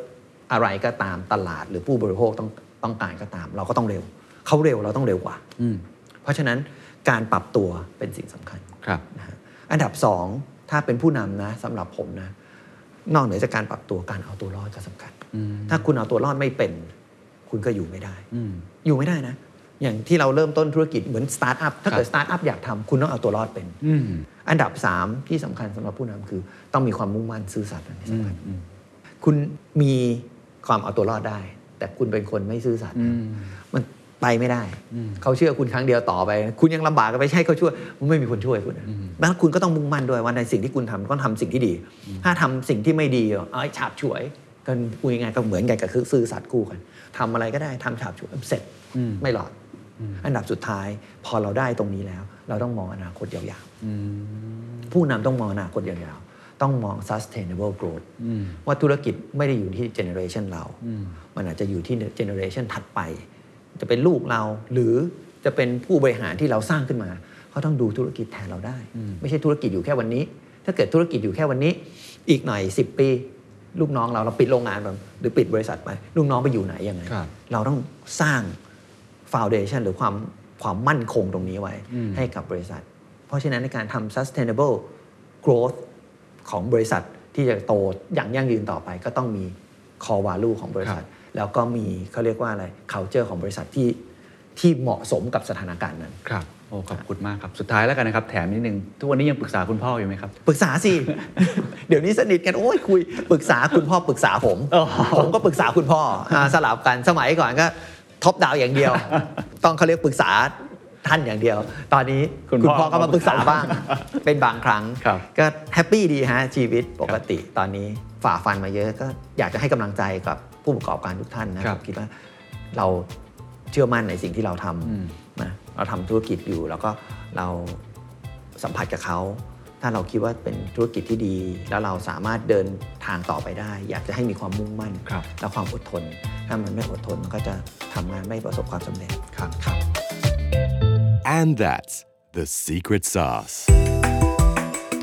S1: อะไรก็ตามตลาดหรือผู้บริโภคต้องต้องการก็ตาม เราก็ต้องเร็วเขาเร็วเราต้องเร็วกว่า
S2: อืม
S1: เพราะฉะนั้นการปรับตัวเป็นสิ่งสำคัญ
S2: ครับ
S1: นะฮะอันดับสองถ้าเป็นผู้นำนะสำหรับผมนะนอกเหนือจากการปรับตัวการเอาตัวรอดก็สำคัญ
S2: อืม
S1: ถ้าคุณเอาตัวรอดไม่เป็น คุณก็อยู่ไม่ได้
S2: อืม
S1: อยู่ไม่ได้นะ อย่างที่เราเริ่มต้นธุรกิจเหมือนสตาร์ทอัพถ้า
S2: ครับ
S1: เกิดสตาร์ทอัพอยากทำคุณต้องเอาตัวรอดเป็น
S2: อืม
S1: อันดับ 3 ที่สำคัญสำหรับผู้นำคือ ต้องมีความมุ่งมั่นซื่อสัตย์อันนี้
S2: อื
S1: สำ
S2: ม
S1: คัญ
S2: อืม
S1: คุณมีความเอาตัวรอดได้ แต่คุณเป็นคนไม่ซื่อสัตย์
S2: อื
S1: นะ
S2: ม
S1: มันไปไม่ได้
S2: อืม
S1: เขาเชื่อคุณครั้งเดียวต่อไป คุณยังลำบากกันไปใช่เขาช่วยมันไม่มีคนช่วยคุณนะ
S2: อืม
S1: ดังนั้นคุณก็ต้องมุ่งมั่นด้วยว่าในสิ่งที่คุณทำก็ทำสิ่งที่ดี ถ้าทำสิ่งที่ไม่ดีเอาไอ้ฉาบฉวยกันคุยยังไงก็เหมือนกันกับคือซื่อสัตย์คู่กันทำอะไรก็ได้ทำฉาบฉวยเสร็จ
S2: อืม
S1: ไม่หลอด
S2: อืม
S1: อันดับสุดท้ายพอเราได้ตรงนี้แล้ว เราต้องมองอนาคตยาวๆ
S2: อืม
S1: ผู้นำต้องมองอนาคตยาวๆ ต้องมอง sustainable growth
S2: อืม
S1: ว่าธุรกิจไม่ได้อยู่ที่ generation เรา
S2: อืม
S1: มันอาจจะอยู่ที่ generation ถัดไป จะเป็นลูกเราหรือจะเป็นผู้บริหารที่เราสร้างขึ้นมา เขาต้องดูธุรกิจแทนเราได้
S2: อืม
S1: ไม่ใช่ธุรกิจอยู่แค่วันนี้ ถ้าเกิดธุรกิจอยู่แค่วันนี้ อีกหน่อย 10 ปี ลูกน้องเราเราปิดโรงงานไปหรือปิดบริษัทไปลูกน้องไปอยู่ไหนยังไง
S2: ครับ
S1: เราต้องสร้าง foundation หรือความความมั่นคงตรงนี้ไว้
S2: อืม
S1: ให้กับบริษัท เพราะฉะนั้นในการทำ sustainable growth ของบริษัทที่จะโตอย่างยั่งยืนต่อไป ก็ต้องมี core value ของบริษัท แล้วก็มีเขาเรียกว่าอะไร culture ของบริษัทที่ที่เหมาะสมกับสถานการณ์นั้น
S2: ครับ โอ้ขอบคุณมากครับ สุดท้ายแล้วกันนะครับ แถมนิดนึง ทุกวันนี้ยังปรึกษาคุณพ่ออยู่ไหมครับ
S1: ปรึกษาสิ เดี๋ยวนี้สนิทกันโอ้ยคุยปรึกษาคุณพ่อปรึกษาผม
S2: อ๋อ
S1: ผมก็ปรึกษาคุณพ่ออ่าสลับกันสมัยก่อนก็ท็อปดาว อย่างเดียว ต้องเขาเรียกปรึกษาท่านอย่างเดียว ตอนนี้
S2: คุณพ่อ
S1: พ่อก็มาปรึกษาบ้าง เป็นบางครั้ง
S2: ครับ
S1: ก็แฮปปี้ดีฮะชีวิตปกติตอนนี้ฝ่าฟันมาเยอะก็อยากจะให้กำลังใจกับผู้ประกอบการทุกท่านนะครับ ผมคิดว่าเราเชื่อมั่นในสิ่งที่เราท
S2: อืม
S1: ำนะเราทำธุรกิจอยู่แล้วก็เรา สัมผัสกับเขา ถ้าเราคิดว่าเป็นธุรกิจที่ดี แล้วเราสามารถเดินทางต่อไปได้ อยากจะให้มีความมุ่งมั่น
S2: ครับ
S1: และความอดทน ถ้ามันไม่อดทนมันก็จะทำงานไม่ประสบความสำเร็จ
S2: ครับ
S3: And that's the secret sauce.
S5: ถ